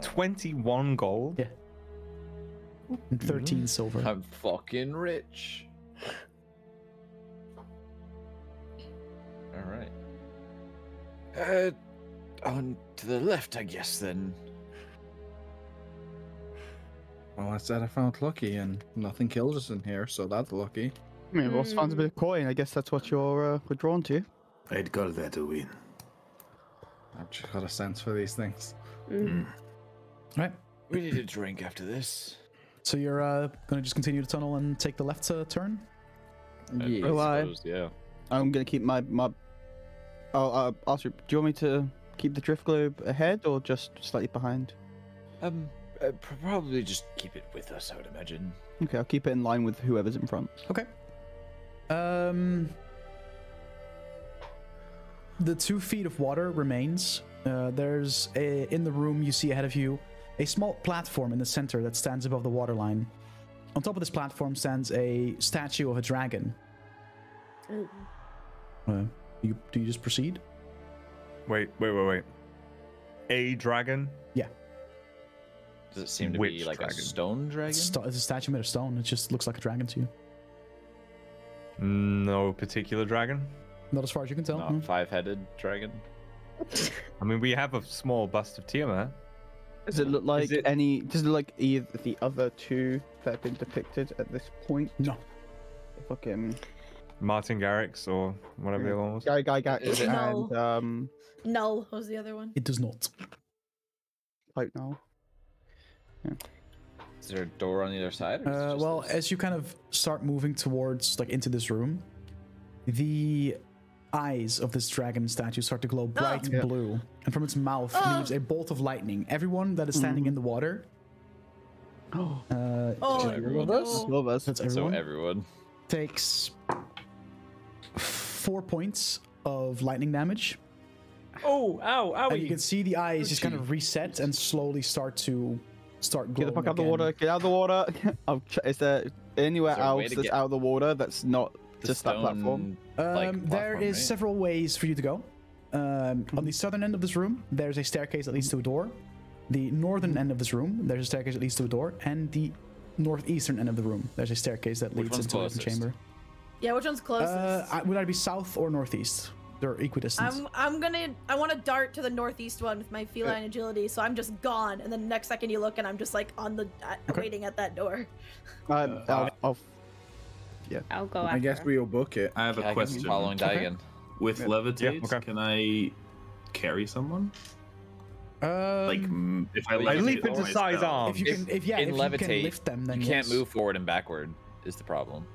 Twenty-one gold. Yeah. And 13 silver. I'm fucking rich. All right. Uh, On to the left, I guess then. well, I said I found lucky, and nothing kills us in here, so that's lucky. I mean, we also found a bit of coin. I guess that's what you're uh, we're drawn to. I'd call that a win. I've just got a sense for these things. Right. We need a drink after this. So you're uh, going to just continue the tunnel and take the left uh, turn? Yeah. Well, I- yeah. I'm gonna keep my my. I'll, uh, I'll ask you. Do you want me to keep the drift globe ahead or just slightly behind? Um, uh, pr- probably just keep it with us, I would imagine. Okay, I'll keep it in line with whoever's in front. Okay. Um, the two feet of water remains. Uh, there's a, in the room you see ahead of you a small platform in the center that stands above the waterline. On top of this platform stands a statue of a dragon. Uh, you, do you just proceed? Wait, wait, wait, wait. A dragon. Yeah. Does it seem to be Which like dragon? a stone dragon? It's, sta- it's a statue made of stone. It just looks like a dragon to you. No particular dragon. Not as far as you can tell. Mm-hmm. Not no. five-headed dragon. I mean, we have a small bust of Tiamat. Does it look like it- any? Does it look like either the other two that have been depicted at this point? No. Fucking Martin Garrix or whatever the other one was. guy, guy, guy, Is it- and No. um, Null was the other one. It does not. pipe now. Is there a door on the other side? Or is it Uh, just well, this? as you kind of start moving towards, like, into this room, the eyes of this dragon statue start to glow bright Ah. Yeah. Ah. blue, and from its mouth leaves a bolt of lightning. Everyone that is standing Mm-hmm. in the water, uh, Oh, everyone no. That's all of us. that's so everyone, everyone. takes four points of lightning damage. Oh, ow, ow. And you can see the eyes just kind of reset and slowly start to start Get the glowing fuck out of the again. water. Get out of the water. I'll ch- is there anywhere Is there a way else to that's get out of the water that's not The just that platform? stone, like, Um, there platform, right? is Mm-hmm. several ways for you to go. Um, on the southern end of this room, there's a staircase that leads to a door. The Mm-hmm. northern end of this room, there's a staircase that leads to a door, and the northeastern end of the room, there's a staircase that leads one's into a closest? chamber. Yeah, which one's closest? Uh, I- would I be south or northeast? They're equidistant. I'm I'm gonna I want to dart to the northeast one with my feline agility, so I'm just gone. And then the next second you look, and I'm just like on the uh, waiting at that door. Um, uh, I'll, I'll, I'll go after. I guess her. we'll book it. I have Yeah, a I guess I'm question. Following Diagon. With levitate, okay. can I carry someone? Um, Like, mm, if I, Well, you levitate leap with into my size spell- arm. if you can, if yeah, um, in if you levitate, can lift them, then You can't yes. move forward and backward is the problem.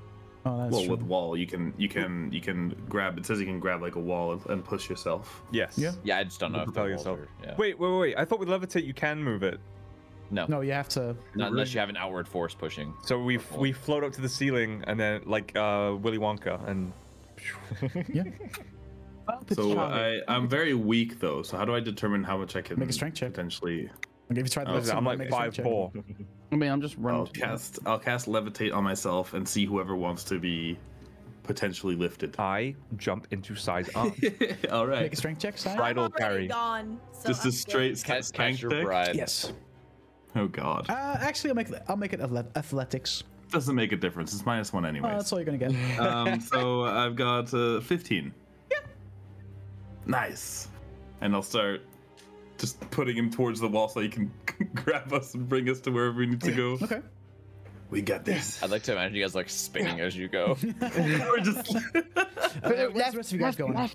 Oh, that's Well, true. with wall, you can you can you can grab. It says you can grab like a wall and- and push yourself. Yes. Yeah. Yeah, I just don't know if Propel the walls yourself. are- Yeah. Wait, wait, wait. I thought with levitate you can move it. No, No, you have to. not unless you have an outward force pushing. So we f- we float up to the ceiling and then like uh, Willy Wonka and Yeah, So I I'm very weak though. So how do I determine how much I can Make a strength check. potentially? like if you try to lift I'm someone, like make a strength five check. four. I mean, I'm just running. Oh, I'll to the left. cast I'll cast levitate on myself and see whoever wants to be potentially lifted. I jump into size up. All Make a right, strength check, Sai. Bridal I'm already carry. Gone. So just I'm a good. straight Catch, strength catch your check? bride. Yes. Oh god, Uh, actually, I'll make I'll make it athle- athletics. doesn't make a difference. It's minus one Oh, anyways. that's all you're gonna get. um, so I've got uh, 15. Yeah. Nice. And I'll start just putting him towards the wall so he can grab us and bring us to wherever we need to go. Okay. We got this. I'd like to imagine you guys like spinning as you go. We're just Uh, where's the rest of you guys going?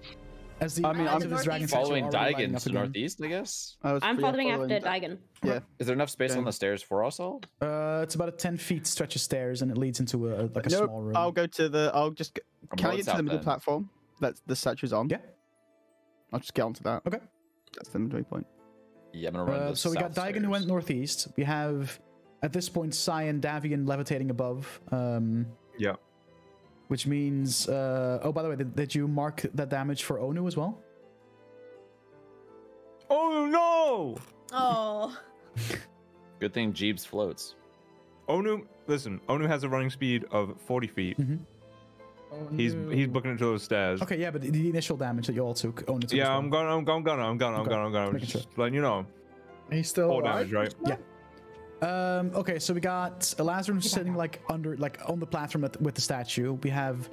As the I mean, eyes I'm of this dragon statue Following are already lighting Diagon up to again. northeast, I guess. I was I'm yeah, following after that. Diagon. Yeah. Is there enough space on Okay. the stairs for us all? Uh, it's about a ten feet stretch of stairs, and it leads into a like a Nope, small room. I'll go to the. I'll just. Go, I'm can I going get to the south middle then. platform that the statue's on? Yeah. I'll just get onto that. Okay. That's the midway point. Yeah, I'm gonna run. Uh, to so we got south Diagon who went stairs. northeast. We have at this point Sai and Davian levitating above. Um, Yeah. Which means, uh, oh, by the way, did, did you mark that damage for Onu as well? oh no! Oh, Good thing Jeebs floats. Onu, listen. Onu has a running speed of 40 feet. He's he's booking it to those stairs. Mm-hmm. Okay, yeah, but the- the initial damage that you all took, Onu took. as Yeah, well. I'm gonna, I'm gonna, I'm gonna, I'm gonna, I'm Okay, gonna, I'm gonna. making sure. Just letting you know. He's still All damage, alive? right? Yeah. Um, okay, so we got Elazar sitting like under, like on the platform at, with the statue. We have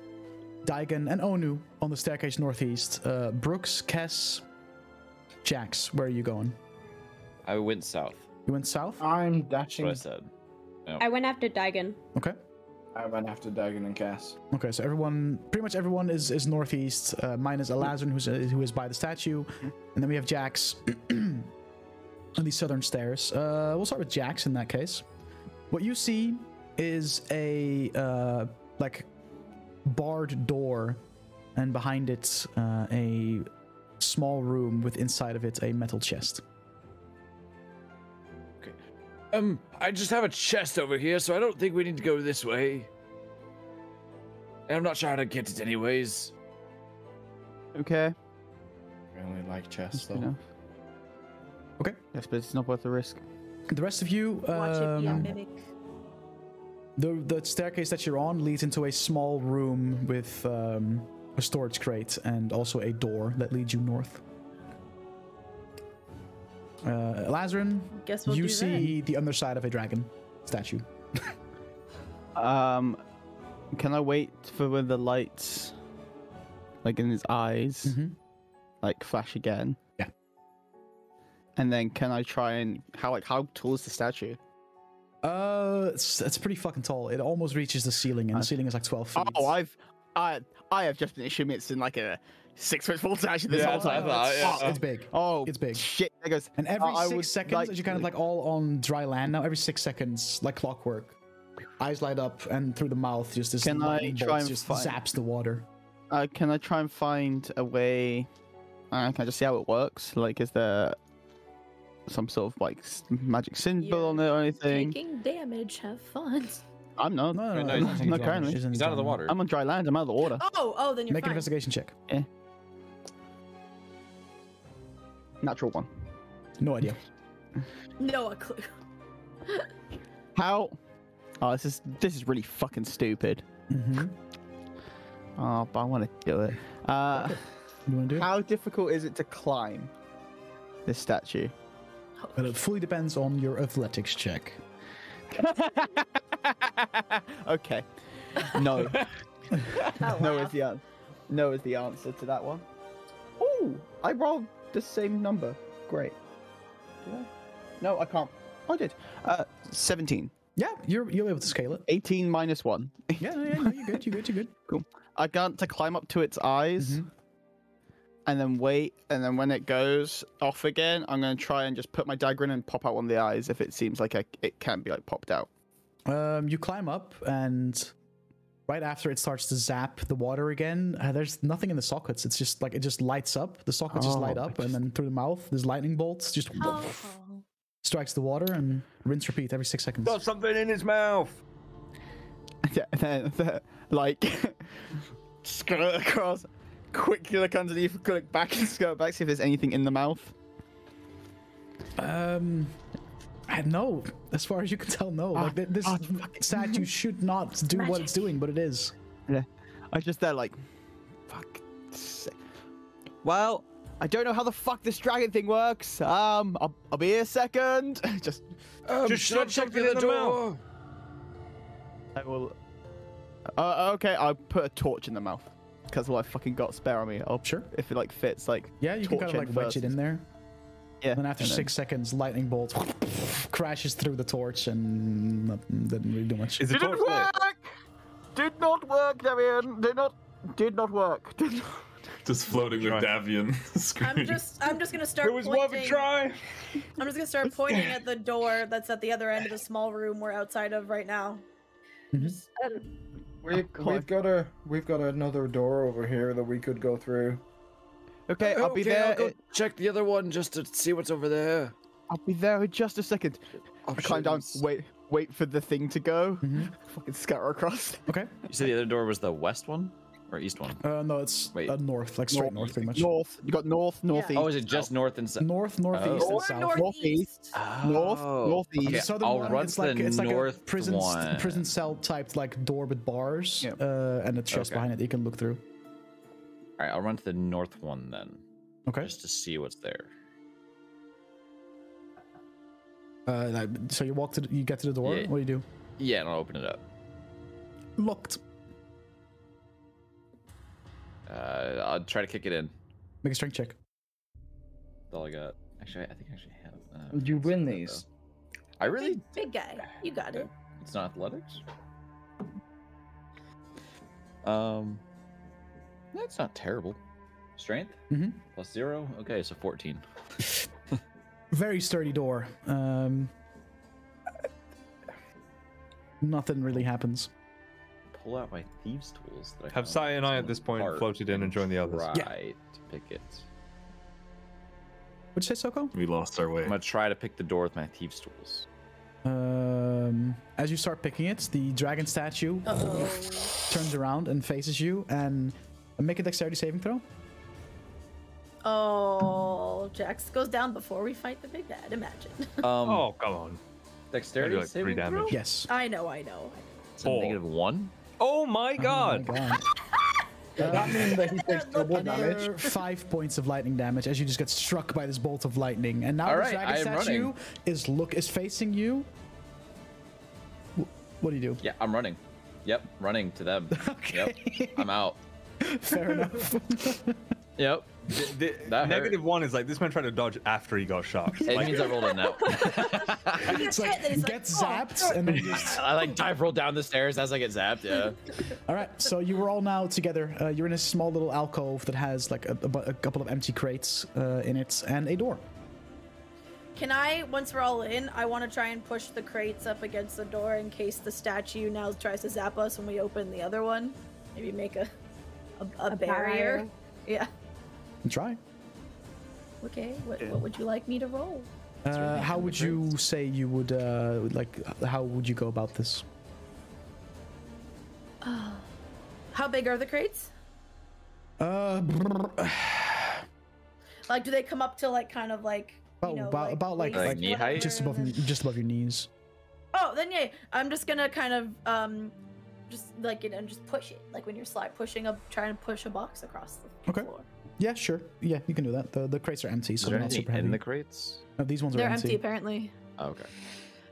Daigon and Onu on the staircase northeast. Uh, Brooks, Kess, Jax, where are you going? I went south. You went south? I'm That's what I Mm. dashing. said. I went after Diagon. Okay. I went after Dagon and Cass. Okay, so everyone, pretty much everyone is is northeast, uh, minus Elazar, who's uh, who is by the statue, and then we have Jax on these southern stairs. Uh, we'll start with Jax in that case. What you see is a uh, like barred door, and behind it uh, a small room with inside of it a metal chest. Um, I just have a chest over here, so I don't think we need to go this way. And I'm not sure how to get it anyways. Okay. I only like chess That's good enough. Okay. Yes, but it's not worth the risk. The rest of you, watch it be a um, mimic. The the staircase that you're on leads into a small room with um, a storage crate and also a door that leads you north. Uh, Lazarin, Guess we'll you do see the underside of a dragon statue. Um, can I wait for when the lights, like in his eyes, Mhm. like flash again? Yeah. And then can I try and how like how tall is the statue? Uh, it's, it's pretty fucking tall. It almost reaches the ceiling, and the ceiling is like twelve feet. Oh, I've I I have just been assuming it's in like a six foot tall statue this Yeah, whole that's what I time. thought, yeah. Fuck. it's big. Oh, It's big. Shit, there goes. And every I- I would six seconds, like as you're kind of like all on dry land now, every six seconds, like clockwork, eyes light up, and through the mouth, just this Can I lightning try bolts and just find- zaps the water. Uh, can I try and find a way? Uh, can I just see how it works? Like, is there some sort of like s- magic symbol You're on it or anything? Taking damage, have fun. I'm not. No, Wait, no, no, no, he's no, not taking damage. currently. He's out of the water. I'm on dry land. I'm out of the water. Oh, oh, then you're Make an fine. investigation check. Natural one. No idea. No a clue. How? Oh, this is this is really fucking stupid. Mhm. Oh, but I want to do it. Uh, You want to do it? how difficult is it to climb this statue? Well, it fully depends on your athletics check. Okay. No. Oh, no wow. is the an- no is the answer to that one. Oh, I rolled the same number. Great. Did I? No, I can't. I did. Uh, 17. Yeah, you're you'll be able to scale it. 18 minus one. Yeah, yeah, no, you're good. You're good. You're good. Cool. I got to climb up to its eyes, and then wait, and then when it goes off again, I'm gonna try and just put my dagger in and pop out one of the eyes if it seems like I, it can be like popped out. Um, you climb up, and right after it starts to zap the water again, uh, there's nothing in the sockets. It's just like it just lights up. The sockets just light Oh, I up, and then through the mouth, there's lightning bolts. Just strikes the water and rinse, repeat every six seconds. Got something in his mouth. Yeah, and then the- like skirt across, quickly look underneath, look back and skirt back, see if there's anything in the mouth. Um, I- no, as far as you can tell, no. Like th- this statue should not do what it's doing, but it is. Yeah. I just there like, fuck. sake. Well, I don't know how the fuck this dragon thing works. Um, I'll, I'll be here a second. just, Um, Just shove something in the mouth. I will. Uh, okay, I'll put a torch in the mouth. Cause all I fucking got spare on me. I'll, Sure. If it like fits, like Yeah, you can kind of like wedge it in there. Yeah. And then after and six seconds, lightning bolt crashes through the torch and uh, didn't really do much. Is it torch lit? Did not work, Damien. Did not. Did not work. Did not. Just floating with Davian I'm screaming. just I'm just gonna start It was worth a pointing. try. I'm just gonna start pointing at the door that's at the other end of the small room we're outside of right now. We've, we've got a we've got another door over here that we could go through. Okay, I'll be there. I'll go i- check the other one just to see what's over there. I'll be there in just a second. I climb down. Wait, wait for the thing to go. Mm-hmm. Fucking scatter across. Okay. You said the other door was the west one or east one? Uh, no, it's Wait. uh, north, like straight north, pretty much. North. You got north, northeast. Oh, is it just north and south? North, northeast, Oh. and Or south. northeast. North, Oh. northeast. Okay, The southern I'll one, run it's to like the it's like a north prison one. prison cell typed like door with bars Yeah. uh, and a chest Okay. behind it you can look through. All right, I'll run to the north one then, Okay. just to see what's there. Uh, like, so you walk to the, you get to the door. Yeah. What do you do? Yeah, and I'll open it up. Locked. Uh, I'll try to kick it in. Make a strength check. That's all I got. Actually, I think I actually have. Uh, You it's win not, these. though. I really. Big guy. You got it. It's not athletics. Um, that's not terrible. Strength Mhm. plus zero. Okay, so fourteen. Very sturdy door. Um, nothing really happens. Pull out my thieves' tools. That I Have Sai and I at this point floated in and joined the others. Right Yeah. to pick it. What'd you say, Soko? We lost our way. I'm gonna try to pick the door with my thieves' tools. Um, as you start picking it, the dragon statue turns around and faces you and make a dexterity saving throw. Oh, Jax goes down before we fight the big guy. Imagine. Um, Oh, come on. dexterity like three saving throw. damage. Yes. I know. I know. It's a negative one. Oh my god. Oh my god. that means that he takes double damage. Another five points of lightning damage as you just get struck by this bolt of lightning, and now All the right, dragon I am statue running. is look is facing you. Wh- What do you do? Yeah, I'm running. Yep, running to them. Yep, I'm out. Fair enough. Yep. The- That hurt. negative one is like this man tried to dodge after he got shot. It means I rolled a no. It's like then it's like, oh, get zapped, and then just. I like dive roll down the stairs as I get zapped. Yeah. All right, so you were all now together. Uh, you're in a small little alcove that has like a, a bu- a couple of empty crates uh, in it and a door. Can I, once we're all in, I want to try and push the crates up against the door in case the statue now tries to zap us when we open the other one. Maybe make a a, a, barrier. barrier. Yeah. Try. Okay. What, what would you like me to roll? Uh, how would you say you would uh, like? How would you go about this? How big are the crates? Uh, brrr, Like, do they come up to like kind of like you About know about, like, about like, waist Like knee height? just above just above your knees. Oh, then yeah, I'm just gonna kind of um, just like you know, just push it, like when you're slide pushing up, trying to push a box across the Okay. floor. Yeah, sure. Yeah, you can do that. The the crates are empty, Is so there they're not anything super heavy. in the crates? No, these ones They're are empty apparently. Oh, okay.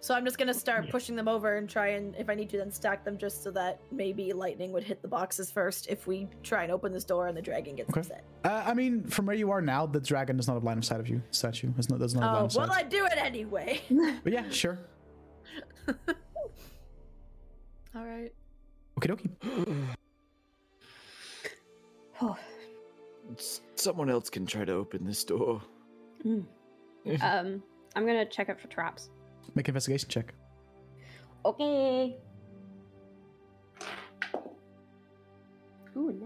So I'm just gonna start pushing them over and try and, if I need to, then stack them just so that maybe lightning would hit the boxes first if we try and open this door and the dragon gets Okay. upset. Uh, I mean, from where you are now, the dragon does not have line of sight of you. Statue is not does not have line Oh of sight. well, I do it anyway. But yeah, sure. All right. Okie dokie. Oh. S- Someone else can try to open this door. Um, I'm gonna check it for traps. Make an investigation check. Okay. Ooh, nice.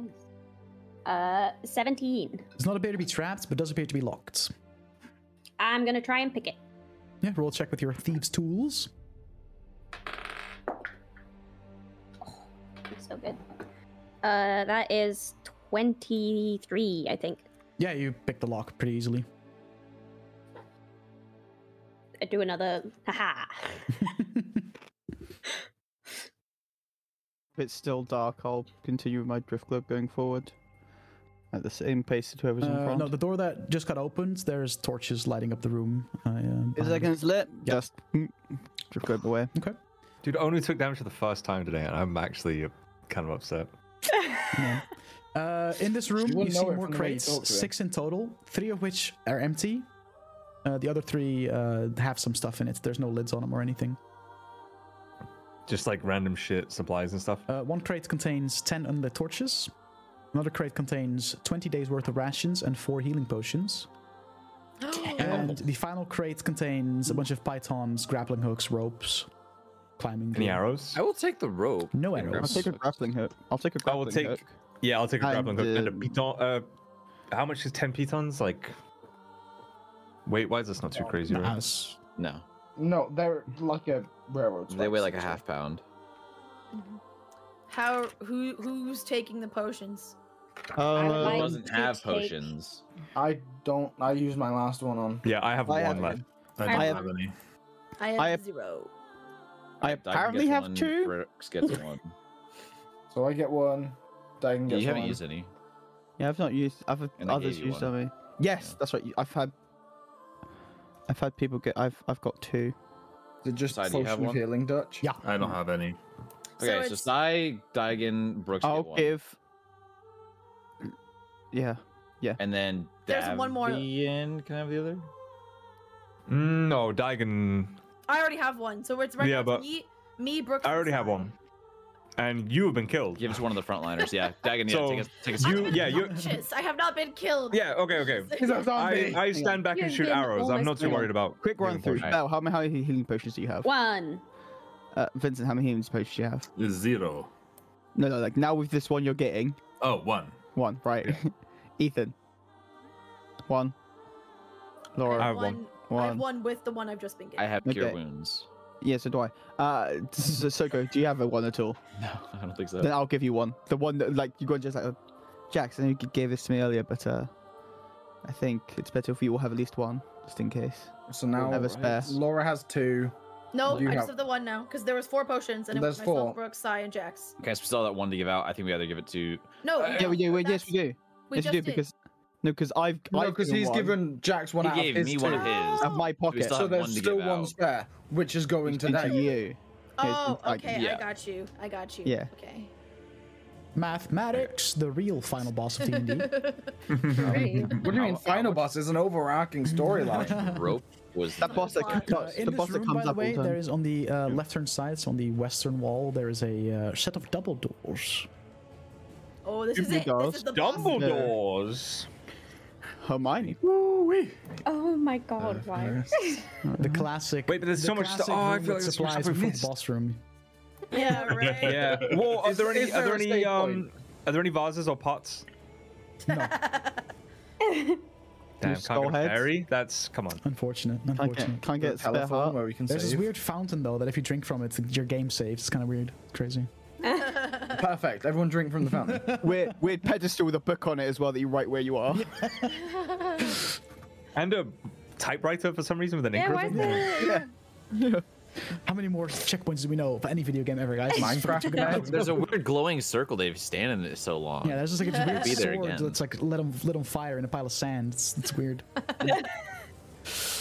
Uh, 17. Does not appear to be trapped, but does appear to be locked. I'm gonna try and pick it. Yeah, roll check with your thieves' tools. It's so good. Uh, that is 23, I think. Yeah, you pick the lock pretty easily. I do another. Haha. If it's still dark, I'll continue with my drift globe going forward at the same pace that whoever's in Uh, front. no, the door that just got opened, there's torches lighting up the room. I, um, Is behind it. seconds lit. Just mm, drift globe away. Okay. Dude, I only took damage for the first time today, and I'm actually uh, kind of upset. Yeah. Uh, in this room, You you, wouldn't see know it more from the way you crates, talk to it. six in total, three of which are empty. Uh, the other three uh, have some stuff in it. There's no lids on them or anything. Just like random shit, supplies and stuff. Uh, one crate contains 10 unlit torches. Another crate contains 20 days worth of rations and four healing potions. and the final crate contains a bunch of pythons, grappling hooks, ropes, climbing. Any gear. arrows? I will take the rope. No and I'll arrows. take a grappling hook. I'll take a I grappling will take. hook. Yeah, I'll take a grappling hook and a And, piton. Uh, how much is ten pitons? Like, wait, why is this not too crazy? Right? Nice. No, No, they're like a railroad. they track, weigh like a essentially. half pound. How? Who? Who's taking the potions? I would Uh, like doesn't to have take- potions. I don't. I used my last one on. Yeah, I have one I have- left. I I don't have- have any. I have I have- zero. I can apparently get have one, two. Brooks gets one. So I get one. Dagon Yeah, gets you haven't one. used any. Yeah, I've not used. I've And I others gave you used one. on me. Yes, Yeah. that's right. you- I've had. I've had people get. I've I've got two. Is it just Sai, do you potion have of one? healing, Dutch. Yeah. I don't have any. So Okay, so, it's- Sai, Daigen, Brooks I'll get one, give. Yeah. and then There's one more. Davian, Can I have the other? Mm, no, Daigon. I already have one, so it's right. Yeah, now but- it's me, me, Brooks. I and already have Sai. one, and you have been killed. Give us one of the frontliners. Yeah, Dagon. Yeah, So, take us. Take us. I've You- been yeah, you- conscious. I have not been killed. Yeah. Okay. Okay. He's a zombie. I, I stand back and You've shoot been arrows. I'm almost not too killed. worried about. Quick healing run through. potions. Bell, how many how many healing potions do you have? One. Uh, Vincent, how many healing potions do you have? Zero. No, no, like now with this one you're getting Oh, one. one, right? Ethan, one. Laura, I I have have one. one. I have one. one with the one I've just been I given. have cure Okay. wounds. Yeah, so do I. Uh, so, Soko, do you have a one at all? No, I don't think so. Then I'll give you one. The one that like you got just like, uh, Jackson, you g- gave this to me earlier, but uh, I think it's better if you all have at least one, just in case. So now have a spare. Laura has two. No, You I have- just have the one now because there was four potions and it There's was myself, four. Brooks, Sai, and Jax. Okay, so we still have that one to give out. I think we either give it to. No, Uh, yeah, no, we do. we- yes, that's- we do. We yes, just we do did. because no, because I've No, I've because he's one given Jack's one He out gave of his me two. one of his. out of my we pocket. still So have one there's to still give one out. spare, which is going to Into Dagon. you. Oh, I- okay. yeah. I got you. I got you. Yeah. Okay. Mathematics, the real final boss of D&D. Great. What do you mean? Final boss is an overarching storyline. Rope was That boss that Blood. comes up, In the this boss that room, by comes the up all way, the there time. is on the uh, left-hand side, so on the western wall, there is a uh, set of double doors. Oh, this is it. This Dumbledore's is the boss. Dumbledore's. Hermione. oh my god, why? The classic. Mm-hmm. Wait, there's the so much stuff- classic oh, I room feel like with there's so much supplies stuff we for the missed. boss room. Yeah, right. Yeah. Well, are Is- there any? is Are there there a any? save Um, point? are there any vases or pots? No, Damn, can't get a skull heads? fairy. That's come on. unfortunate, Can't unfortunate. get, can't get spare Telephone heart. where we can There's this save. weird fountain though that if you drink from it, your game saves. It's kind of weird, it's crazy. Perfect. Everyone drink from the fountain. weird, weird pedestal with a book on it as well that you write where you are. And a typewriter for some reason with an ink Yeah, or why is something? there? How many more checkpoints do we know for any video game ever, guys? Minecraft guys. There's a weird glowing circle they've standing it so long. Yeah, there's just like a weird Be there sword again. that's like lit on, lit on fire in a pile of sand. It's, it's weird.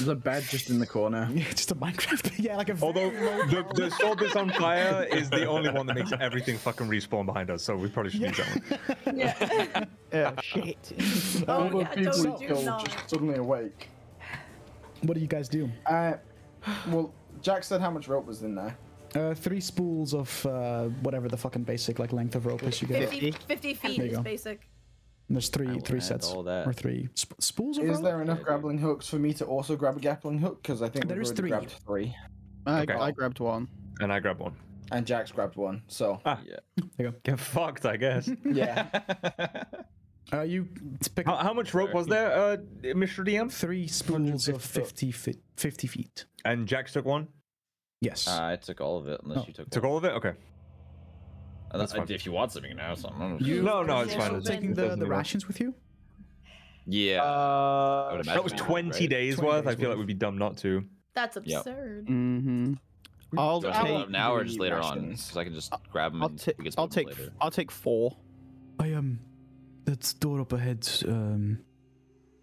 The bed just in the corner. Yeah, just a Minecraft. Yeah, like a. Although the, the sword that's on fire is the only one that makes everything fucking respawn behind us, so we probably should use that one. Yeah. yeah, shit. Oh, All the yeah, people don't we do killed not. just suddenly awake. What do you guys do? Uh, well, Jack said how much rope was in there. Uh, three spools of uh, whatever the fucking basic like length of rope is you get. 50, 50 feet There you is go. basic. And there's three three add sets all that. or three sp- spools of Is rope. there enough grappling hooks for me to also grab a grappling hook? Because I think There we've is already three. grabbed three, I, Okay. I grabbed one. And I grab one. and Jack's grabbed one. So Get fucked, I guess. yeah, Uh, you t- pick How, up how much rope was there, uh, Mr. DM? three spools of 50 feet. 50 feet. And Jax took one? Yes. Uh, I took all of it, unless you took. Took all of it? Okay. Uh, that's fine. if you want something now, something. no, no, it's Yeah, fine. so It's- Taking it the, doesn't the matter. rations with you? Yeah. Uh, I would That was imagine 20 right? days 20 worth. days I feel like worth. we'd be dumb not to. That's Yep. absurd. hmm I'll Do I take take. them now or just the later on? rations. Because I can just grab them. I'll, and ta- we can I'll split 'em take. later. I'll take four. I um, that door up ahead. Um,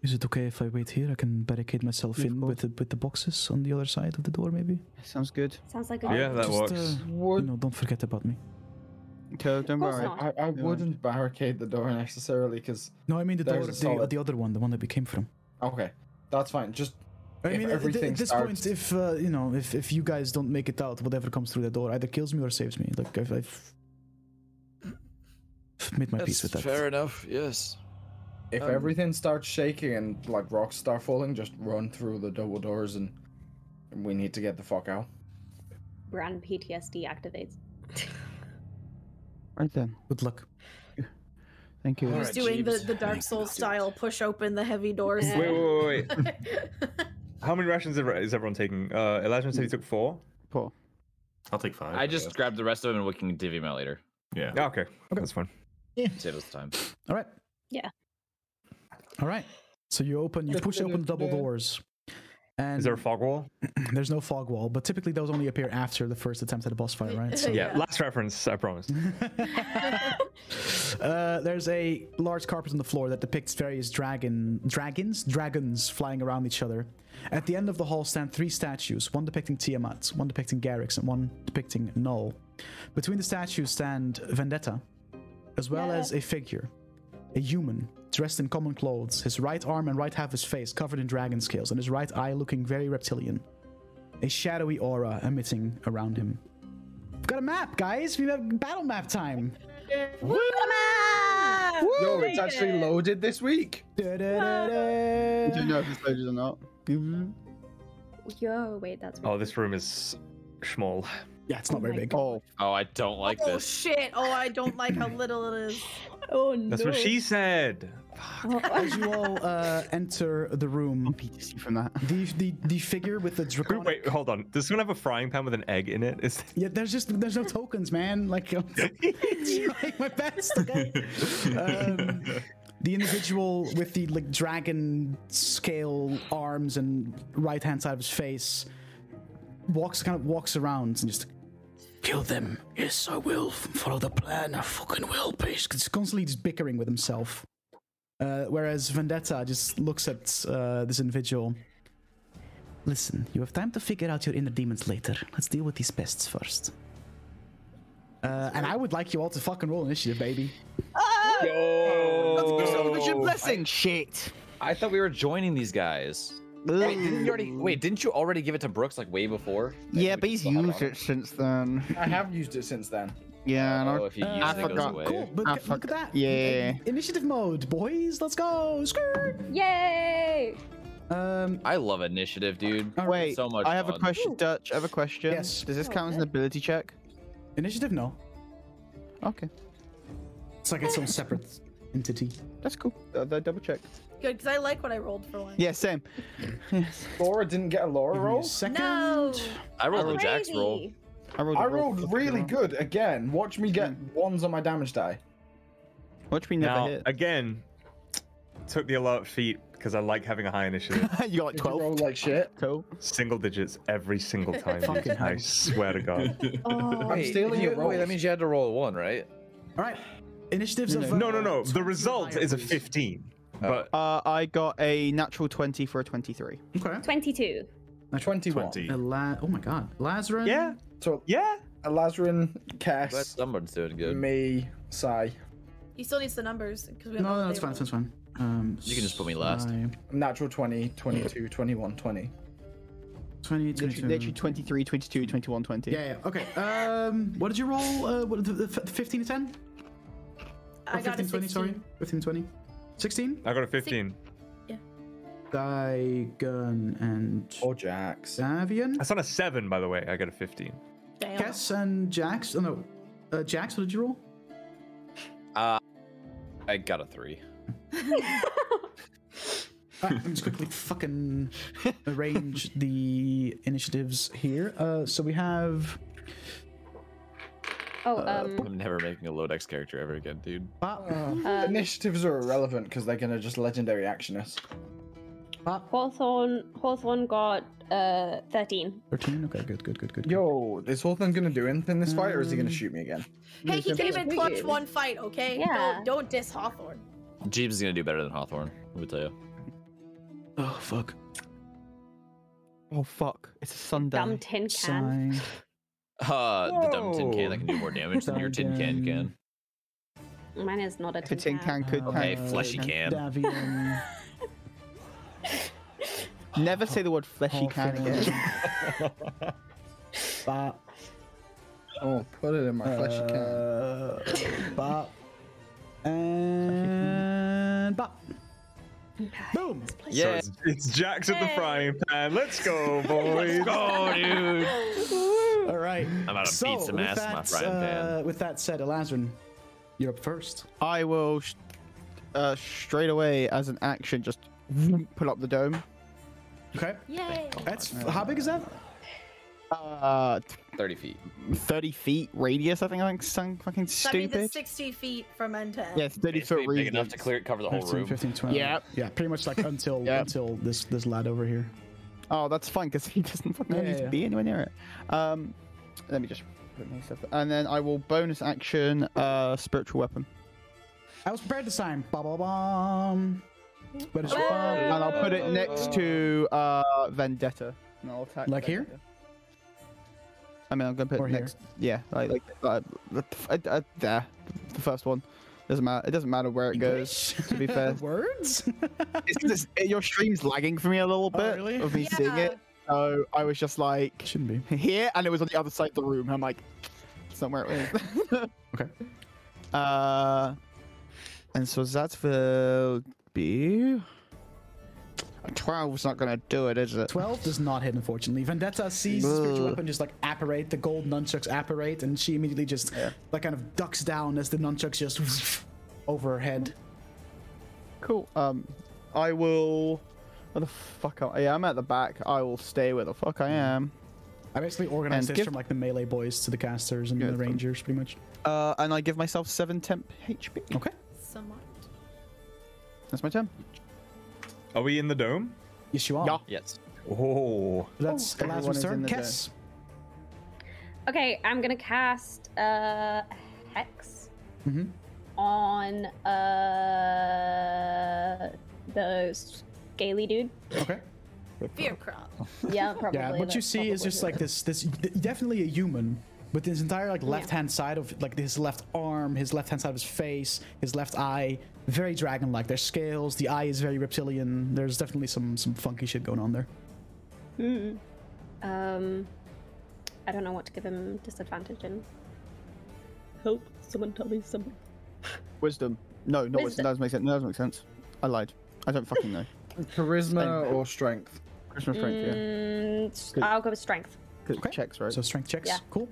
is it okay if I wait here? I can barricade myself Yeah, of in course. with the, with the boxes on the other side of the door, maybe. Sounds good. Sounds like a Yeah, that Just, works. uh, you would know, don't forget about me. Okay, don't course worry. not. I, I wouldn't barricade the door necessarily because No, I mean the There's door, a the, solid- the other one, the one that we came from. okay, that's fine. Just I If mean, at, th- everything at this starts- point, if uh, you know, if if you guys don't make it out, whatever comes through the door either kills me or saves me. Like I've, I've I've made my peace with that. fair enough. Yes. if Um, everything starts shaking and like rocks start falling, just run through the double doors and we need to get the fuck out. brand PTSD activates. Right then. Good luck. Thank you. All Who's right, doing the, Jeeves. the Dark Souls style push open the heavy doors? Yeah. Wait, wait, wait, wait. How many rations ever- is everyone taking? Uh, Elijah said he took four. Four. I'll take five. I just grabbed the rest of them and we can divvy them out later. yeah. Ah, okay. That's fine. Save us time. All right. Yeah. All right. So you open, you push open the double doors, and Is there a fog wall? there's no fog wall. But typically, those only appear after the first attempt at a boss fight, right? So, Yeah. Last reference, I promise. uh, there's a large carpet on the floor that depicts various dragon, dragons, dragons flying around each other. At the end of the hall stand three statues, one depicting Tiamat, one depicting Garrix, and one depicting Null. Between the statues stand Vendetta, as well as a figure, a human dressed in common clothes, his right arm and right half of his face covered in dragon scales, and his right eye looking very reptilian. A shadowy aura emitting around him. We've got a map, guys. We have battle map time. Yo, it's actually loaded this week. I don't know if it's loaded or not. Mm-hmm. Yo, wait, that's Oh, this room is small. Yeah, it's not very my big. Oh, Oh, I don't like oh this. shit! Oh, I don't like how little it is. oh no. That's what she said. As you all uh, enter the room, PTC from that. the the, the figure with the Who- draconic. Wait, hold on. Does someone have a frying pan with an egg in it? Is Yeah, there's just there's no tokens, man. Like I'm trying my best. Okay. Um, the individual with the like dragon scale arms and right hand side of his face walks kind of walks around and just kill them. Yes, I will follow the plan. I fucking will, bitch. He's constantly just bickering with himself. Uh, whereas Vendetta just looks at uh, this individual. Listen, you have time to figure out your inner demons later. Let's deal with these pests first. Uh, and I would like you all to fucking roll initiative, baby. Oh. blessing. Shit. I thought we were joining these guys. Wait, didn't you already? Wait, didn't you already give it to Brooks like way before? Yeah, but he's used it since then. I have used it since then. Yeah, and I Oh, if you use I it, it goes forgot. away. Cool, but Ah, g- look fuck. at that. Yeah. Initiative mode, boys. Let's go. Skirt. Yay! Um, I love initiative, dude. Wait, so much I have a fun. question, Dutch. I have a question. Yes. Does this count as an ability check? initiative, no. Okay, It's like its own separate entity. that's cool. I, double check. Good, because I like what I rolled for one. Yeah, same. Laura didn't get a Laura Give me a roll. Second. No. I rolled the Jack's roll. Crazy. I rolled, I rolled really good again. Watch me get ones on my damage die. Watch me never Now, hit. again, took the alert feat because I like having a high initiative. you got like Did you twelve. roll like shit? Cool. Single digits every single time. dude. Fucking I hell. swear to God. Oh. Oh. I'm Wait, stealing if you- your Wait, that rolls. means you had to roll a one, right? All right. Initiatives of. uh, No, no, no. 20 The or result higher, is a please. 15. But Uh, I got a natural twenty for a twenty-three. Okay. 22. 21. 20. Ela- oh my god. Lazarus? yeah, So, yeah. Alazarin, Glad Cass, someone's doing good. me, Sai. He still needs the numbers because No, we don't know no, what that's they fine. rolled. That's fine. Um, You can just put me last. Sai, Natural 20, 22, 21, 20. 20, Literally, 22. literally 23, 22, 21, 20. Yeah, yeah. Okay. Um, what did you roll? Uh, what, the, the f- 15 to 10? Or I got a 20, 16. sorry. 15, 20. 16? I got a 15. Guy, Gun, and Or Jax. Davian? That's on a 7, by the way. I got a 15. Damn. Cass and Jax? Oh, no. Uh, Jax, what did you roll? I got a three. Alright, Ah, let me just quickly fucking arrange the initiatives here. Uh, so we have Oh, Uh, um, I'm never making a Lodex character ever again, dude. Ah. Uh, Initiatives are irrelevant because they're going to just legendary action us. Hawthorne, Hawthorne got uh 13. 13. Okay, good, good, good, good. good. Yo, is Hawthorne going to do anything this fight or is he going to shoot me again? Hey, he came in clutch Weird. one fight, okay? Yeah. Don't, don't diss Hawthorne. Jeebs is gonna do better than Hawthorne. Let me tell you. Oh, fuck. Oh fuck! It's a Sunday. Dumb tin can. Sigh. Uh, the dumb tin can that can do more damage than your tin can can. Mine is not a If a tin, tin can could Okay, count. fleshy can. Davian. Never say the word fleshy can Hawthorne. again. Bop, Oh, put it in my fleshy can. uh, bop, and bop. Boom. Yeah. So it's, it's Jax at the frying pan. Let's go, boys. Oh, dude. All right. I'm about to beat some ass in my frying pan. uh, With that said, Elazrin, you're up first. I will, sh- uh, straight away as an action, just pull up the dome. Okay. Yay. That's how big is that? Uh, Thirty feet. thirty feet radius. I think I think something fucking That means stupid. it's 60 feet from end to end. Yeah, it's thirty Basically foot big radius. enough to clear cover the whole 15, room. 15, 20. Yep. Yeah, pretty much like until Yep. until this this lad over here. Oh, that's fine because he doesn't fucking Yeah, need yeah, to be anywhere near it. Um, let me just put myself, and then I will bonus action uh spiritual weapon, I was prepared to sign. Ba ba bum. But it's and I'll put it next to uh vendetta. And I'll attack Like here? Vendetta. I mean, I'm gonna put Or it here? next. Yeah, like like uh, the- uh, uh, there, the first one. Doesn't matter. It doesn't matter where it goes. To be fair, words. it's 'cause it's- it- your stream's lagging for me a little bit really? of me seeing Yeah. it. So I was just like, Shouldn't be. here and it was on the other side of the room. I'm like, somewhere it was. Okay. Uh, and so that will be. a 12's not gonna do it, is it? 12 does not hit, unfortunately. Vendetta sees the spiritual weapon just like apparate, the gold nunchucks apparate, and she immediately just like kind of ducks down as the nunchucks just over her head. Cool. Um, I will. Where the fuck am I? Yeah, I'm at the back. I will stay where the fuck I am. I basically organized this And give- from like the melee boys to the casters and Yeah, the fun. rangers, pretty much. Uh, and I give myself seven temp HP. Okay. Somewhat. That's my turn. Are we in the dome? Yes, you are. Yeah. Yes. Oh. That's the last everyone one's is in turn. the Kess. Okay, I'm gonna cast uh hex Mm-hmm. on uh the scaly dude. Okay. Uh, Fear crop. Yeah, probably. Yeah, what you that's see is probably just it. like this, this definitely a human, but his entire like left hand side of like his left arm, his left hand side of his face, his left eye, very dragon like. There's scales, the eye is very reptilian. There's definitely some some funky shit going on there. Um, I don't know what to give him disadvantage in. Hope someone tell me something. Wisdom. No, not Wisdom. wisdom. That doesn't make sense. That doesn't make sense. I lied. I don't fucking know. Charisma or strength? Christmas friend, yeah. Mm, I'll go with strength, 'Cause Checks, right? So strength checks, Yeah. cool.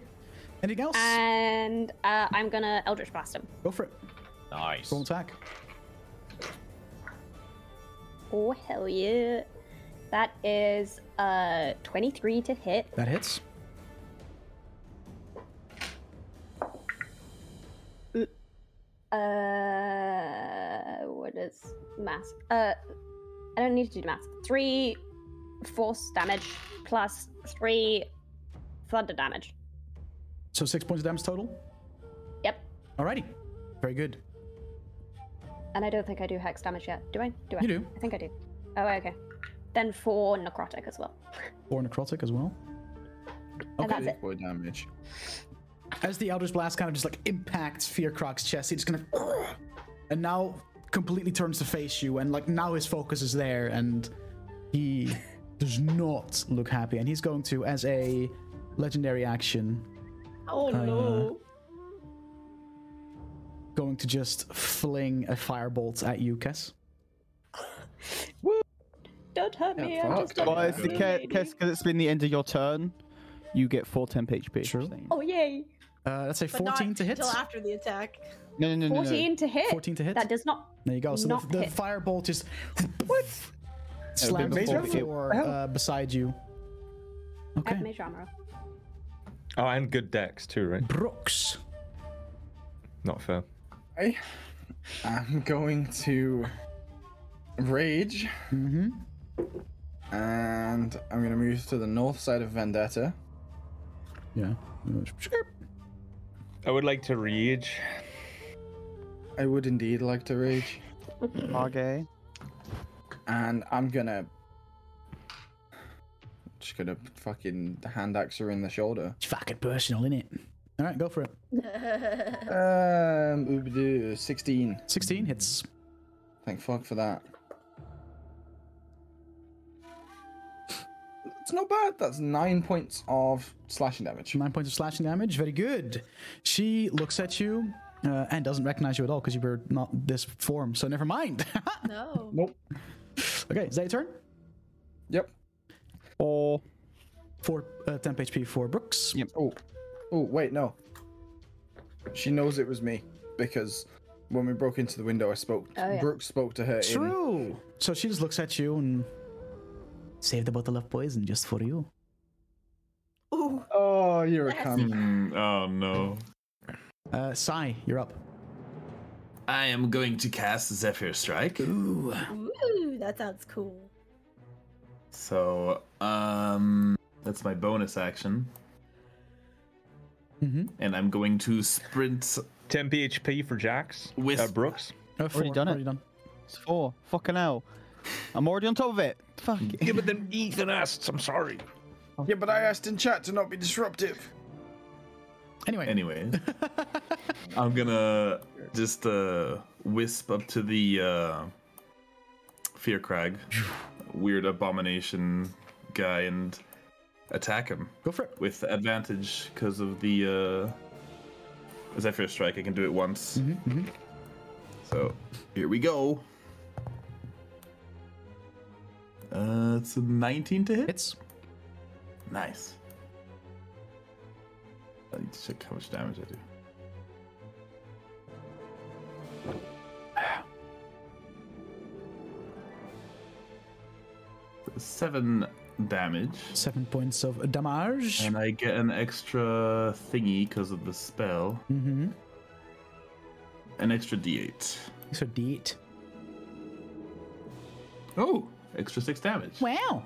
Anything else? and uh, I'm gonna eldritch blast him. Go for it. Nice. Roll attack. Oh hell yeah! That is uh 23 to hit That hits. Uh, what is mass? Uh, I don't need to do mass. Three force damage plus three thunder damage. So six points of damage total. Yep. Alrighty. Very good. And I don't think I do hex damage yet. Do I? Do I? You do. I think I do. Oh, okay. Then four necrotic as well. Four necrotic as well. And that's it. Boy damage. As the Elder's Blast kind of just like impacts Fearcrock's chest, he just kind of. And now completely turns to face you, and like now his focus is there, and he does not look happy. And he's going to, as a legendary action, uh, Oh no. going to just fling a firebolt at you, Kes. Don't hurt me. I'm fuck, just don't a hurt Well, Yeah. it's the little ca- lady. case because it's been the end of your turn. You get full temp HP. True. Oh yay! Uh, that's a But not 14 to hit. Until after the attack. No, no, uh, no, no, no. Fourteen to hit. 14 to hit. That does not. There you go. So the, Not the hit. firebolt just what slams It would be into the before Oh. the- floor uh, beside you. I have Okay, major armor. Oh, on. and good decks too, right? Brooks. Not fair. I, I'm going to rage. Mm-hmm. And I'm going to move to the north side of Vendetta. Yeah. I would like to rage. I would indeed like to rage. Margay. And I'm going to. Just going to fucking hand axe her in the shoulder. It's fucking personal, innit? All right, go for it. Um, oobidoo, 16. 16 hits. Thank fuck for that. It's not bad. That's nine points of slashing damage. Nine points of slashing damage. Very good. She looks at you uh, and doesn't recognize you at all because you were not this form. So never mind. No. Nope. okay, is that your turn? Yep. Or Four uh, temp HP for Brooks. Yep. Oh, oh, wait, no. She knows it was me because when we broke into the window, I spoke. Oh, yeah. Brooke spoke to her. In, True. So she just looks at you and saved a bottle of poison just for you. Ooh. oh, you're a Yes. cunt. Hmm. Mm, oh no. Uh, Sai, you're up. I am going to cast Zephyr Strike. Ooh. Ooh, that sounds cool. So, um, that's my bonus action. Mm-hmm. And I'm going to sprint. 10 PHP for Jax. With- uh, Brooks. Uh, four, done it. already done. it's four. Fucking hell. I'm already on top of it. Fuck. it. Yeah, but then Ethan asked. I'm sorry. Yeah, but I asked in chat to not be disruptive. Anyway, Anyway, I'm gonna just uh wisp up to the uh, Fear Crag, weird abomination guy, and attack him go for it. with advantage because of the uh, Zephyr Strike. I can do it once. Mm-hmm, So here we go. Uh, it's a 19 to hit. Hits. Nice. I need to check how much damage I do. Seven damage. Seven points of damage. And I get an extra thingy because of the spell. Mm-hmm. An extra d8. So D8. Oh! Extra six damage. Wow.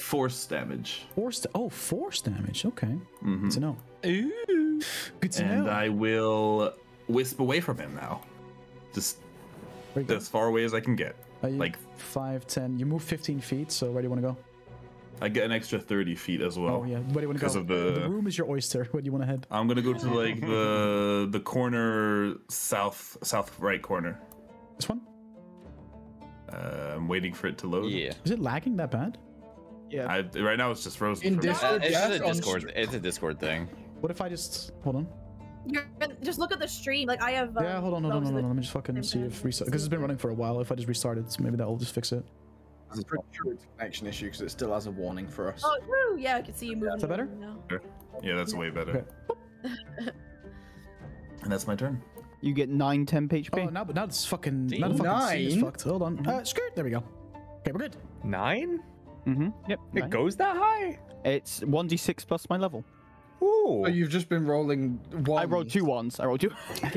Force damage. Force. oh, force damage. Okay. Good to know. Good to Mm-hmm. And know. I will wisp away from him now. Just Very good. as far away as I can get. Are you like- five, ten. You move fifteen feet. So where do you want to go? I get an extra 30 feet as well. Oh yeah. Where do you want to go? because of the- the room is your oyster. Where do you want to head? I'm gonna go to like the the corner south south right corner. This one. Uh, I'm waiting for it to load. Yeah. Is it lagging that bad? I, right now it's just frozen. In for me. this- Uh, No, it's just- just a Discord- it's a Discord thing. What if I just hold on? you're- just look at the stream. Like I have. yeah, um, hold on, hold on, those hold are on. the- Let me just fucking see if restart because it's been running for a while. If I just restart it, maybe that'll just fix it. I'm pretty sure it's a connection issue because it still has a warning for us. Oh, woo, yeah, I can see you moving. Is that better? around now. Yeah, that's way better. Okay. and that's my turn. You get nine temp HP. Oh, now, but now it's fucking. Now the fucking scene is Nine? fucked. Hold on. Uh, skirt. There we go. Okay, we're good. Nine? Mm-hmm. Yep. It right. goes that high? It's one d6 plus my level. Ooh. So you've just been rolling one. I rolled two ones. I rolled two.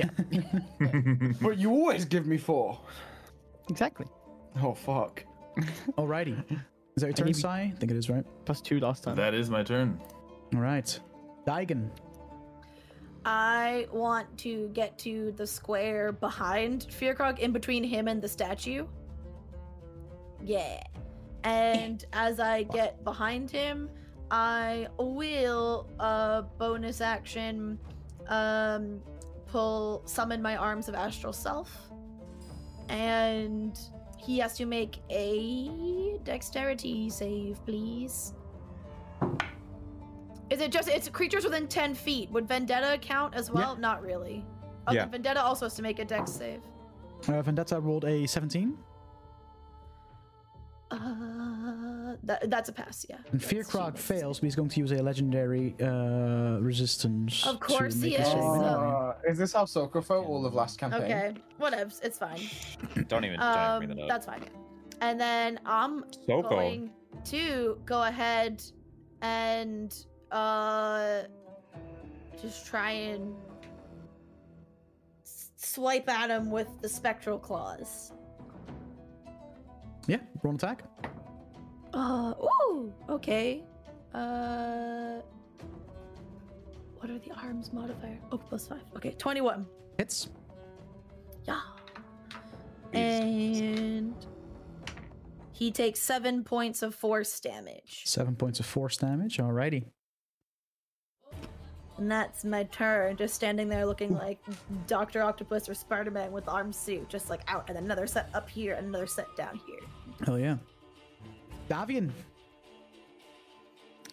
But you always give me four. exactly. Oh fuck. Alrighty. Is that your turn, need- Sai? I think it is, right? Plus two last time. That is my turn. All right. Daigen. I want to get to the square behind Fearcrog, in between him and the statue. Yeah. And as I get behind him, I will uh bonus action um pull summon my arms of astral self. And he has to make a dexterity save, please. Is it just it's creatures within ten feet? Would Vendetta count as well? Not really. Okay, Yeah. Vendetta also has to make a dex save. Uh, Vendetta rolled a 17. Uh, that, that's a pass, yeah. And That's- she Fearcrog makes- fails, but he's going to use a legendary uh, resistance. Of to course he make is. his saving throw. so- Uh, is this how Sokka felt all of last campaign? Okay, whatevs. It's fine. Don't even, don't even Um, bring that up. Oh, that's fine. And then I'm Soko. going to go ahead and uh just try and s- swipe at him with the spectral claws. Yeah, roll an attack. Uh, ooh, okay. Uh, what are the arms modifier? Oh, plus five. Okay, 21. Hits. Yeah. And he takes seven points of force damage. Seven points of force damage. Alrighty. And that's my turn, just standing there looking like Dr. Octopus or Spider Man with the arm suit, just like out, and another set up here, and another set down here. Hell yeah. Davian.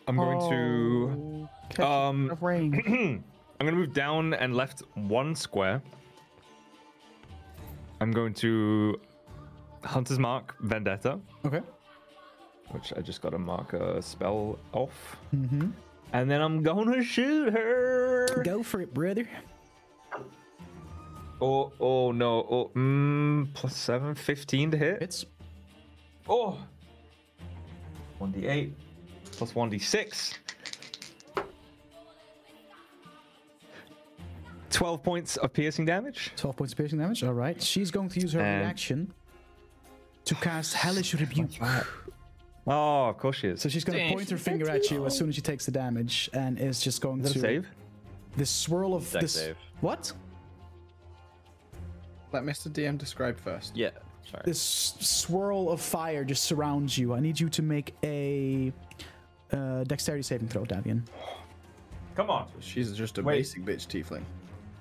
I'm going to. Um, I'm going to move down and left one square. I'm going to Hunter's Mark Vendetta, Okay. which I just got to mark a spell off. Mm-hmm. And then I'm going to shoot her. Go for it, brother. Oh, oh no. Oh, mm, plus 7, 15 to hit. Hits. Oh! 1d8 plus 1d6. 12 points of piercing damage. 12 points of piercing damage. All right. She's going to use her And- reaction to cast Hellish Rebuke. Oh, of course she is. So she's going to point her finger at you as soon as she takes the damage and is just going Is that to a save? This swirl of Dex this. save. What? Let Mr. DM describe first. Yeah, sorry. This swirl of fire just surrounds you. I need you to make a uh, dexterity saving throw, Davian. Come on. She's just a basic bitch tiefling.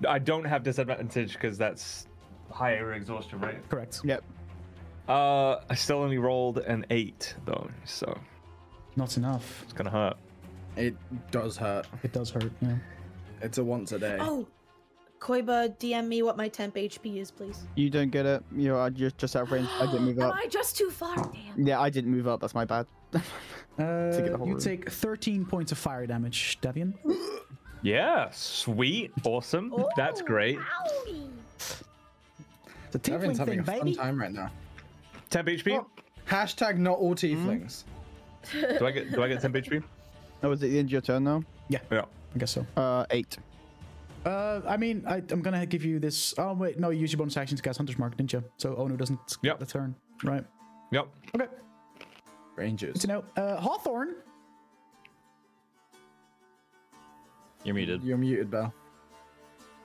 I don't have disadvantage because that's higher exhaustion rate. Correct. Yep. Uh, I still only rolled an 8 though, so Not enough. it's gonna hurt. It does hurt. It does hurt. Yeah. It's a once a day. Oh, Koiba, DM me what my temp HP is, please. You don't get it. You're uh, just just out of range. I didn't move Am up. I just too far? Damn. Yeah, I didn't move up. That's my bad. Uh, get the whole you room. take 13 points of fire damage, Davian. Yeah, sweet, awesome. Oh, that's great. The Everyone's tiefling having thing, a fun baby. time right now. 10 HP. Hashtag not all tieflings. Do I get do I get 10 HP? Oh, is it the end of your turn now? Yeah. I guess so. Uh, eight. Uh, I mean, I, I'm gonna give you this. Oh wait, no, you used your bonus action to cast Hunter's Mark, didn't you? So Onu doesn't skip Yep. the turn, right? Yep. Okay, Rangers. good to know. Uh, Hawthorne, You're muted. You're muted, Bell.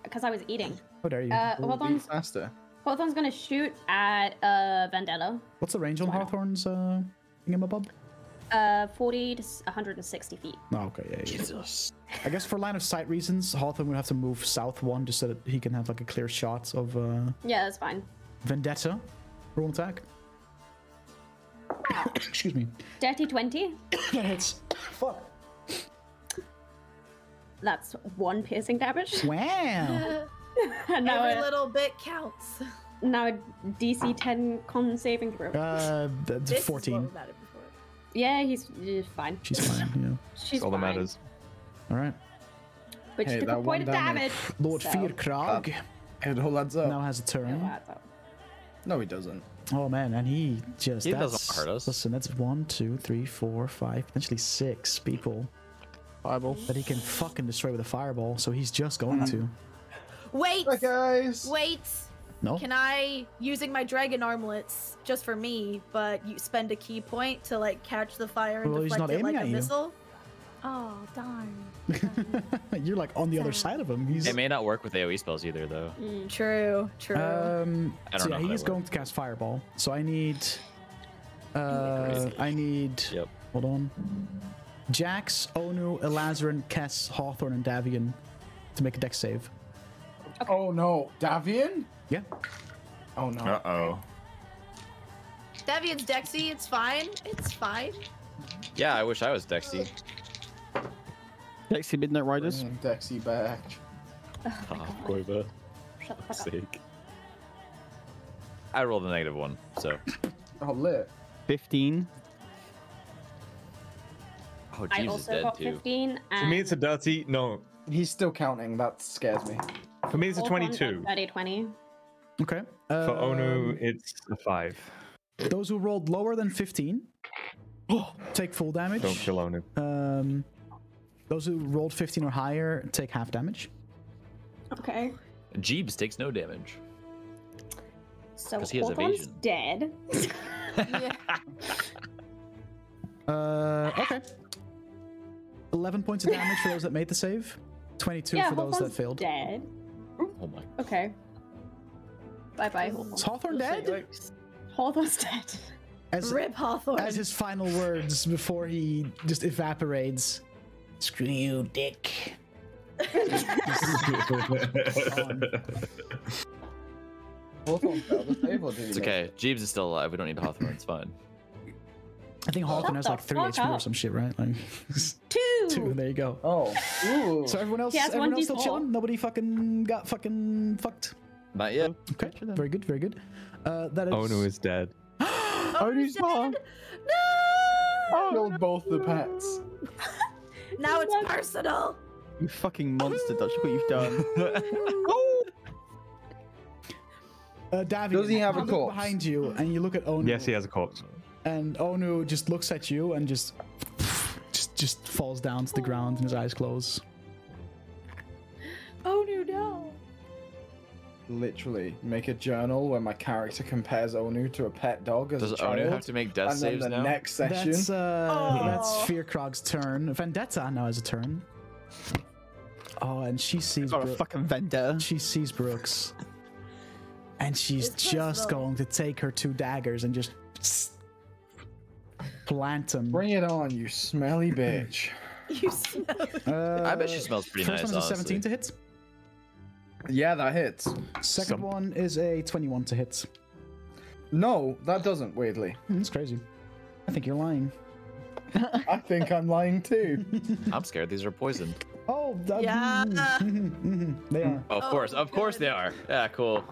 Because I was eating. how dare Oh, you? Uh, Be Hawthorne's, faster. Hawthorne's gonna shoot at uh, Vendetta. What's the range on Hawthorne's uh, thingamabob? Uh, 40 to s- 160 feet. Oh, okay, yeah, yeah. Jesus. I guess for line of sight reasons, Hawthorne would have to move south one just so that he can have like a clear shot of uh, Yeah, that's fine. Vendetta. Roll an attack. Excuse me. Dirty 20. That hits. Fuck. That's one piercing damage. Wow. and now, Every a, little bit counts. now a DC 10 con saving throw. Uh, that's This is what 14. we mattered before. yeah, he's, he's fine. She's fine. She's All that fine. matters. Yeah. All right. But Hey, she took that a one point of damage. damage. Lord so- Fearkrag um, It all adds up. now has a turn. Yeah, that's all. No, he doesn't. Oh man, and he just He doesn't that's, hurt us. Listen, that's one, two, three, four, five, potentially six people Fireball. That he can fucking destroy with a fireball, so he's just going Mm-hmm. to. Wait, guys. wait. No? Can I, using my dragon armlets just for me, but you spend a key point to like catch the fire and Well, he's deflect not it aiming like a at you. missile? Oh darn. You're like on the other side of him. He's It may not work with AoE spells either, though. Mm. True. True. Um, I don't so yeah, know how he that is going to cast Fireball. So I need. Uh, I need. Yep. Hold on. Jax, Onu, Elazarin, Kess, Hawthorne, and Davian to make a deck save. Oh no, Davian? Yeah. Oh no. Uh oh. Devian's Dexy, it's fine. It's fine. Yeah, I wish I was Dexy. Dexy Midnight Riders. Mm, Dexy back. Koiba. I rolled a negative one, so. Oh lit. 15. Oh, I also got 15. And For me, it's a dirty. No. He's still counting. That scares me. For me, it's a Hawthorne got 22. 30, 20. Okay. For Onu, Um, it's a 5. Those who rolled lower than 15 take full damage. Don't kill Onu. Um, those who rolled 15 or higher take half damage. Okay. Jeebs takes no damage. So 'Cause he has Hawthorne's evasion. dead. Uh, okay. 11 points of damage for those that made the save, 22 yeah, for those that Hawthorne's failed. dead. Oh my. Okay. Bye bye, Is Hawthorne. Hawthorne dead? Hawthorne's dead. As, Rip Hawthorne. as his final words before he just evaporates. Screw you, dick. Hawthorne fell the table, did It's okay. Jeebs is still alive. We don't need Hawthorne. It's fine. I think Hawthorne has the like 3 fuck HP or up. some shit, right? Like, Two. two, there you go. Oh. Ooh. So everyone else, He has everyone one else still D4. chilling? Nobody fucking got fucking fucked? Not yet. Okay, very good, very good. Uh, that is... Onu is dead. Oh, Onu's gone. Oh, Killed both the pets. now it's personal. You fucking monster, Dutch. Look what you've done. Uh, Davian, Does he have a you look corpse? behind you, and you look at Onu, Yes, he has a corpse. and Onu just looks at you and just, just, just falls down to the ground, and his eyes close. Oh no no. Literally, make a journal where my character compares Onu to a pet dog as Does a child. Onu have to make death and then saves the now? next session. That's uh, that's Aw. Fearkrog's turn. Vendetta now has a turn. Oh, and she sees Got a Bro- fucking vendetta. she sees Brooks, and she's It's just possible. going to take her two daggers and just plant them. Bring it on, you smelly bitch. You smell I bet she smells pretty First nice. one is a honestly. 17 to hit. yeah, that hits. Second one is a 21 to hit. No, that doesn't, weirdly. Hmm, That's crazy. I think you're lying. I think I'm lying too. I'm scared these are poisoned. Oh, that, Yeah. they are. Oh, Of course. Of course they are. Yeah, cool.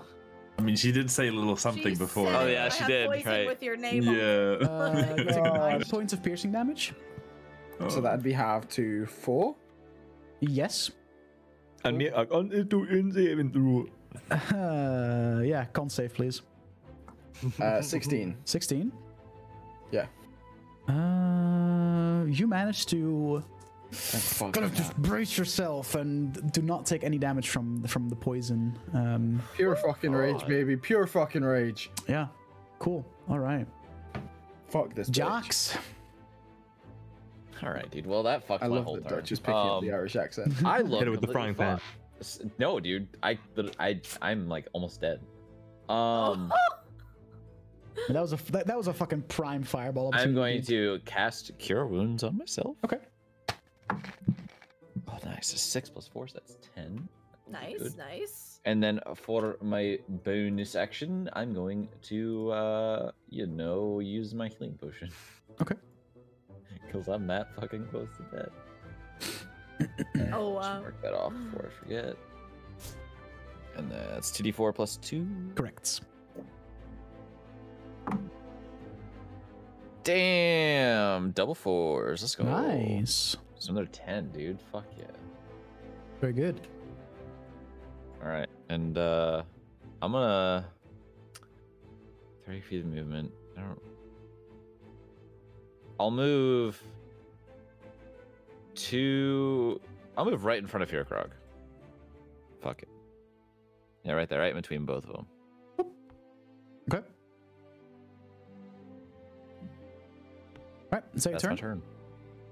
I mean, she did say a little something before. Oh, said, yeah, "I she have did, poison right. With your name on it." Yeah. Uh, you take nine points of piercing damage. so that'd be half to four. Yes. And me, I can't do anything through. Uh, yeah, con save, please. Uh, 16. 16. Yeah. Uh, you manage to Fuck kind of just brace yourself and do not take any damage from from the poison. Um, Pure fucking rage, baby. Pure fucking rage. yeah, cool. All right, Fuck this. bitch. Jocks. All right, dude. Well, that fucks I my love whole that turn. Dutch is picking up the Um, Irish accent. I love Hit it with the frying pan. No, dude. I, lit- I, I'm like almost dead. Um, That was a that, that was a fucking prime fireball. I'm opportunity. going to cast Cure Wounds on myself. Okay. Oh, nice. A six plus four, so that's ten. Nice, Good. nice. And then for my bonus action, I'm going to, uh, you know, use my healing potion. Okay. Because I'm that fucking close to death. Oh Should wow. Mark that off before I forget. And that's 2d4 plus 2. Correct. Damn! Double fours. Let's go. Nice. It's another 10, dude. Fuck yeah. Very good. All right. And uh I'm gonna 30 feet of movement. I don't I'll move two. I'll move right in front of here, Krog. Fuck it. Yeah, right there, right in between both of them. Okay. Right, is that your That's turn? my turn.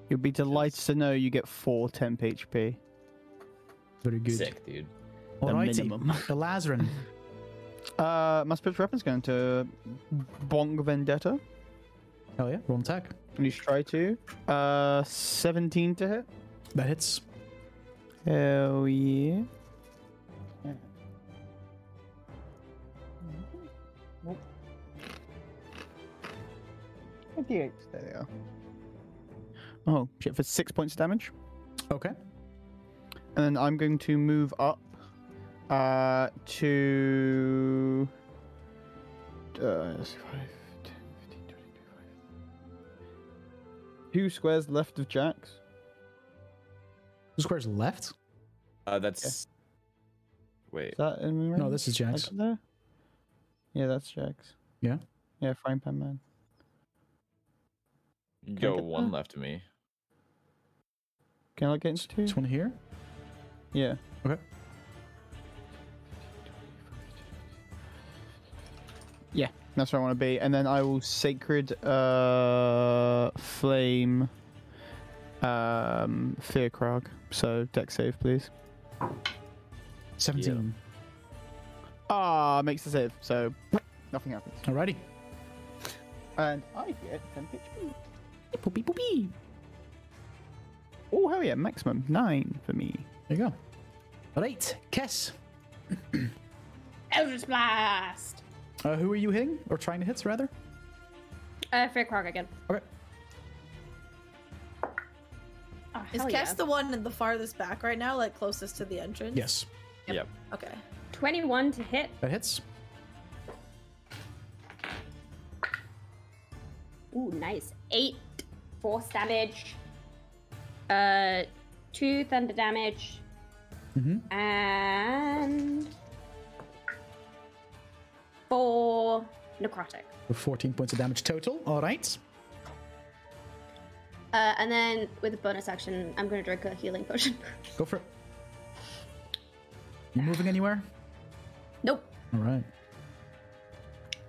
You'll be delighted to know you get four temp HP. Very good. Sick, dude. The Alrighty, minimum. the Lazarin. Uh, my spiritual weapon's going to Bong Vendetta. Oh yeah, roll an attack. Can you try to? Uh, 17 to hit. That hits. Hell yeah. There they are. Oh, shit, for six points of damage. Okay. And then I'm going to move up uh, to. Uh, let's see, five, 10, 15, 20, 25. Two squares left of Jack's. The square's left. Uh, that's. Wait. Is that in No, range? this is Jack's. Up There? Yeah, that's Jack's. Yeah. Yeah, frying pan man. You Can I go get one that? left of me. Can I get into two? This one here. Yeah. Okay. Yeah, that's where I want to be. And then I will sacred uh flame um fear crog. So deck save please. Seventeen. Ah, makes the save, so nothing happens. Alrighty. And I get 10 HP. Poopy poopy. Oh hell yeah, maximum nine for me. There you go. Alright, Kess. Eldritch Blast! Uh, who are you hitting or trying to hit, rather? Uh, Fair Krog again. Okay. Oh, Is hell Kes yeah. the one in the farthest back right now, like closest to the entrance? Yes, Yep. Okay. 21 to hit. that hits. Ooh, nice. Eight force damage. Uh, two thunder damage. Mhm. And four necrotic. With 14 points of damage total. Alright. Uh, and then with a bonus action, I'm gonna drink a healing potion. Go for it. You moving anywhere? nope, Alright.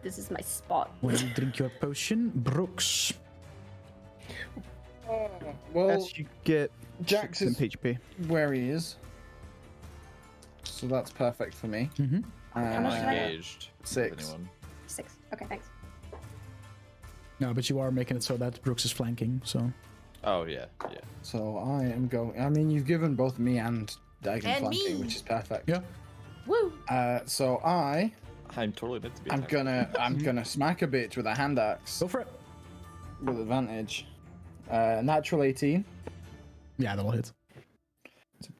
this is my spot. When you drink your potion, Brooks. Well, As you get Jax six is- temp HP. where he is. So that's perfect for me. Hmm. Mm-hmm. And, much uh, did I get? Engaged. with Six. anyone. Six. Okay, thanks. No, but you are making it so that Brooks is flanking, so. Oh yeah, yeah. So I am going. I mean, you've given both me and Dagon And flanking, me. which is perfect. Yeah. Woo! Uh, so I I'm totally meant to be. am attacked. gonna I'm gonna smack a bitch with a hand axe Go for it. with advantage. Uh, natural 18, Yeah, that'll hit.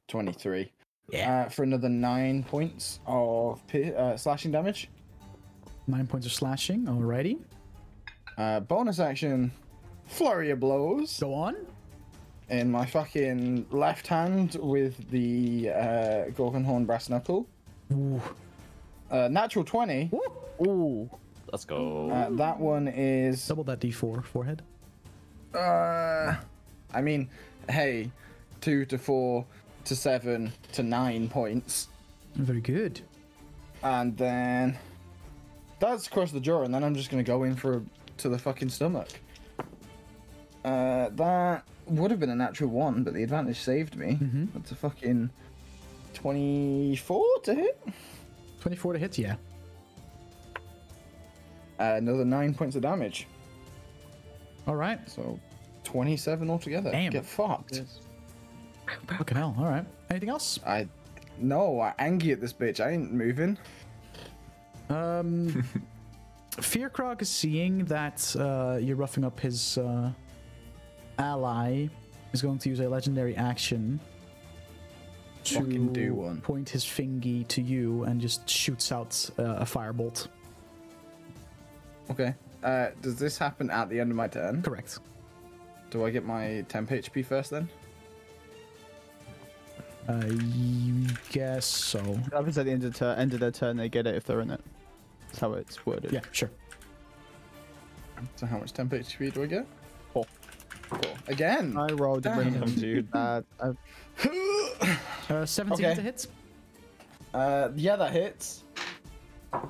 23. Yeah. Uh, for another nine points of pi- uh, slashing damage. Nine points of slashing. Alrighty. Uh, bonus action, flurry of blows Go on. in my fucking left hand with the uh, Gorgonhorn brass knuckle. Ooh. Uh, natural 20. Ooh. Let's go. Uh, that one is. Double that d4 forehead. Uh, I mean, hey, two to four to seven to nine points, Very good. and then that's across the jaw, and then I'm just gonna go in for a, to the fucking stomach. Uh, that would have been a natural one, but the advantage saved me. That's a fucking twenty-four to hit. 24 to hit, yeah. Uh, another nine points of damage, Alright. so twenty-seven altogether. Damn. Get fucked. Fucking hell. Alright. Anything else? I no, I angry at this bitch. I ain't moving. Um, Fearkrog is seeing that uh, you're roughing up his uh, ally. Is going to use a legendary action to Fucking do one. point his fingy to you and just shoots out uh, a firebolt. Okay. Uh, does this happen at the end of my turn? Correct. Do I get my temp HP first then? Uh, you guess so. That happens at the end of, the tur- end of their turn, they get it if they're in it. That's how it's worded. Yeah, sure. So how much temp HP do I get? Four. Again. I rolled a Damn. random Dude. bad. I- Uh, 17 Okay. to hits. Uh, yeah, that hits. Uh,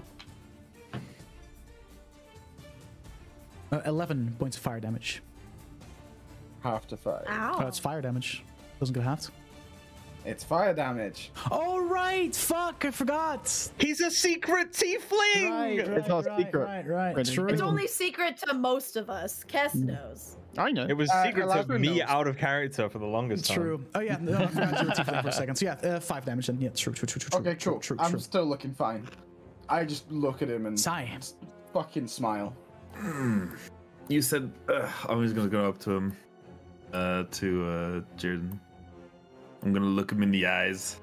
11 points of fire damage. Half to five. Ah. Oh, it's fire damage. Doesn't go halved. It's fire damage. All right, fuck, I forgot. He's a secret tiefling. Right, It's not right, secret. Right, right. Right, True. It's only secret to most of us. Kes Mm. knows. I know. It was Uh, secret to Alaskan me knows. out of character for the longest time. True. Oh yeah, no, I forgot you were tiefling for a second. So yeah, uh, five damage then. Yeah, true, true, true, true. Okay, true, cool. True, I'm true. still looking fine. I just look at him and Sigh. fucking smile. You said Ugh, I'm just gonna go up to him, uh, to uh, Jordan. I'm gonna look him in the eyes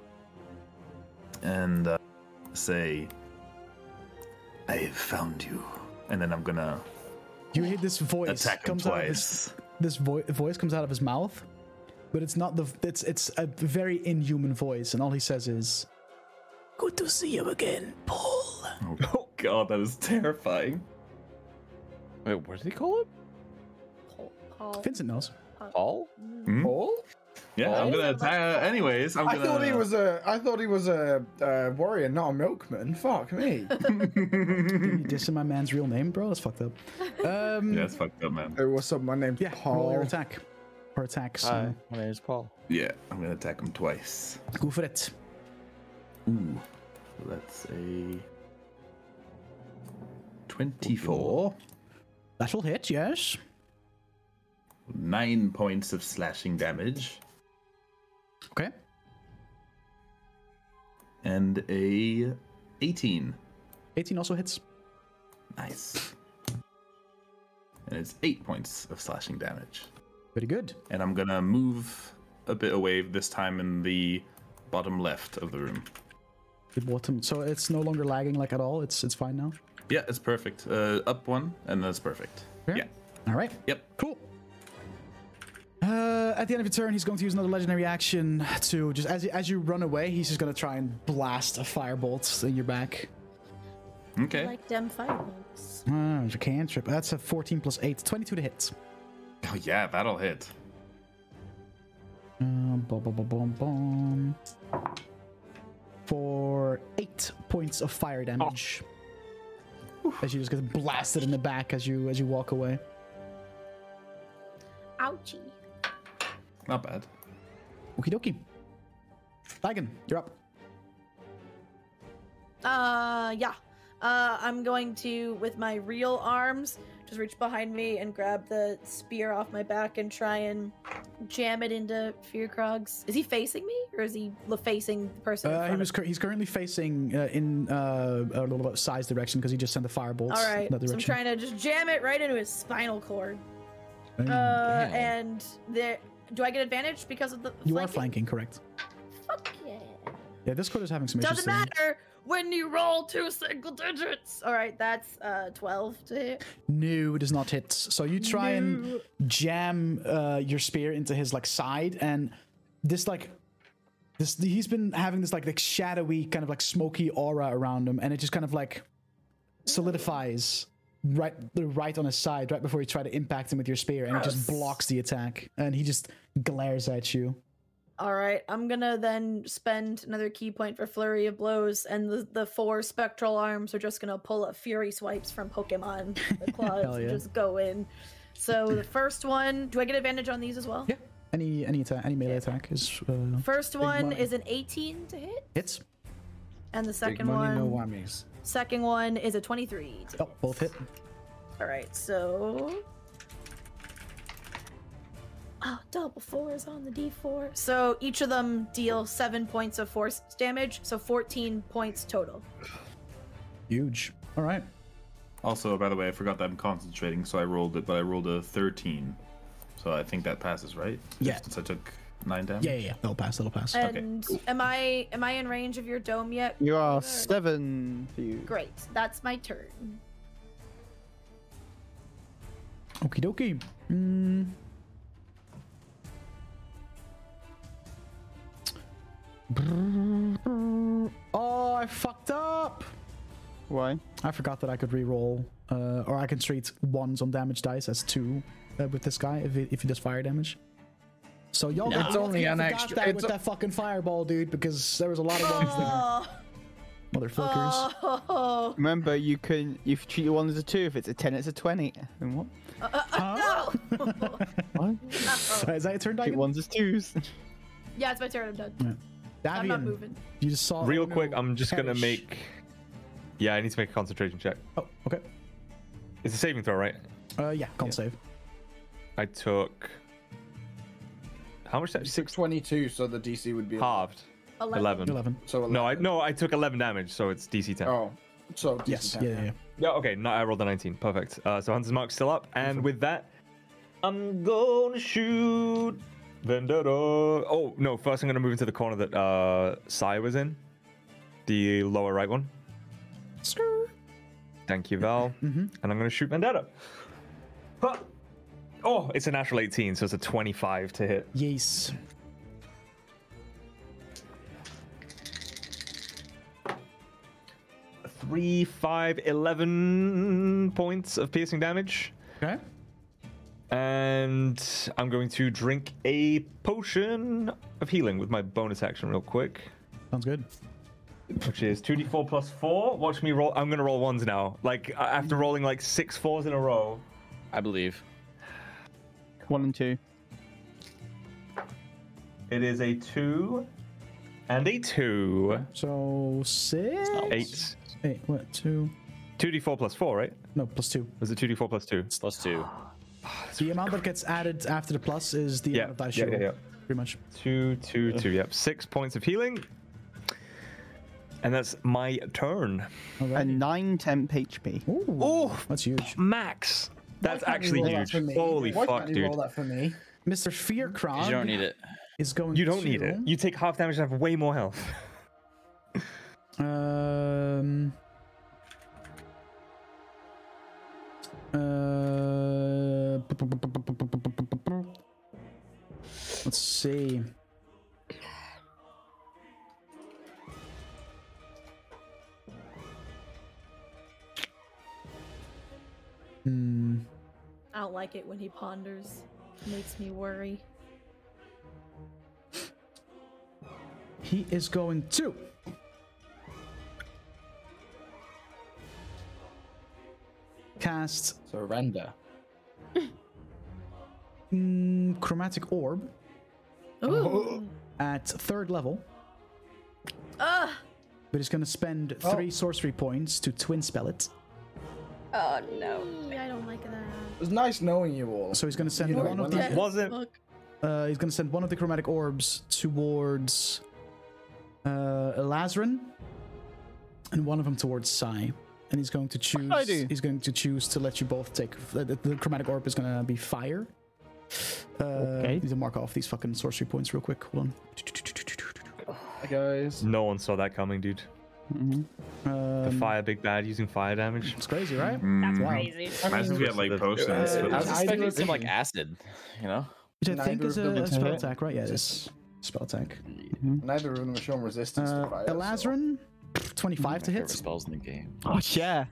and uh, say, "I have found you," and then I'm gonna You hear this voice attack him comes out of his twice. this vo- voice comes out of his mouth, but it's not the it's it's a very inhuman voice, and all he says is, "Good to see you again, Paul." Oh god, that is terrifying. Wait, what did he call it? Paul. Vincent knows. Paul? Paul? Yeah, I'm gonna attack. uh, Anyways, I'm I gonna. thought he was a. I thought he was a, a warrior, not a milkman. Fuck me. You dissing my man's real name, bro? That's fucked up. Um, Yeah, it's fucked up, man. Oh, what's up? My name's yeah, roll your Paul. attack or attacks. Hi, Uh, my name is Paul. Yeah, I'm gonna attack him twice. go for it. Ooh, that's a twenty-four. That'll hit. Yes. Nine points of slashing damage Okay. and a eighteen. 18 also hits. Nice. And it's eight points of slashing damage. Pretty good. And I'm gonna move a bit away this time in the bottom left of the room. Good bottom. So it's no longer lagging like at all. It's it's fine now. Yeah, it's perfect. Uh, up one, and that's perfect. Yeah. Yeah. All right. Yep. Cool. Uh, at the end of your turn, he's going to use another legendary action to just as you, as you run away, he's just going to try and blast a firebolt in your back. Okay. Like them fireworks. Ah, it's a cantrip. That's a 14 plus 8, 22 to hit. Oh yeah, that'll hit. Uh, bum, bum, bum, bum, bum. For 8 points of fire damage. As you just get blasted in the back as you as you walk away. Ouchie. Not bad. Okie dokie. Dagon, you're up. Uh, yeah. Uh, I'm going to, with my real arms, just reach behind me and grab the spear off my back and try and jam it into Fearcrog's. Is he facing me, or is he l- facing the person? in Uh, front he of was cur- he's currently facing uh, in uh, a little bit size direction because he just sent the firebolts All right, in that so I'm direction. trying to just jam it right into his spinal cord. Mm. Uh, Damn. and the do I get advantage because of the? you are flanking, correct? Fuck yeah. Yeah, this card is having some Doesn't issues. today. matter when you roll two single digits. All right, that's uh 12 to hit. No, it does not hit. So you try and jam uh, your spear into his like side, and this like this he's been having this like like shadowy kind of like smoky aura around him, and it just kind of like solidifies right the right on his side right before you try to impact him with your spear, and it just blocks the attack, and he just glares at you. All right, I'm gonna then spend another key point for flurry of blows, and the, the four spectral arms are just gonna pull up fury swipes from Pokemon the claws Hell and yeah. just go in. So the first one, do I get advantage on these as well? Yeah. Any any attack any melee attack is uh, First one money. is an 18 to hit, hits. and the second money, one, no whammies. second one is a 23. To Oh, both hit. All right, so. Oh, double fours on the d4. So each of them deal seven points of force damage, so 14 points total. Huge. All right. Also, by the way, I forgot that I'm concentrating, so I rolled it, but I rolled a 13. So I think that passes, right? Yeah. Since I took 9 damage? Yeah, yeah, yeah. That'll pass. That'll pass. And am I am I in range of your dome yet? You are seven for you. Great, that's my turn. Okie dokie. Mm. Oh, I fucked up. Why? I forgot that I could reroll, uh, or I can treat ones on damage dice as two. uh, with this guy if, he- if he does fire damage. So y'all, No. It's y'all only could've an dodged extra- that it's with a- that fucking fireball, dude, because there was a lot of ones there. Motherfuckers. Oh. Remember, you can if you treat your one as a two, if it's a ten, it's a twenty. And what? Uh, uh, uh, no! So is that your turn, Treat Dagon? ones as twos. yeah, it's my turn. I'm done. I'm not Davian, moving. you just saw. Real Ono quick, I'm just gonna perish. make. Yeah, I need to make a concentration check. Oh, okay. It's a saving throw, right? Uh, yeah, can't save. I took. How much? That Six twenty-two, so the DC would be halved. Eleven. Eleven. So No, I no, I took 11 damage, so it's DC 10. Oh, so DC Yes. 10, Yeah, yeah, yeah. Yeah, okay, no, I rolled a 19. Perfect. Uh, so Hunter's Mark's still up, and with that, I'm gonna shoot Vendetta. Oh, no, first I'm gonna move into the corner that uh, Sai was in, the lower right one. Screw. Thank you, Val. And I'm gonna shoot Vendetta. Huh. Oh, it's a natural 18, so it's a 25 to hit. Yes. Three, five, 11 points of piercing damage. Okay. And I'm going to drink a potion of healing with my bonus action real quick, Sounds good. which is 2d4 plus 4. Watch me roll. I'm going to roll ones now. Like, a- after rolling like six fours in a row. I believe. One and two. It is a 2 and a 2. So six. 8. Eight. What? Two. 2d4 plus 4, right? No, plus two. Was it 2d4 plus 2? Plus two. The amount that gets added after the plus is the Yeah, amount of dice yeah, you yeah, roll, yeah. Pretty much. Two, two, two. Yep. Six points of healing. And that's my turn. A nine temp HP. Ooh, Oh, that's huge. max. That's can't you actually roll that huge. for me? Holy Why fuck, can't you dude. roll that for me? Mr. You don't need Fearcrog it. is going. You don't need to- it. You take half damage and have way more health. Um. Uh. Let's see. Hmm. I don't like it when he ponders. Makes me worry. He is going to. Cast Surrender. mm, Chromatic Orb Ooh. at third level, Ugh. but he's going to spend Oh. three sorcery points to twin spell it. Oh no. Eee, I don't like that. It was nice knowing you all. So he's going to send You know one what, of why the not? Wasn't Look. uh, he's going to send one of the Chromatic Orbs towards uh, Elazrin, and one of them towards Sai. And he's going to choose. I do? He's going to choose to let you both take. The, the- the Chromatic Orb is going to be fire. Uh, Okay. Need to mark off these fucking sorcery points real quick. Hold Hi, guys. no one saw that coming, dude. Mm-hmm. on. The Um, fire big bad using fire damage. it's crazy, right? Mm-hmm. That's Wow. crazy. Imagine if we had like potions. Uh, but I I was do expecting agree. some like acid, you know? Which I think Neither is of a, them a is spell hit. attack, right? Yeah, it is. Spell attack. Neither of them are showing resistance Uh, to fire. so- Elazrin, 25 to Favorite hit. spells in the game. Oh yeah.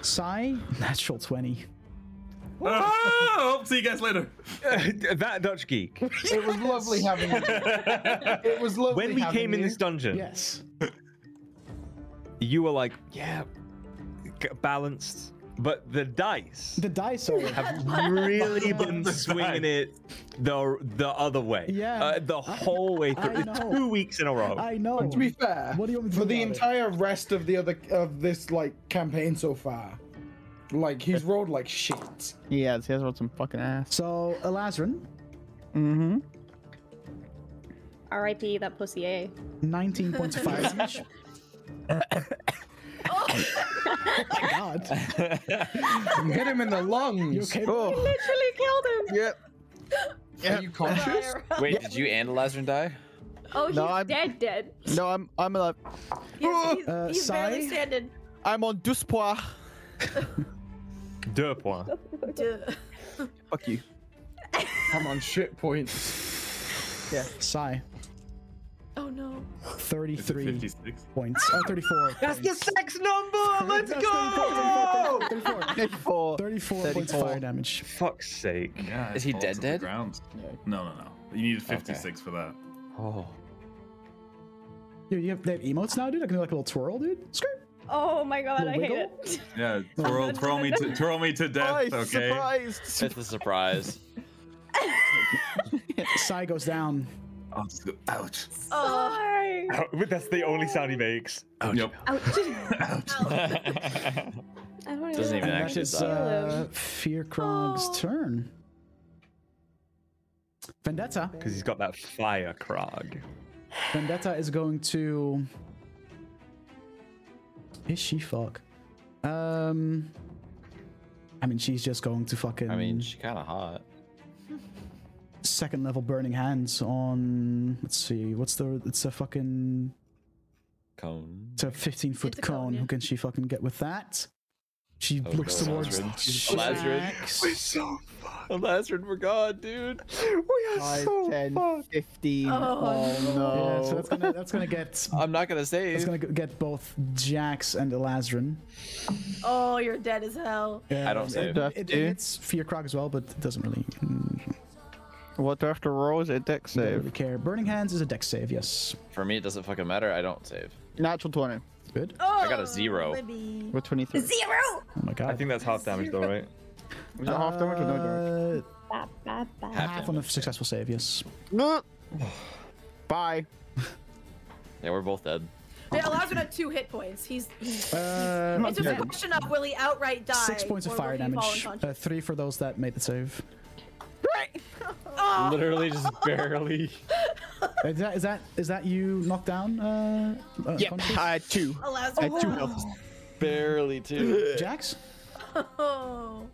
Sai, natural 20. Oh, see you guys later. that Dutch geek. It was lovely having you. It was lovely When we having came in you. this dungeon, Yes. you were like, yeah, g- balanced. But the dice The dice are. have really been swinging it the the other way. Yeah. Uh, the whole way I through. know. Two weeks in a row. I know. To be fair, What do you want me to for do the about it? entire rest of the other of this like campaign so far, like he's rolled like shit. Yeah, this guy's rolled some fucking ass. So, Elazrin, Mm-hmm. R.I.P. That pussy. eh? A. 19 points of fire damage. oh my god. Hit him in the lungs. You okay? Literally killed him. Yep. Are you conscious? Fire. Wait, did you and Lazarus die? Oh, he's No, I'm- dead. Dead. No, I'm I'm alive. He's, he's, Uh, he's barely sigh. standing. I'm on duspoir. Deux points. Duh. Fuck you. I'm on shit points. Sai. Oh no. 33 points. Oh, 34. That's the sex number! Let's go! 34. 34. 34 points of fire damage. Fuck's sake. Yeah, Is he it falls dead to the dead? ground. No, no, no. You needed 56 for that. Oh. You, you have, they have emotes now, dude? I can do like a little twirl, dude. Skirt. Oh my god, I hate Wiggle? it. Yeah, twirl, twirl me to twirl me to death. Okay. It's a surprise. Sai goes down. Ouch. Oh. Sorry. But that's the only sound he makes. Yep. I don't Doesn't even even And that actually is die. uh, Fear Krog's turn. Vendetta. Because he's got that fire crog. Vendetta is going to. Is she fuck? Um. I mean, she's just going to fucking. I mean, she kind of hot. second level burning hands on. Let's see. What's the? It's a fucking. Cone. It's a 15 foot It's a cone. cone, yeah. Who can she fucking get with that? She Oh, looks no, towards. Lazarus. Oh, Jax. Lazarus. Lazard, we're gone, dude. 5, 10, 15. Oh, Oh, no. Yeah, so that's gonna that's gonna get I'm not gonna that's save. gonna get both Jax and Elazrin. Oh, you're dead as hell. I don't Um, It, save. Do I have it, it to do? hits Fearcrog as well, but it doesn't really What do I have to roll? Is it a deck don't save? really care. Burning hands is a dex save, yes. For me, it doesn't fucking matter. I don't save. Natural 20. Good. Oh, I got a zero. baby. With 23. Is Zero. Oh my god. I think that's half damage, though, right? that half damage or no damage? Uh, Ba, ba, ba. half on a successful save, yes. Uh, No. Bye. Yeah, we're both dead. Yeah, Lazarus had two hit points. He's. he's Uh, it's just a question of will he outright die? six points of or fire will he fall damage. unconscious? Uh, three for those that made the save. Oh, Literally, just barely. Uh, Is that is that is that you knocked down? Uh, uh, Yep. unconscious? I had two. Lazarus. I had two health. barely, too. Jax. Oh.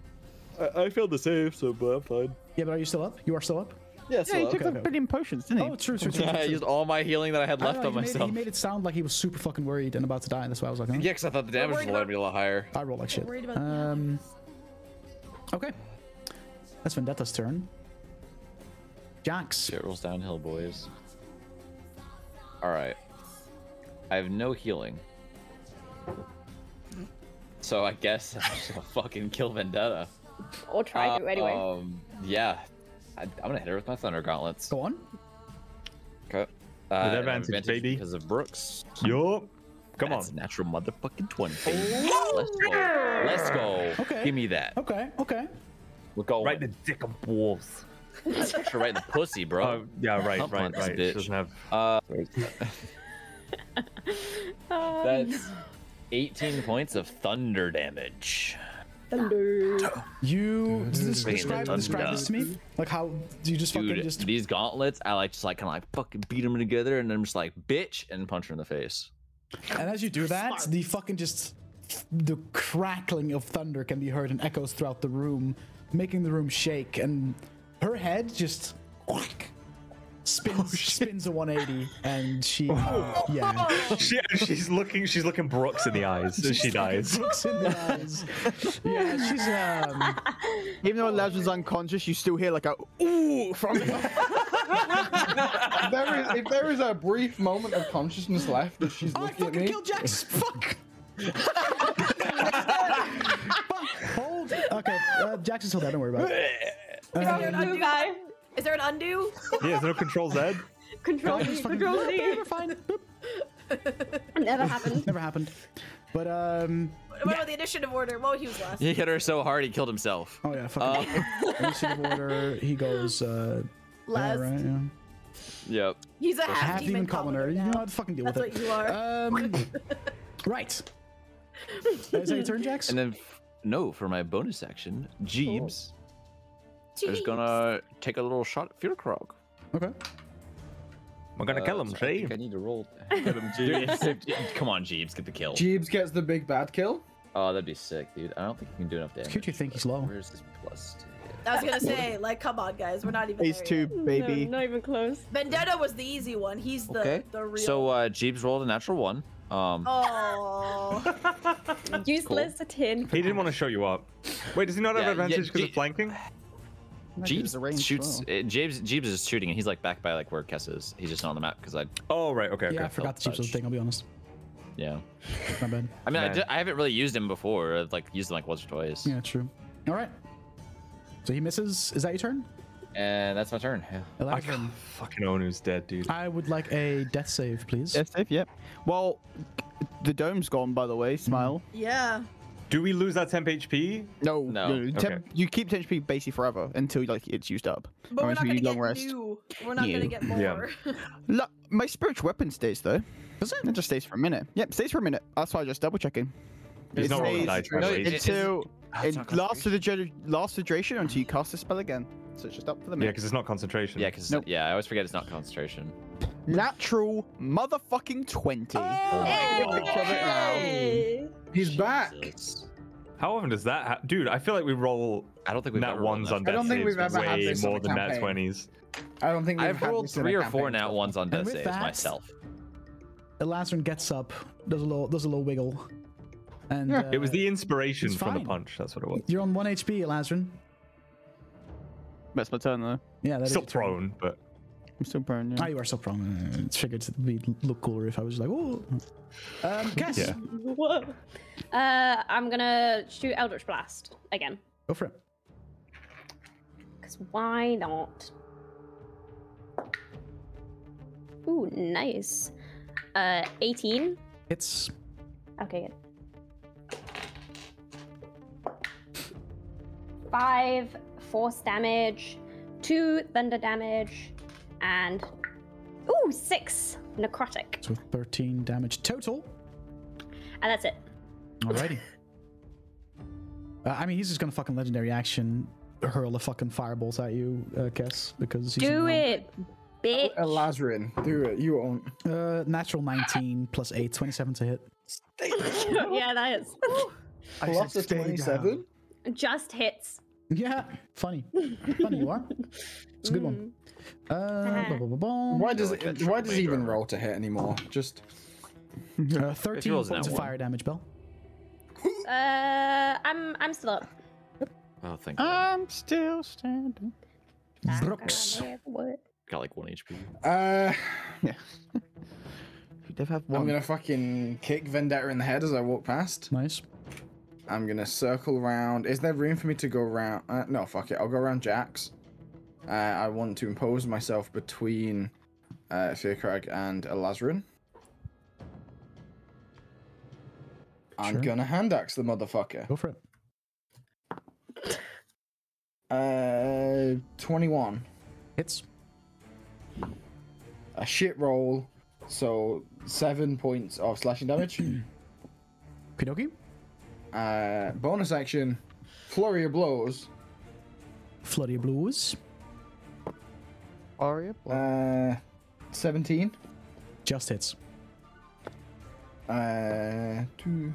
I, I failed to save, so but I'm fine. Yeah, but are you still up? You are still up. Yeah, Yeah, he so took okay, a okay. billion potions, didn't he? Oh, true, true, true. I true, used true. all my healing that I had I don't left know, he on made it- myself. he made it sound like he was super fucking worried and about to die, and that's why I was like, huh? Yeah, because I thought the damage was worried going to about- be a lot higher. I roll like shit. Worried about the Um, okay. That's Vendetta's turn. Jax. Shit rolls downhill, boys. All right. I have no healing. So I guess I'm just gonna fucking kill Vendetta. Or try to anyway. Um, yeah. I, I'm gonna hit her with my Thunder Gauntlets. Go on. Okay. Uh, and I have advantage, baby. Because of Brooks. Yup. Come That's on. Oh, a natural motherfucking 20. baby. Let's go. Let's go. Okay. Give me that. Okay, okay. We're going. Right in the dick of wolves. right in the pussy, bro. Oh, yeah, right, Hump right, on this right. She bitch. doesn't have. Uh, Oh. Um, that's 18 points of thunder damage. You des- Bring it describe, to describe this to me. Like how do you just fucking Dude, just these gauntlets, I like just like kind of like fucking beat them together, and I'm just like bitch and punch her in the face. And as you do that, the fucking just the crackling of thunder can be heard and echoes throughout the room, making the room shake. And her head just whack, spins, spins a 180, and she, yeah, She, she's looking. She's looking Brooks in the eyes as she dies. looks in the eyes. Yeah, she's um, Even though Lazarus is unconscious, you still hear like a ooh from him. If there, is, if there is a brief moment of consciousness left, and she's oh, I looking at fucking me. killed Jax. Fuck. Fuck. Hold. Okay, uh, Jax is still there. Don't worry about it. Is there, an um, Move undo? by. Is there an undo? Yeah, is there no control Z? Control Z, control Z. Never find it. Boop. Never happened. Never happened. But um. What about the initiative order? What was last? He hit her so hard he killed himself. Oh yeah, fucking initiative order. He goes. uh yeah, Last. right, yeah. Yep. He's a half Half demon demon commoner. commoner. You know now. how to fucking deal That's with it. what you are. Um, right. Is that your turn, Jax? And then f- no, for my bonus action, Jeebs Oh. is gonna take a little shot at Fearcrog. Uh, okay. We're gonna kill him, so I see? think I need to roll. Dude, it's- Come on, Jeebs, get the kill. Jeebs gets the big bad kill. Oh, that'd be sick, dude. I don't think he can do enough damage. cute you think he's low. Where's his plus two? I was gonna say, like, come on, guys, we're not even. Phase there two, yet. baby. No, not even close. Vendetta was the easy one. He's the Okay. the real. So uh, Jeebs rolled a natural one. Um, Oh. Useless a tin. He didn't want to show you up. Wait, does he not have Yeah, yeah, advantage because Je- of flanking? Jeeves shoots. Uh, Jeeves, Jeeves is shooting, and he's like back by like where Kess is. He's just not on the map because I. Oh right, okay. yeah, I forgot the cheap little thing. I'll be honest. Yeah. My bad. I mean, I, Man. did- I haven't really used him before. I've like used him like once or twice, Yeah, true. All right. So he misses. Is that your turn? and that's my turn. Yeah. Ah, Electrum. Fucking Onu's dead, dude. I would like a death save, please. Death save, yep. Well, the dome's gone, by the way. Smile. Yeah. Do we lose that temp HP? No, No. temp- Okay. You keep temp HP basically forever until like it's used up. But we're Or not until gonna you get long rest. new. We're not gonna Yeah. get Yeah. more. Look, my spiritual weapon stays though. Does it? It just stays for a minute. Yep, stays for a minute. That's why I just double checking. He's It not rolling stays dice, by the way. until Ah, it's it not lasts for the dur- lasts the duration until you cast the spell again. So it's just up for the Yeah, minute. 'cause it's not concentration. Yeah, because yeah, I always forget it's not concentration. Natural motherfucking twenty. He's back. How often does that happen? Dude, I feel like we roll I don't think we've nat ever rolled ones that. on I death don't think saves we've ever had way this in more a than nat campaign. 20s. I don't think we've I've had rolled this in a three or four campaign nat ones on And death with saves that- myself. Elastron gets up, does a little, does a little wiggle, and uh, it was the inspiration he's from the fine. punch. That's what it was. you're on one HP, Elastron. That's my turn though. Yeah, that's Still prone, but I'm still prone. Yeah. Ah, you are still prone. Uh, It figured it would look cooler if I was like, oh. Um, Cass, Yeah. Whoa. Uh, I'm gonna shoot Eldritch Blast again. go for it. Because why not? Ooh, nice. Uh, 18. It's Okay, good. Five force damage, two thunder damage, and ooh, six necrotic. so 13 damage total. And that's it. Alrighty. uh, I mean, he's just gonna fucking legendary action hurl a fucking firebolt at you, uh, Cass, because he's Do it, bitch. Elazrin, Uh, do it. You won't. Uh, natural 19 plus 8, 27 to hit. yeah, that is. I Plus said a stay down. 27? Just hits. Yeah, funny. funny you are. It's a good one. Uh, blah, blah, blah, blah. Why does it? Why does he even roll to hit anymore? Just Uh, 13 rolls points a of nat one. fire damage, Bell. Uh, I'm I'm still up. Oh, Uh, thank I'm still standing. Brooks. What? Got like one HP. Uh, yeah. They've had I'm one. gonna fucking kick Vendetta in the head as I walk past. Nice. I'm gonna circle around. Is there room for me to go around? Uh, no, fuck it. I'll go around Jax. Uh, I want to impose myself between uh, Fearcrag and Elazrin. I'm Sure. gonna hand axe the motherfucker. Go for it. Uh, 21. Hits. A shit roll. So seven points of slashing damage. Pinocchio? Uh, bonus action, flurry of blows. Flurry of blows. Aria. Uh, 17. Just hits. Uh, two,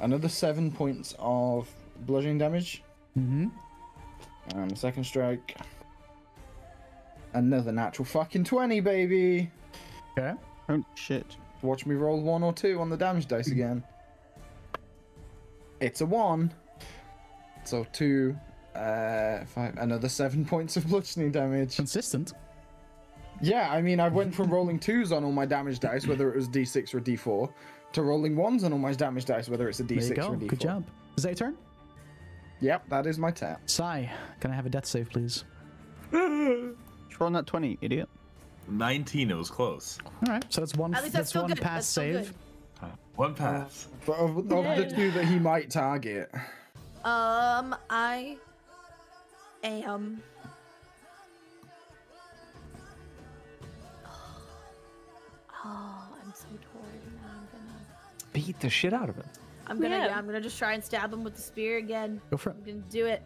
another seven points of bludgeoning damage. Mm-hmm. And second strike. Another natural fucking 20, baby. Okay. Oh shit. Watch me roll one or two on the damage dice again. It's a one. So two, uh, five, another seven points of bludgeoning damage. Consistent. Yeah, I mean, I went from rolling twos on all my damage dice, whether it was d6 or d4, to rolling ones on all my damage dice, whether it's a There you d6 go. or a d4. Good job. Is that your turn? Yep, that is my tap. Sai, can I have a death save, please? Just roll that twenty, idiot. 19, it was close. All right, so that's one. At least that's That's, still one good, pass that's still save. good. One pass. But of, of the Yeah. two that he might target, Um, I am. Oh, I'm so torn. Now I'm gonna. Beat the shit out of him. I'm gonna. Yeah. Yeah. I'm gonna just try and stab him with the spear again. Go for it. I'm gonna do it.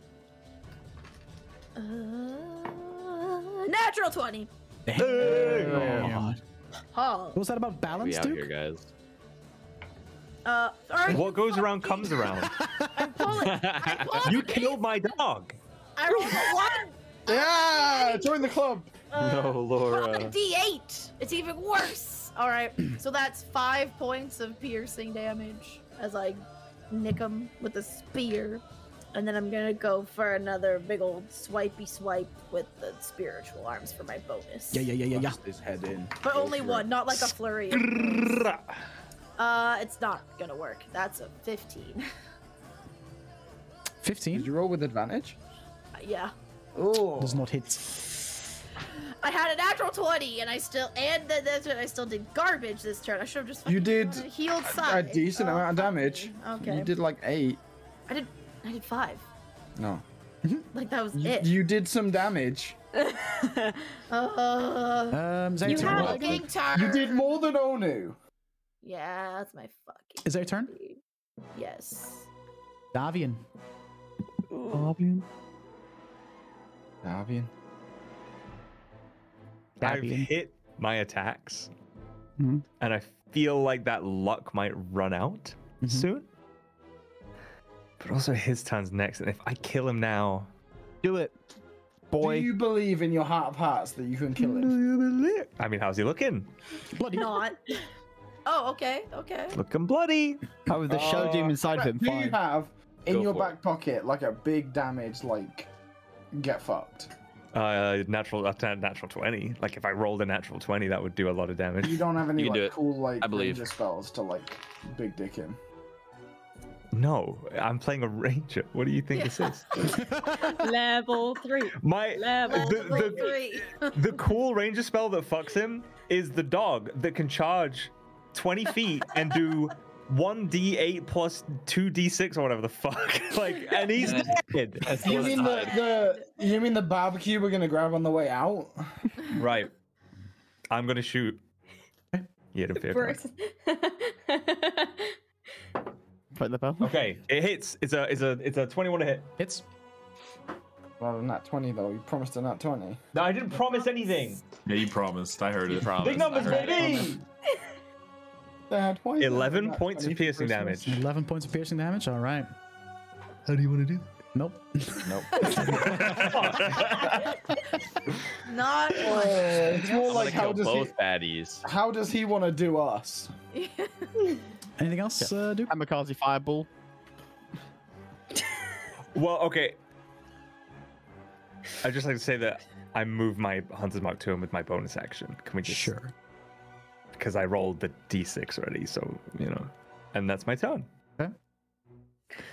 Uh, natural twenty. God. Oh. What was that about We balance, out here, Duke? guys. Uh. Sorry. What goes around comes around. you killed my dog. I rolled a one. Ah! Uh, yeah, join the club. no, Laura. D8. It's even worse. All right. So that's five points of piercing damage as I nick him with a spear. and then I'm gonna go for another big old swipey swipe with the spiritual arms for my bonus. Yeah, yeah, yeah, yeah, yeah. His head in. But only Goes one, right. not like a flurry. of blows. Uh, it's not gonna work. That's a 15. 15. Did you roll with advantage? yeah. Oh. Does not hit. I had a natural 20, and I still and th- that's what I still did garbage this turn. I should have just You fucking did gone and healed a, a side. decent Oh, amount of fuck damage. me. Okay. You did like eight. I did. I did five. No. Like that was You, it. you did some damage. Uh, Um, is that you your turn? have a big turn. You did more than Onu. Yeah, that's my fucking. Is that your turn? Yes. Davian. Davian. Davian. I've Davian. hit my attacks, Mhm. and I feel like that luck might run out soon. But also, his turn's next, and if I kill him now, Do it, boy. Do you believe in your heart of hearts that you can kill him? I mean, how's he looking? Bloody. Not. Oh, okay, okay. Looking bloody. Oh, with the shadow doom inside of Right, him. Do you Fine. have in Go your for it. back pocket like a big damage, like get fucked? Uh, natural, uh, natural twenty. Like if I rolled a natural twenty, that would do a lot of damage. You don't have any You can do like it. cool like I believe. ranger spells to like big dick him. No, I'm playing a ranger. What do you think this is? Level three. My Level the, the, three. the cool ranger spell that fucks him is the dog that can charge 20 feet and do 1d8 plus 2d6 or whatever the fuck. like, and he's dead. You mean the, the you mean the barbecue we're gonna grab on the way out? Right. I'm gonna shoot. Yeah, the fear card. Brooks. Right, lapel. Okay, it hits. It's a it's a it's a 21 to hit. Hits. Rather than that twenty though, you promised a nat twenty. No, I didn't promise anything. Yeah, you promised. I heard it. Big numbers, baby. Dad, why is there a 11 nat points 20 of for piercing Christmas? damage. 11 points of piercing damage. All right. How do you want to do? Nope. Not one. It's more I'm like gonna how kill does both he baddies. how does he want to do us? Anything else, uh, Duke? Kamikaze fireball. Well, okay. I'd just like to say that I move my Hunter's Mark to him with my bonus action. Can we just Sure. because I rolled the d6 already, so you know, and that's my turn.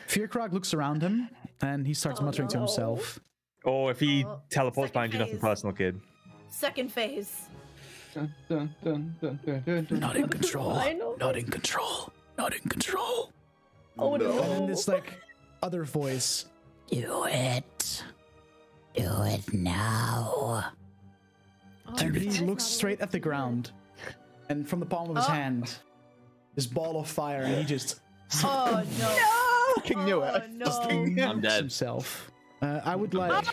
Fearkrog looks around him and he starts Oh, muttering to no. himself. Or if he Oh, teleports second behind you, nothing phase. personal, kid. Second phase. Dun, dun, dun, dun, dun, dun, dun. Not in control. I know. Not in control. Not in control. Oh no. And then this like other voice. Do it. Do it now. Oh, And he that's looks not a straight way at the to do it. ground. And from the palm of his Oh. hand, this ball of fire, and he just Oh no. Fucking knew it. Oh, no. I'm knocks dead. himself. Uh, I Ah! would like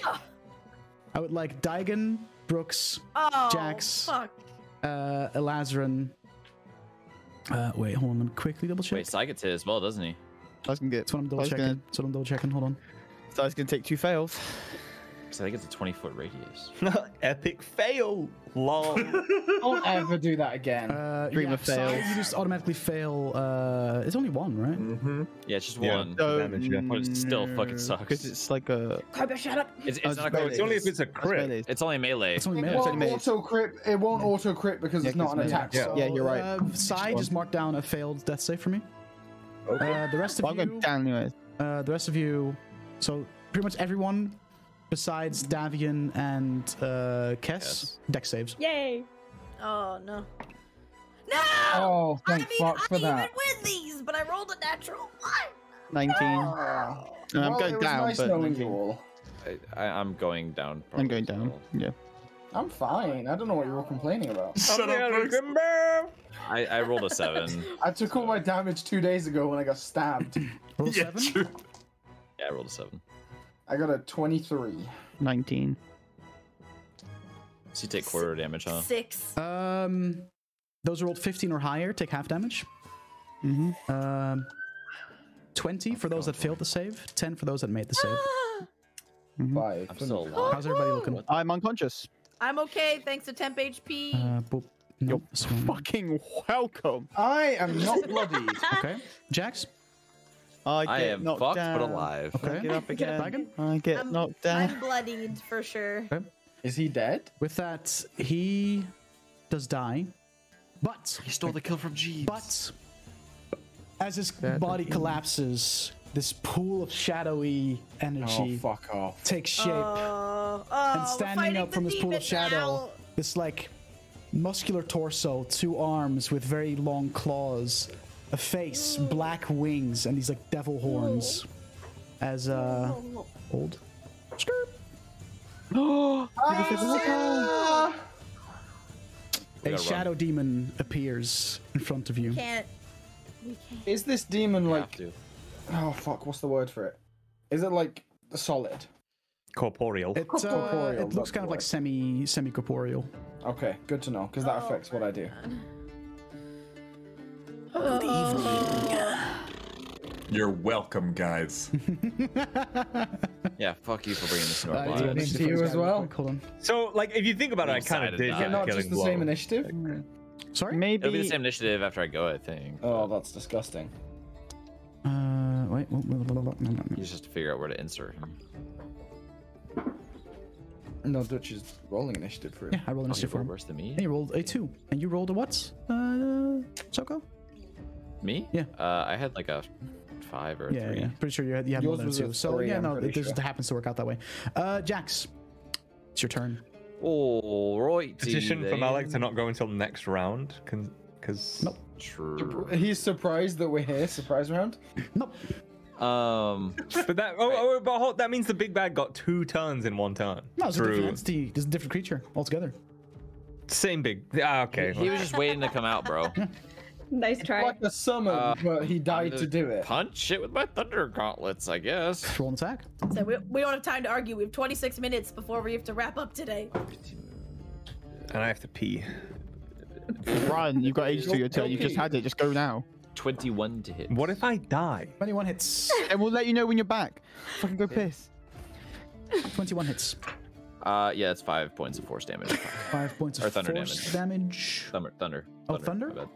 I would like Digon, Brooks, Oh, Jax. Fuck. uh, Elazarin. Uh, wait, hold on. Let me quickly double check. Wait, Sai gets hit as well, doesn't he? I was gonna get. That's what I'm double I was checking. gonna- That's what I'm double checking. Hold on. So I was gonna take two fails. Because I think it's a 20 foot radius. Epic fail. Lol. Don't ever do that again. Uh, Dreamer yeah, so fails. you just automatically fail. Uh, it's only one, right? Yeah, it's just Yeah. one. So, damage, yeah. But it still Mm, fucking sucks. Because it's like a. Carpet, shut up. It's, Oh, it's, not a melee. crit. it's only if it's a crit. melee. It's only melee. It's only it melee. won't melee. auto crit. It won't auto crit because Yeah, it's not an 'cause it's melee. attack. Yeah. so- Yeah, you're right. Uh, Sai just marked down a failed death save for me. Uh, the rest of Well, I'm you, going down anyway. uh, the rest of you, so pretty much everyone besides Davian and uh, Kes, Kes. deck saves. Yay. Oh no. No. Oh, I thank mean, fuck I for that. even win these, but I rolled a natural one. Oh, 19. And I'm Well, going it was down, nice but knowing 19. you all. I, I, I'm going down. probably I'm going as down. well. Yeah. I'm fine. I don't know what you're all complaining about. Shut up, Brooks. I, I rolled a seven. I took all my damage two days ago when I got stabbed. Roll seven. yeah, I rolled a seven. I got a 23. 19. So you take quarter damage, huh? Six. Um, those who rolled 15 or higher take half damage. Mm-hmm. Um, 20 for those that failed the save, 10 for those that made the save. Ah! Five. I'm still alive. How's everybody looking? I'm unconscious. I'm okay, thanks to temp HP. Uh, boop. No, this one. Fucking welcome. I am not bloodied. Okay. Jax? I get I am knocked fucked down. but alive. I get up Get again. up again. I get knocked down. I'm bloodied for sure. Is he dead? With that, he does die. But He stole the kill from Jeeves. But as his body collapses, this pool of shadowy energy Oh, fuck off. takes shape. Oh, oh, and we're standing fighting up the from this pool of demon shadow, now. this like muscular torso, two arms with very long claws, a face, Mm. black wings, and these like devil horns. As uh, old. gotta a run. shadow demon appears in front of you. Can't. Is this demon like? to. Oh fuck! What's the word for it? Is it like solid? Corporeal. It, uh, Corporeal, it looks that's kind of the like semi semi corporeal. Okay, good to know, because that affects what I do. You're welcome, guys. Yeah, fuck you for bringing the snort That is blind. amazing. To you as well. Hold on. So, like, if you think about it, I kind Inside of of did that. get Is it a Not just killing the same blow. initiative. Sorry. Maybe. It'll be the same initiative after I go, I think. Oh, that's disgusting. Uh, wait. whoa, whoa, whoa, whoa, no, no, no. You just have to figure out where to insert him. No, Dutch is rolling initiative for Yeah, him. I rolled an Oh, you initiative for were him. worse than me? And you rolled a two, and you rolled a what? Uh, Choco. Me? Yeah. Uh, I had like a five or a Yeah, three. yeah. Pretty sure you had you had more Yours than was two. a So three, yeah, I'm no, pretty it just sure. happens to work out that way. Uh, Jax, it's your turn. All right. Petition for Malik to not go until next round, because Nope. True. He's surprised that we're here. Surprise round. Nope. Um, But that oh, oh but hold, that means the big bad got two turns in one turn. No, it's a different Through- entity. It's a different creature altogether. Same big. Ah, okay. he was just waiting to come out, bro. Nice try. Like a summon, but he died to do it. Punch it with my thunder gauntlets, I guess. Roll an attack. So we, we don't have time to argue. We have 26 minutes before we have to wrap up today. and I have to pee. Ryan, you've got age to your turn. You've just had it. Just go now. Twenty-one to hit. What if I die? 21 hits. And we'll let you know when you're back. Fucking go piss. 21 hits. Uh, yeah, it's five points of force damage. Five points Or of thunder force damage. Thunder, thunder. Oh, thunder? my bad.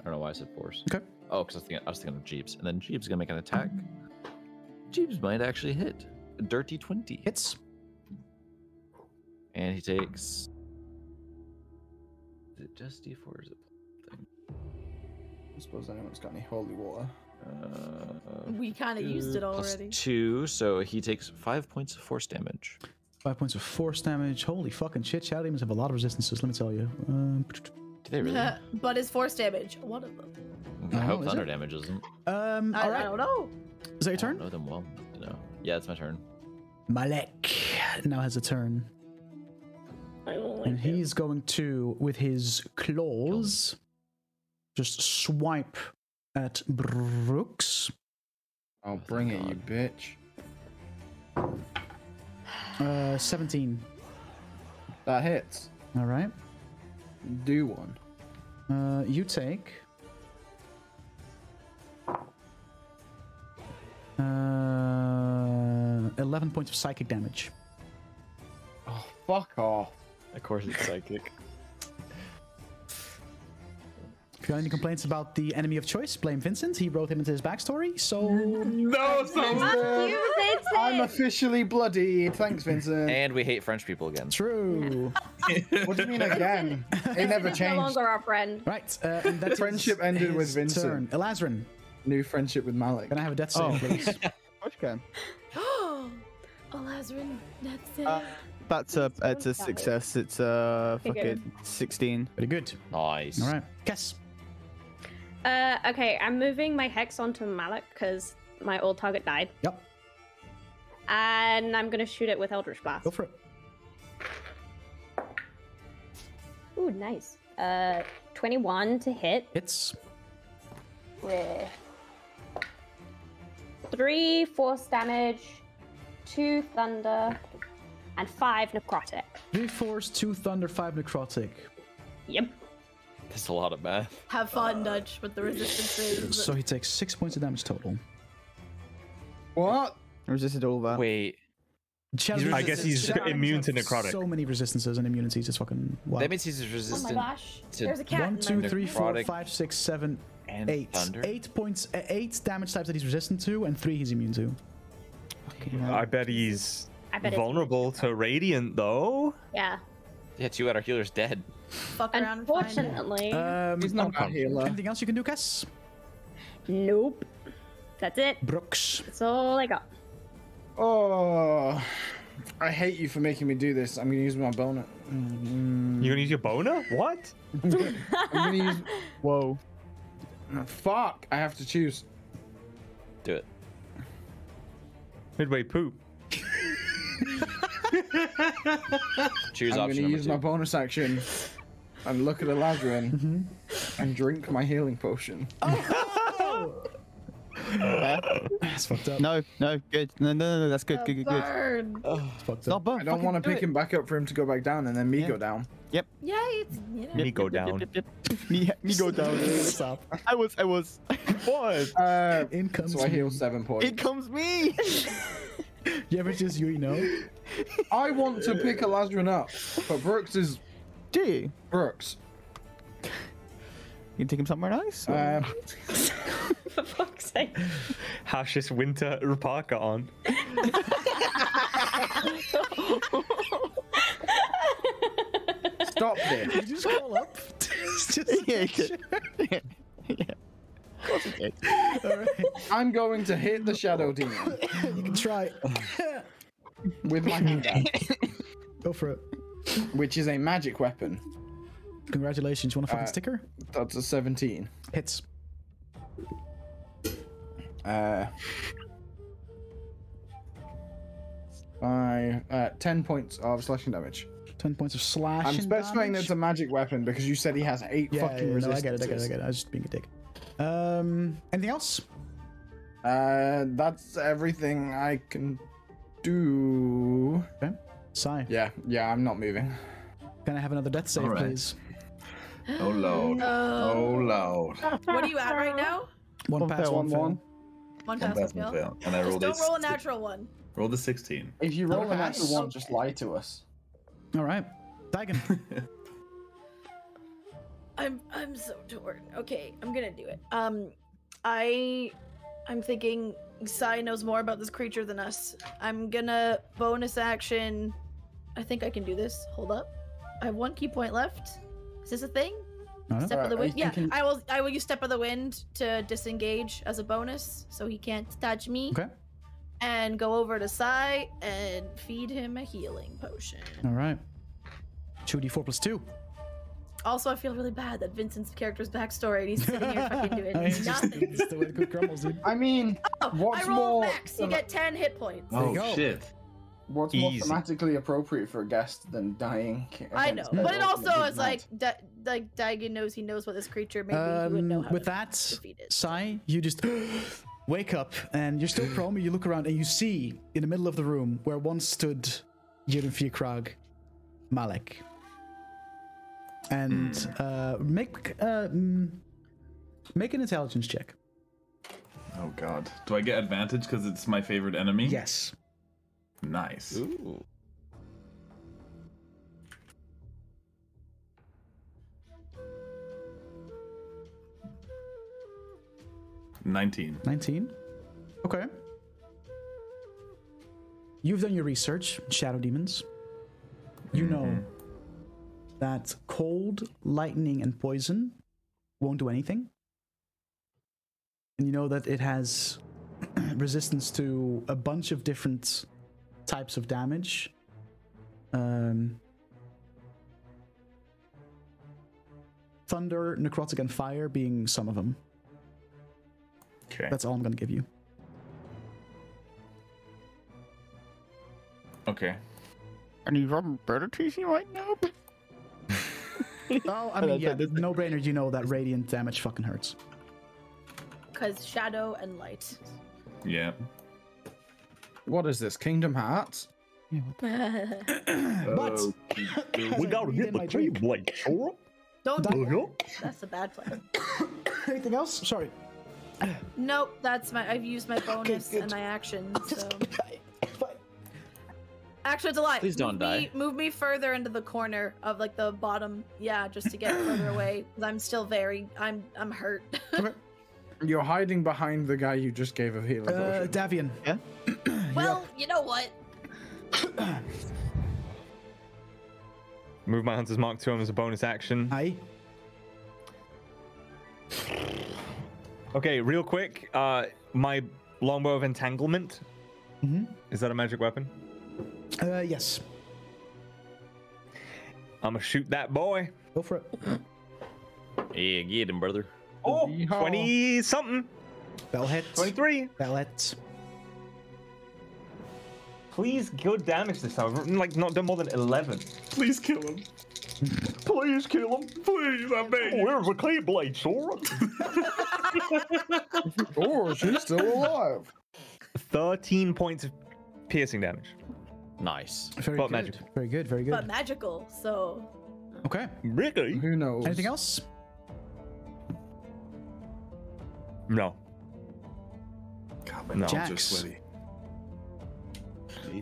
I don't know why I said force. Okay. Oh, because I was thinking I was thinking of Jeeves, and then Jeeves is gonna make an attack. Jeeves might actually hit. A dirty twenty. Hits. And he takes. Is it just D4 or is it? I suppose anyone's got any holy water. Uh, We kind of used it plus already. two, so he takes five points of force damage. Five points of force damage. Holy fucking shit. Shadow demons have a lot of resistances, let me tell you. Um, Do they really? Uh, but it's force damage. One of them. I hope Oh, is thunder it? damage isn't. um, I, all I right. don't know. Is that your I don't turn? know them well. You know. Yeah, it's my turn. Malek now has a turn. and he's going to, with his claws, just swipe at Brooks. Oh, bring it, you bitch. Uh, 17. That hits. All right. Do one. Uh, you take. Uh, 11 points of psychic damage. Oh, fuck off. Of course, it's psychic. If you have any complaints about the enemy of choice, blame Vincent. He wrote him into his backstory, so. No, Fuck you, I'm Vincent! officially bloodied. Thanks, Vincent. and we hate French people again. True. what do you mean again? It never No changed. longer our friend. Right. Uh, and that is Friendship ended with his Vincent. Turn. Elazrin, New friendship with Malik. can I have a death save, Oh. please? Push can. Oh, Alazarin, that's it. That's a it's a success. It's a Okay, good. fucking sixteen. Very good. Nice. All right. Guess. Uh, okay, I'm moving my hex onto Malak because my old target died, Yep. and I'm gonna shoot it with Eldritch Blast. Go for it. Ooh, nice. Uh, 21 to hit Hits. with three force damage, two thunder, and five necrotic. Three force, two thunder, five necrotic. Yep. That's a lot of math. Have fun, Dutch, with the resistances. So he takes six points of damage total. What? Resisted all Oh. that. Wait, Shadow I guess he's Shadow immune demons to have necrotic. So many resistances and immunities. It's fucking wild. that means he's Oh my resistant. gosh. to- There's a cat. One, two, three, four, Necrotic. five, six, seven, And Eight. thunder? Eight points. uh, Eight damage types that he's resistant to, and three he's immune to. I bet he's I bet it's- vulnerable to radiant though. Yeah. Yeah, two out our healer's dead. Fuck around and find out. Unfortunately. Um, He's not unconscious. a healer. Anything else you can do, Cass? Nope. That's it. Brooks. That's all I got. Oh, I hate you for making me do this. I'm gonna use my bonus. Mm, You're gonna use your boner? What? I'm gonna use. Ah, Whoa. Fuck! I have to choose. Do it. Midway poop. Choose I'm gonna option number use two. my bonus action and look at Eladrin and drink my healing potion. That's fucked up. No, no, good. No, no, no, that's good, good, good, good. Oh, Burn. It's fucked Not up. burn. I don't fucking want to do pick it. him back up for him to go back down and then me Yeah. go down. Yeah, it's you know. Yep, Me go yep, yep, down. yep, yep, yep. Me, me go down. Stop. I was, I was. What? Uh, In comes. so I heal seven points. It comes me. You ever just you know? I want to pick Eladrin up, but Brooks is Do you? Brooks. You take him somewhere nice? or- Uh, For fuck's sake. Hash this winter Rupaka on. stop this. Did you just call up? It's just- yeah, good. yeah. Of course it did. all right. I'm going to hit the shadow demon You can try. with my hand axe, Go for it. which is a magic weapon. Congratulations. You want a fucking Uh, sticker? That's a 17. Hits. Uh, five, uh, 10 points of slashing damage. Ten points of slash. I'm specifying that it's a magic weapon because you said he has eight yeah, fucking yeah, no, I resistance. get it. I get it. I get it. I was just being a dick. Um. Anything else? Uh, that's everything I can do. Okay. Sigh. Yeah, yeah, I'm not moving. Can I have another death save, All right. please? Oh lord. Uh, Oh lord. What are you at right now? One, One pass, fail, one one fail. One One thousand thousand fail. fail. And I Just rolled don't a, roll a natural one. rolled a sixteen. If you roll Another a natural pass. one, just lie to us. All right. Dagon. I'm I'm so torn. Okay, I'm gonna do it. Um, I I'm thinking Sai knows more about this creature than us. I'm gonna bonus action. I think I can do this. Hold up, I have one key point left. Is this a thing? I don't know. Step of the Uh, are wind. you Yeah, thinking- I will. I will use step of the wind to disengage as a bonus, so he can't touch me. Okay. And go over to Sai and feed him a healing potion. All right. 2d4 plus 2. Also, I feel really bad that Vincent's character's backstory and he's sitting here fucking doing It's just- nothing. it's the way the cookie crumbles, dude. I mean, Oh, What's I roll more- max. You get ten hit points. There you Oh go. shit. what's more Easy. thematically appropriate for a guest than dying? I know, against but it their also ultimate is like demands? Di- like Daigen knows he knows what this creature. Maybe he would know Um, how with to that, defeat it. Sai, you just wake up and you're still prone, but you look around and you see in the middle of the room where once stood Yirinfir Krag, Malek. And Hmm. uh, make uh, mm, make an intelligence check. Oh god. Do I get advantage because it's my favorite enemy? Yes. Nice. Ooh. Nineteen. 19. Okay. You've done your research, Shadow Demons. You know that cold, lightning, and poison won't do anything. And you know that it has resistance to a bunch of different types of damage. Um, thunder, necrotic, and fire being some of them. Okay. That's all I'm going to give you. Okay. And you run murder teasing right now? Oh, I mean, yeah, no brainer. You know that radiant damage fucking hurts. Because shadow and light. Yeah. What is this? Kingdom Hearts? But we Oh, gotta get the tree blade. Don't. That- do that. That's a bad plan. Anything else? Sorry. Nope, that's my. I've used my bonus good. and my action. So Actually, it's a lie. Please don't move Me, die. move me further into the corner of like the bottom. Yeah, just to get further away. 'cause I'm still very. I'm. I'm hurt. You're hiding behind the guy you just gave a healing Uh, Davian. potion. Yeah. well, you know what? Move my Hunter's Mark to him as a bonus action. Aye. Okay, real quick. Uh, my longbow of entanglement. Mm-hmm. Is that a magic weapon? Uh, yes. I'm gonna shoot that boy. Go for it. Yeah, get him, brother. Oh, 20 something. That'll hit. 23. That'll hit. Please good damage this time. I've, Like, not done more than 11. Please kill him. Please kill him. Please, I beg. you. Where's the clear blade, Sora? Oh, she's still alive. 13 points of piercing damage. Nice. Very But good. magic. Very good. Very But good. magical. So Okay. Really? Who knows? Anything else? No. God, my No. palms are Jax. sweaty.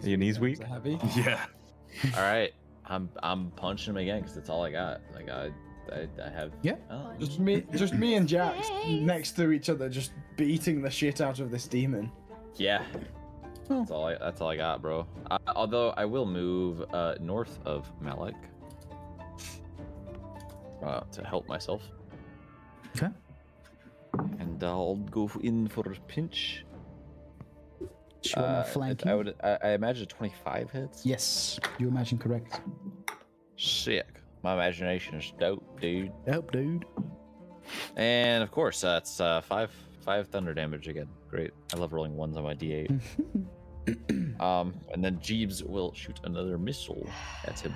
Your knees weak? Heavy. Yeah. all right, I'm I'm punching him again because that's all I got. Like I I, I have. Yeah. Oh, Just me, just me and Jax Yay. next to each other, just beating the shit out of this demon. yeah. Oh. That's all I that's all I got, bro. I, although I will move uh, north of Malik uh, to help myself, Okay. and I'll go in for a pinch. Sure, Uh, uh, it- flanking. I would I, I imagine 25 hits. Yes, you imagine correct. Sick. My imagination is dope, dude. Nope, dude. And of course, that's uh, five five thunder damage again. Great. I love rolling ones on my d8. um, and then Jeeves will shoot another missile at him.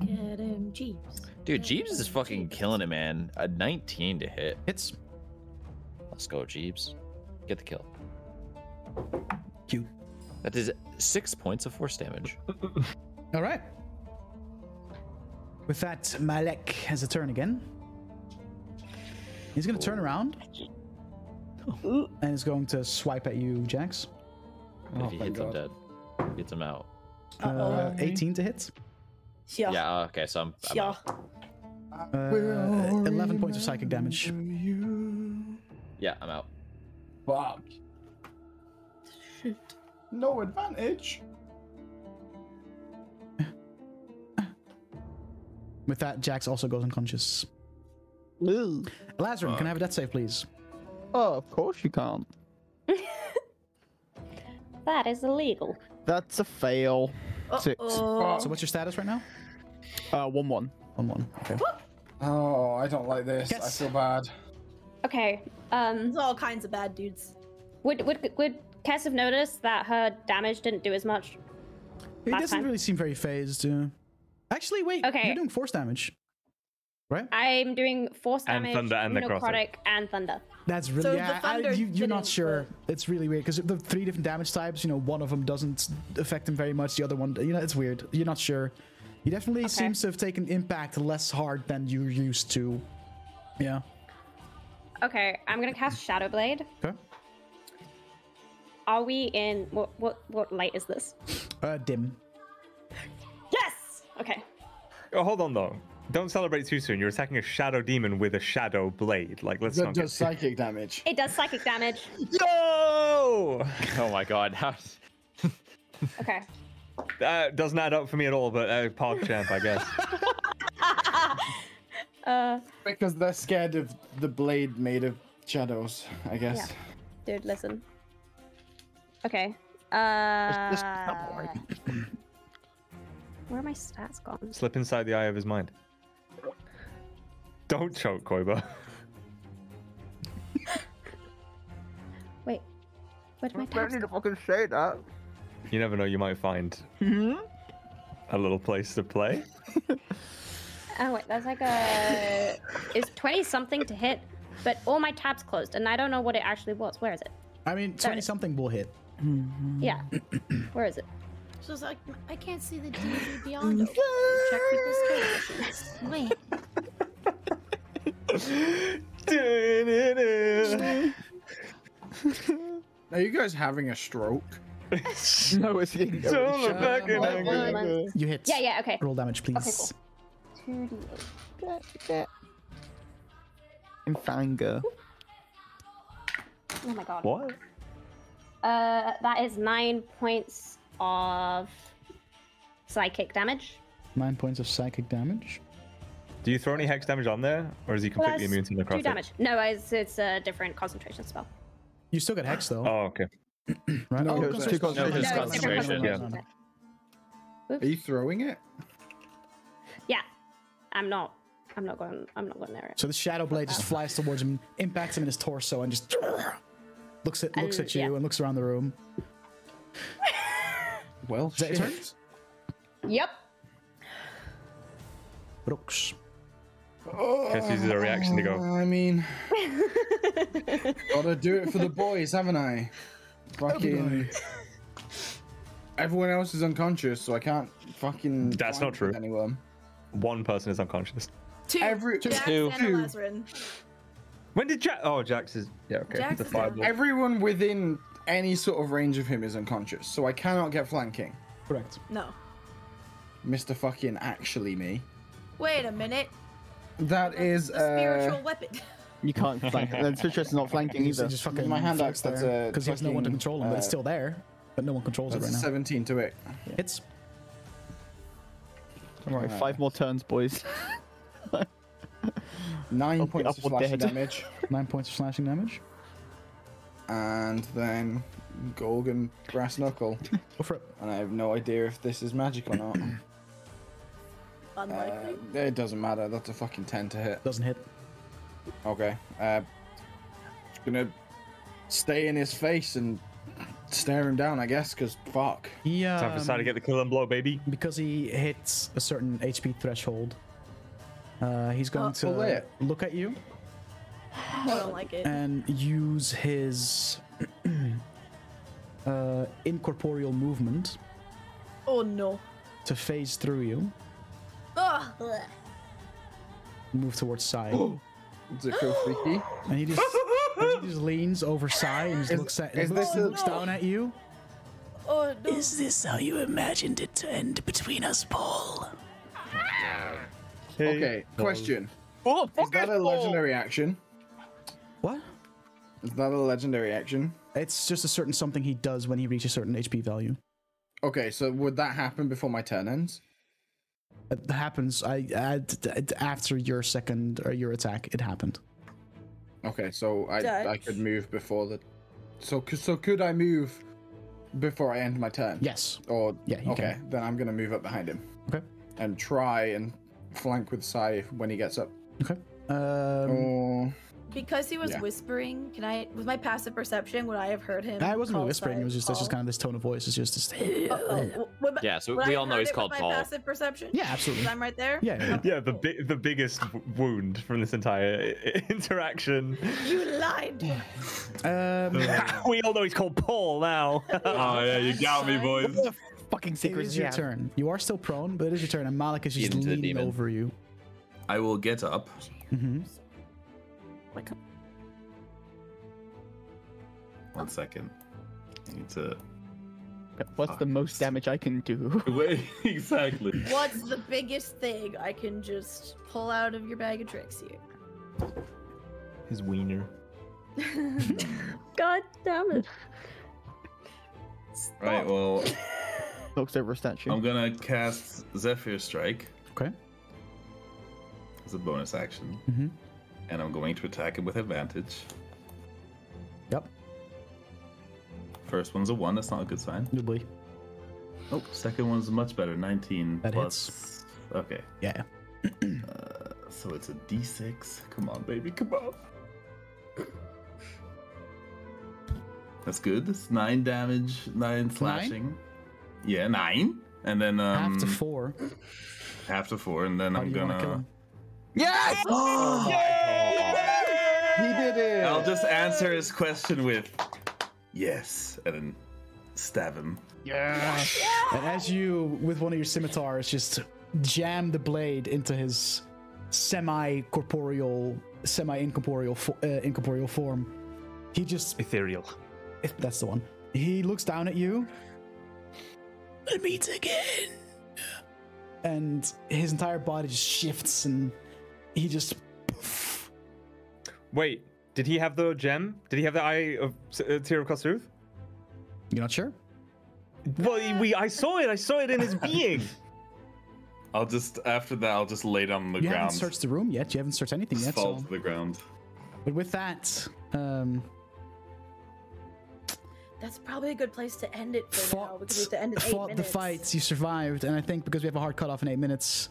get him, Jeeves. Dude, Jeeves is fucking killing it, man. A 19 to hit. Hits. Let's go, Jeeves. Get the kill. You. That is six points of force damage. All right. With that, Malek has a turn again. He's going Oh. to turn around. And he's going to swipe at you, Jax. if he hits him dead, hits him out. Uh, 18 to hit. Yeah. Yeah. uh, Okay. So I'm. I'm Yeah. out. Uh, 11 points of psychic damage. Yeah. I'm out. Fuck. No advantage. With that, Jax also goes unconscious. Ooh. Lazarus, can I have a death save, please? Oh, of course you can't. That is illegal. That's a fail. Six. Uh-oh. So, what's your status right now? Uh, one one. On one. Okay. Oh, I don't like this. I Yes. feel bad. Okay. Um. There's all kinds of bad dudes. Would would would Cass have noticed that her damage didn't do as much? He Last doesn't time. really seem very phased. Uh... Actually, wait. Okay. You're doing force damage. I'm doing force And damage, thunder and necrotic. necrotic, and thunder. That's really So the yeah. I, thunder you, you're not didn't, sure. It's really weird because the three different damage types. You know, one of them doesn't affect him very much. The other one, you know, it's weird. You're not sure. He definitely seems to have taken impact less hard than you're used to. Yeah. Okay, I'm gonna cast Shadow Blade. Okay. Are we in what what what light is this? Uh, dim. Yes. Okay. Oh, hold on, though. Don't celebrate too soon. You're attacking a shadow demon with a shadow blade. Like, let's That not does get too... psychic damage. It does psychic damage. Yo! Oh my god. Okay. That doesn't add up for me at all, but uh, Park Champ, I guess. Uh, Because they're scared of the blade made of shadows, I guess. dude, listen. Okay. Uh. Where are my stats gone? Slip inside the eye of his mind. Don't choke, Koiba. Wait. Where did my tabs go? fucking say that. You never know, you might find Mm-hmm. a little place to play. Oh wait, that's like a. It's twenty something to hit, but all my tabs closed, and I don't know what it actually was. Where is it? I mean, twenty is- something will hit. Yeah. Where is it? She's like, I can't see the DD beyond. open. Check people's conditions. Wait. Are you guys having a stroke? no, it's getting You hit. Yeah, yeah, okay. Roll damage, Okay, cool. please. Two D eight. In Fanger. Oh my god. Uh, that is nine points of psychic damage. Nine points of psychic damage. Do you throw any hex damage on there, or is he completely Plus immune to necrotic? Two damage. No, it's, it's a different concentration spell. You still get hex though. Oh, okay. Right? No, Oh, it was concentration. two No, No, it's it's different concentration, concentration. yeah. spell. Are you throwing it? Yeah, I'm not. I'm not going. I'm not going there. So the shadow blade just flies towards him, impacts him in his torso, and just looks at looks And- at you yeah. and looks around the room. Well, Is that your turn? Yep. Brooks. Guess uses a reaction to go. I mean, gotta do it for the boys, haven't I? Fucking. Everyone else is unconscious, so I can't fucking. That's fight not true. with Anyone. One person is unconscious. Two. Every- Jax Two. and Two. Alazarin. When did Jack? Oh, Jax is. Yeah, okay. Jax the is down. fireball. Everyone within any sort of range of him is unconscious, so I cannot get flanking. Correct. No. Mr. Fucking actually me. Wait a minute. That is A spiritual uh, weapon. You can't flank. Then Citrus is not flanking He's, either. he's just fucking my hand axe, that's a because he has no one to fucking, control him, but it's uh, still there. But no one controls it that's right a now. 17 to it. Hits. All right, five more turns, boys. Nine points of upward slashing dead. damage, Nine points of slashing damage. and then Gorgon brass knuckle. Go for it. and I have no idea if this is magic or not. Unlikely. Uh, it doesn't matter. That's a fucking ten to hit. Doesn't hit. Okay. Uh, gonna stay in his face and stare him down, I guess, because fuck. He Time for Sai to um, get the kill and blow, baby. because he hits a certain HP threshold. Uh, he's going to well, there. look at you I don't like it. and use his uh, incorporeal movement Oh no. to phase through you, Ugh. bleh. move towards Sai, and Does it feel freaky? he just he just leans over Sai and just Is- looks at is looks, this a- looks down at you. Oh no. Is this how you imagined it to end between us, Paul? Okay. Question: oh, Is that a legendary action? What? Is that a legendary action? It's just a certain something he does when he reaches a certain HP value. Okay, so would that happen before my turn ends? It happens. I, I after your second or your attack, it happened. Okay, so I I Dutch. could move before the. So c- so could I move before I end my turn? Yes. Or Yeah, you okay, then I'm gonna move up behind him. Okay. and try and flank with Sai when he gets up. Okay. Um, Oh, Because he was Yeah. whispering, can I with my passive perception would I have heard him? I wasn't really call whispering. Sai It was just, it's just Paul? kind of this tone of voice. It's just this. Oh, yeah, oh, would my- Yeah, so would we I all know have he's heard it with called my Paul. Passive perception. absolutely. 'Cause I'm right there. Yeah, yeah. Yeah, the bi- the biggest w- wound from this entire i- i- interaction. You lied. Um, we all know he's called Paul now. Oh yeah, you got me, boys. fucking it secret is your turn. You are still prone, but it is your turn, and Malik is just Into the leaning demon. over you. I will get up. hmm One second. I need to. What's the most damage I can do? Wait, exactly. What's the biggest thing I can just pull out of your bag of tricks here? His wiener. God damn it. Right. Well, Looks over a statue. I'm gonna cast Zephyr Strike Okay. as a bonus action, Mhm. and I'm going to attack him with advantage. Yep. First one's a one. That's not a good sign. Good boy. Oh, second one's much better. 19 That plus. Okay, Uh, Yeah. so it's a d6. Come on, baby, come on. That's good. That's nine damage, nine slashing. Yeah, nine. And then um, Half to four. How half to four, and then do I'm you want to kill gonna. him? yes! he did it. I'll just answer his question with yes, and then stab him. And as you, with one of your scimitars, just jam the blade into his semi-corporeal, semi-incorporeal, fo- uh, incorporeal form, he just Ethereal. That's the one. He looks down at you We'll meet again. and his entire body just shifts and he just Wait, did he have the gem? Did he have the eye of S- uh, Tiro Kosaruth? You're not sure? Well, he- we I saw it. I saw it in his being. I'll just after that I'll just lay down on the you ground. haven't searched the room yet. You haven't searched anything Just yet. fall So. to the ground. But with that, um, That's probably a good place to end it for now because we have to end in eight fought the minutes. fight. You survived, and I think because we have a hard cutoff in eight minutes.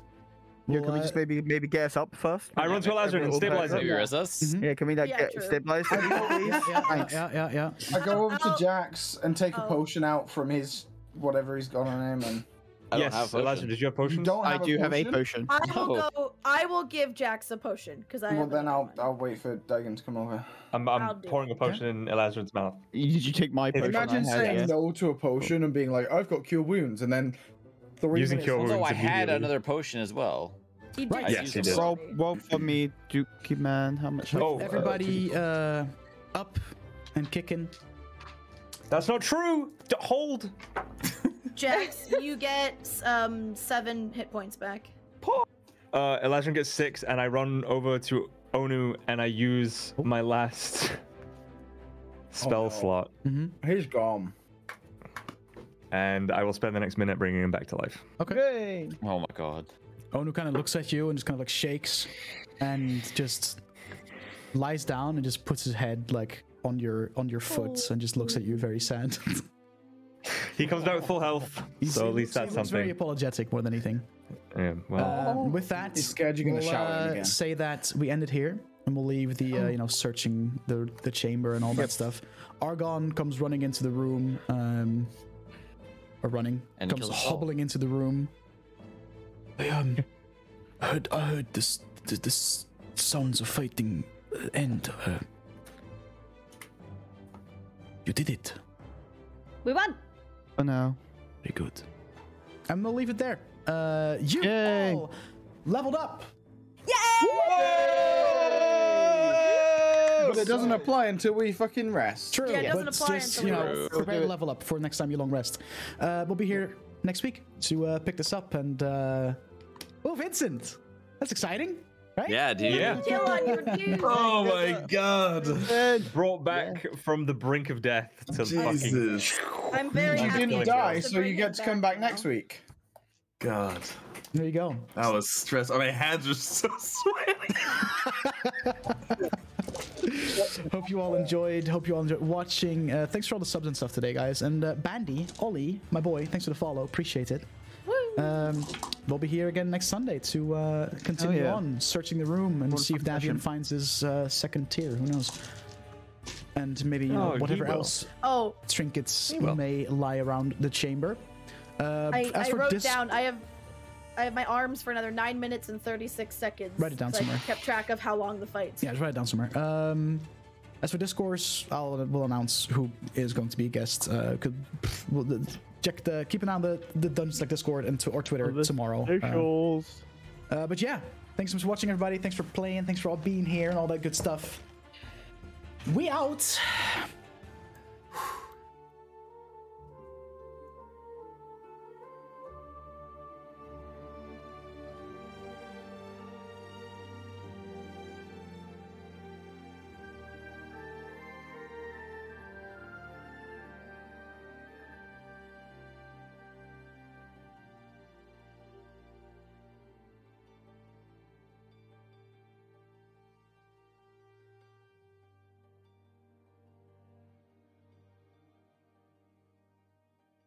Yeah, can we just maybe maybe get us up first? I run to Yeah, Alazrin and everyone stabilize back him. up. Maybe res us? Mhm. Yeah, can we like Yeah, get true. stabilize him, please? Thanks. Yeah, yeah, yeah. I go over to Jax and take a potion out from his whatever he's got on him, and I yes, have Elijah, potion. did you have potions? don't have a I will go. I will give Jax a potion because I. Well, have then I'll I'll wait for Dagon to come over. I'm, I'll I'm do pouring a potion in Elazrin's mouth. Did you take my Imagine saying no to a potion and being like, "I've got cure wounds," and then three Using minutes cure later- wounds I had another potion as well. He did. Yes, he did. Roll, roll for me, Dookie man. How much? Oh, With Oh, everybody uh, up and kicking. That's not true. hold. Jax, you get um seven hit points back. Uh, Elazrin gets six, and I run over to Onu and I use my last spell no. slot, He's gone. and I will spend the next minute bringing him back to life. Okay. Oh my god. Onu kind of looks at you and just kind of like shakes, and just lies down and just puts his head like on your on your foot Oh. and just looks at you very sad. He comes back with full health, He's- so he at least looks- that's he looks very something. apologetic more than anything. Yeah, well, Oh, Um, with that, He's scared you're gonna we'll, shout at him uh, again. Say that we end it here, and we'll leave the uh, you know searching the the chamber and all that stuff. Argon comes running into the room, um, or running And comes kills us all. hobbling into the room. I um, I heard I heard this this, this sounds of fighting uh, end. Uh, you did it. We won. Oh no. Very good. I'm gonna leave it there. Uh, you all leveled up. But it doesn't apply until we fucking rest. True, but just, you know, prepare to True. level up for next time you long rest. Uh, we'll be here next week to uh, pick this up and. Uh... Oh, Vincent! That's exciting, right? Yeah, dude. Yeah. Kill on your dude. Oh my god. brought back from the brink of death to Jesus. fucking. I'm very You happy. didn't that die, was the so you bring get it to come back next week. God. There you go. That was stressful. My hands are so sweaty. Hope you all enjoyed. Hope you all enjoyed watching. Uh, thanks for all the subs and stuff today, guys. And uh, Bandy, Ollie, my boy, thanks for the follow. Appreciate it. Um, we'll be here again next Sunday to uh, continue Oh, yeah. on searching the room and see if session. Davian finds his uh, second tier. Who knows? And maybe you know Oh, he whatever will. else Oh, trinkets He will. may lie around the chamber. Uh, I, as I for wrote dis- down. I have, I have my arms for another nine minutes and thirty-six seconds. Write it down so somewhere. I kept track of how long the fight. Yeah, just write it down somewhere. Um, as for discourse, I'll we'll announce who is going to be a guest. Uh, could pff, we'll, the- check the keep an eye on the the Dungeons like Discord and tw- or Twitter tomorrow. Uh, uh, but yeah, thanks for watching, everybody. Thanks for playing. Thanks for all being here and all that good stuff. We out.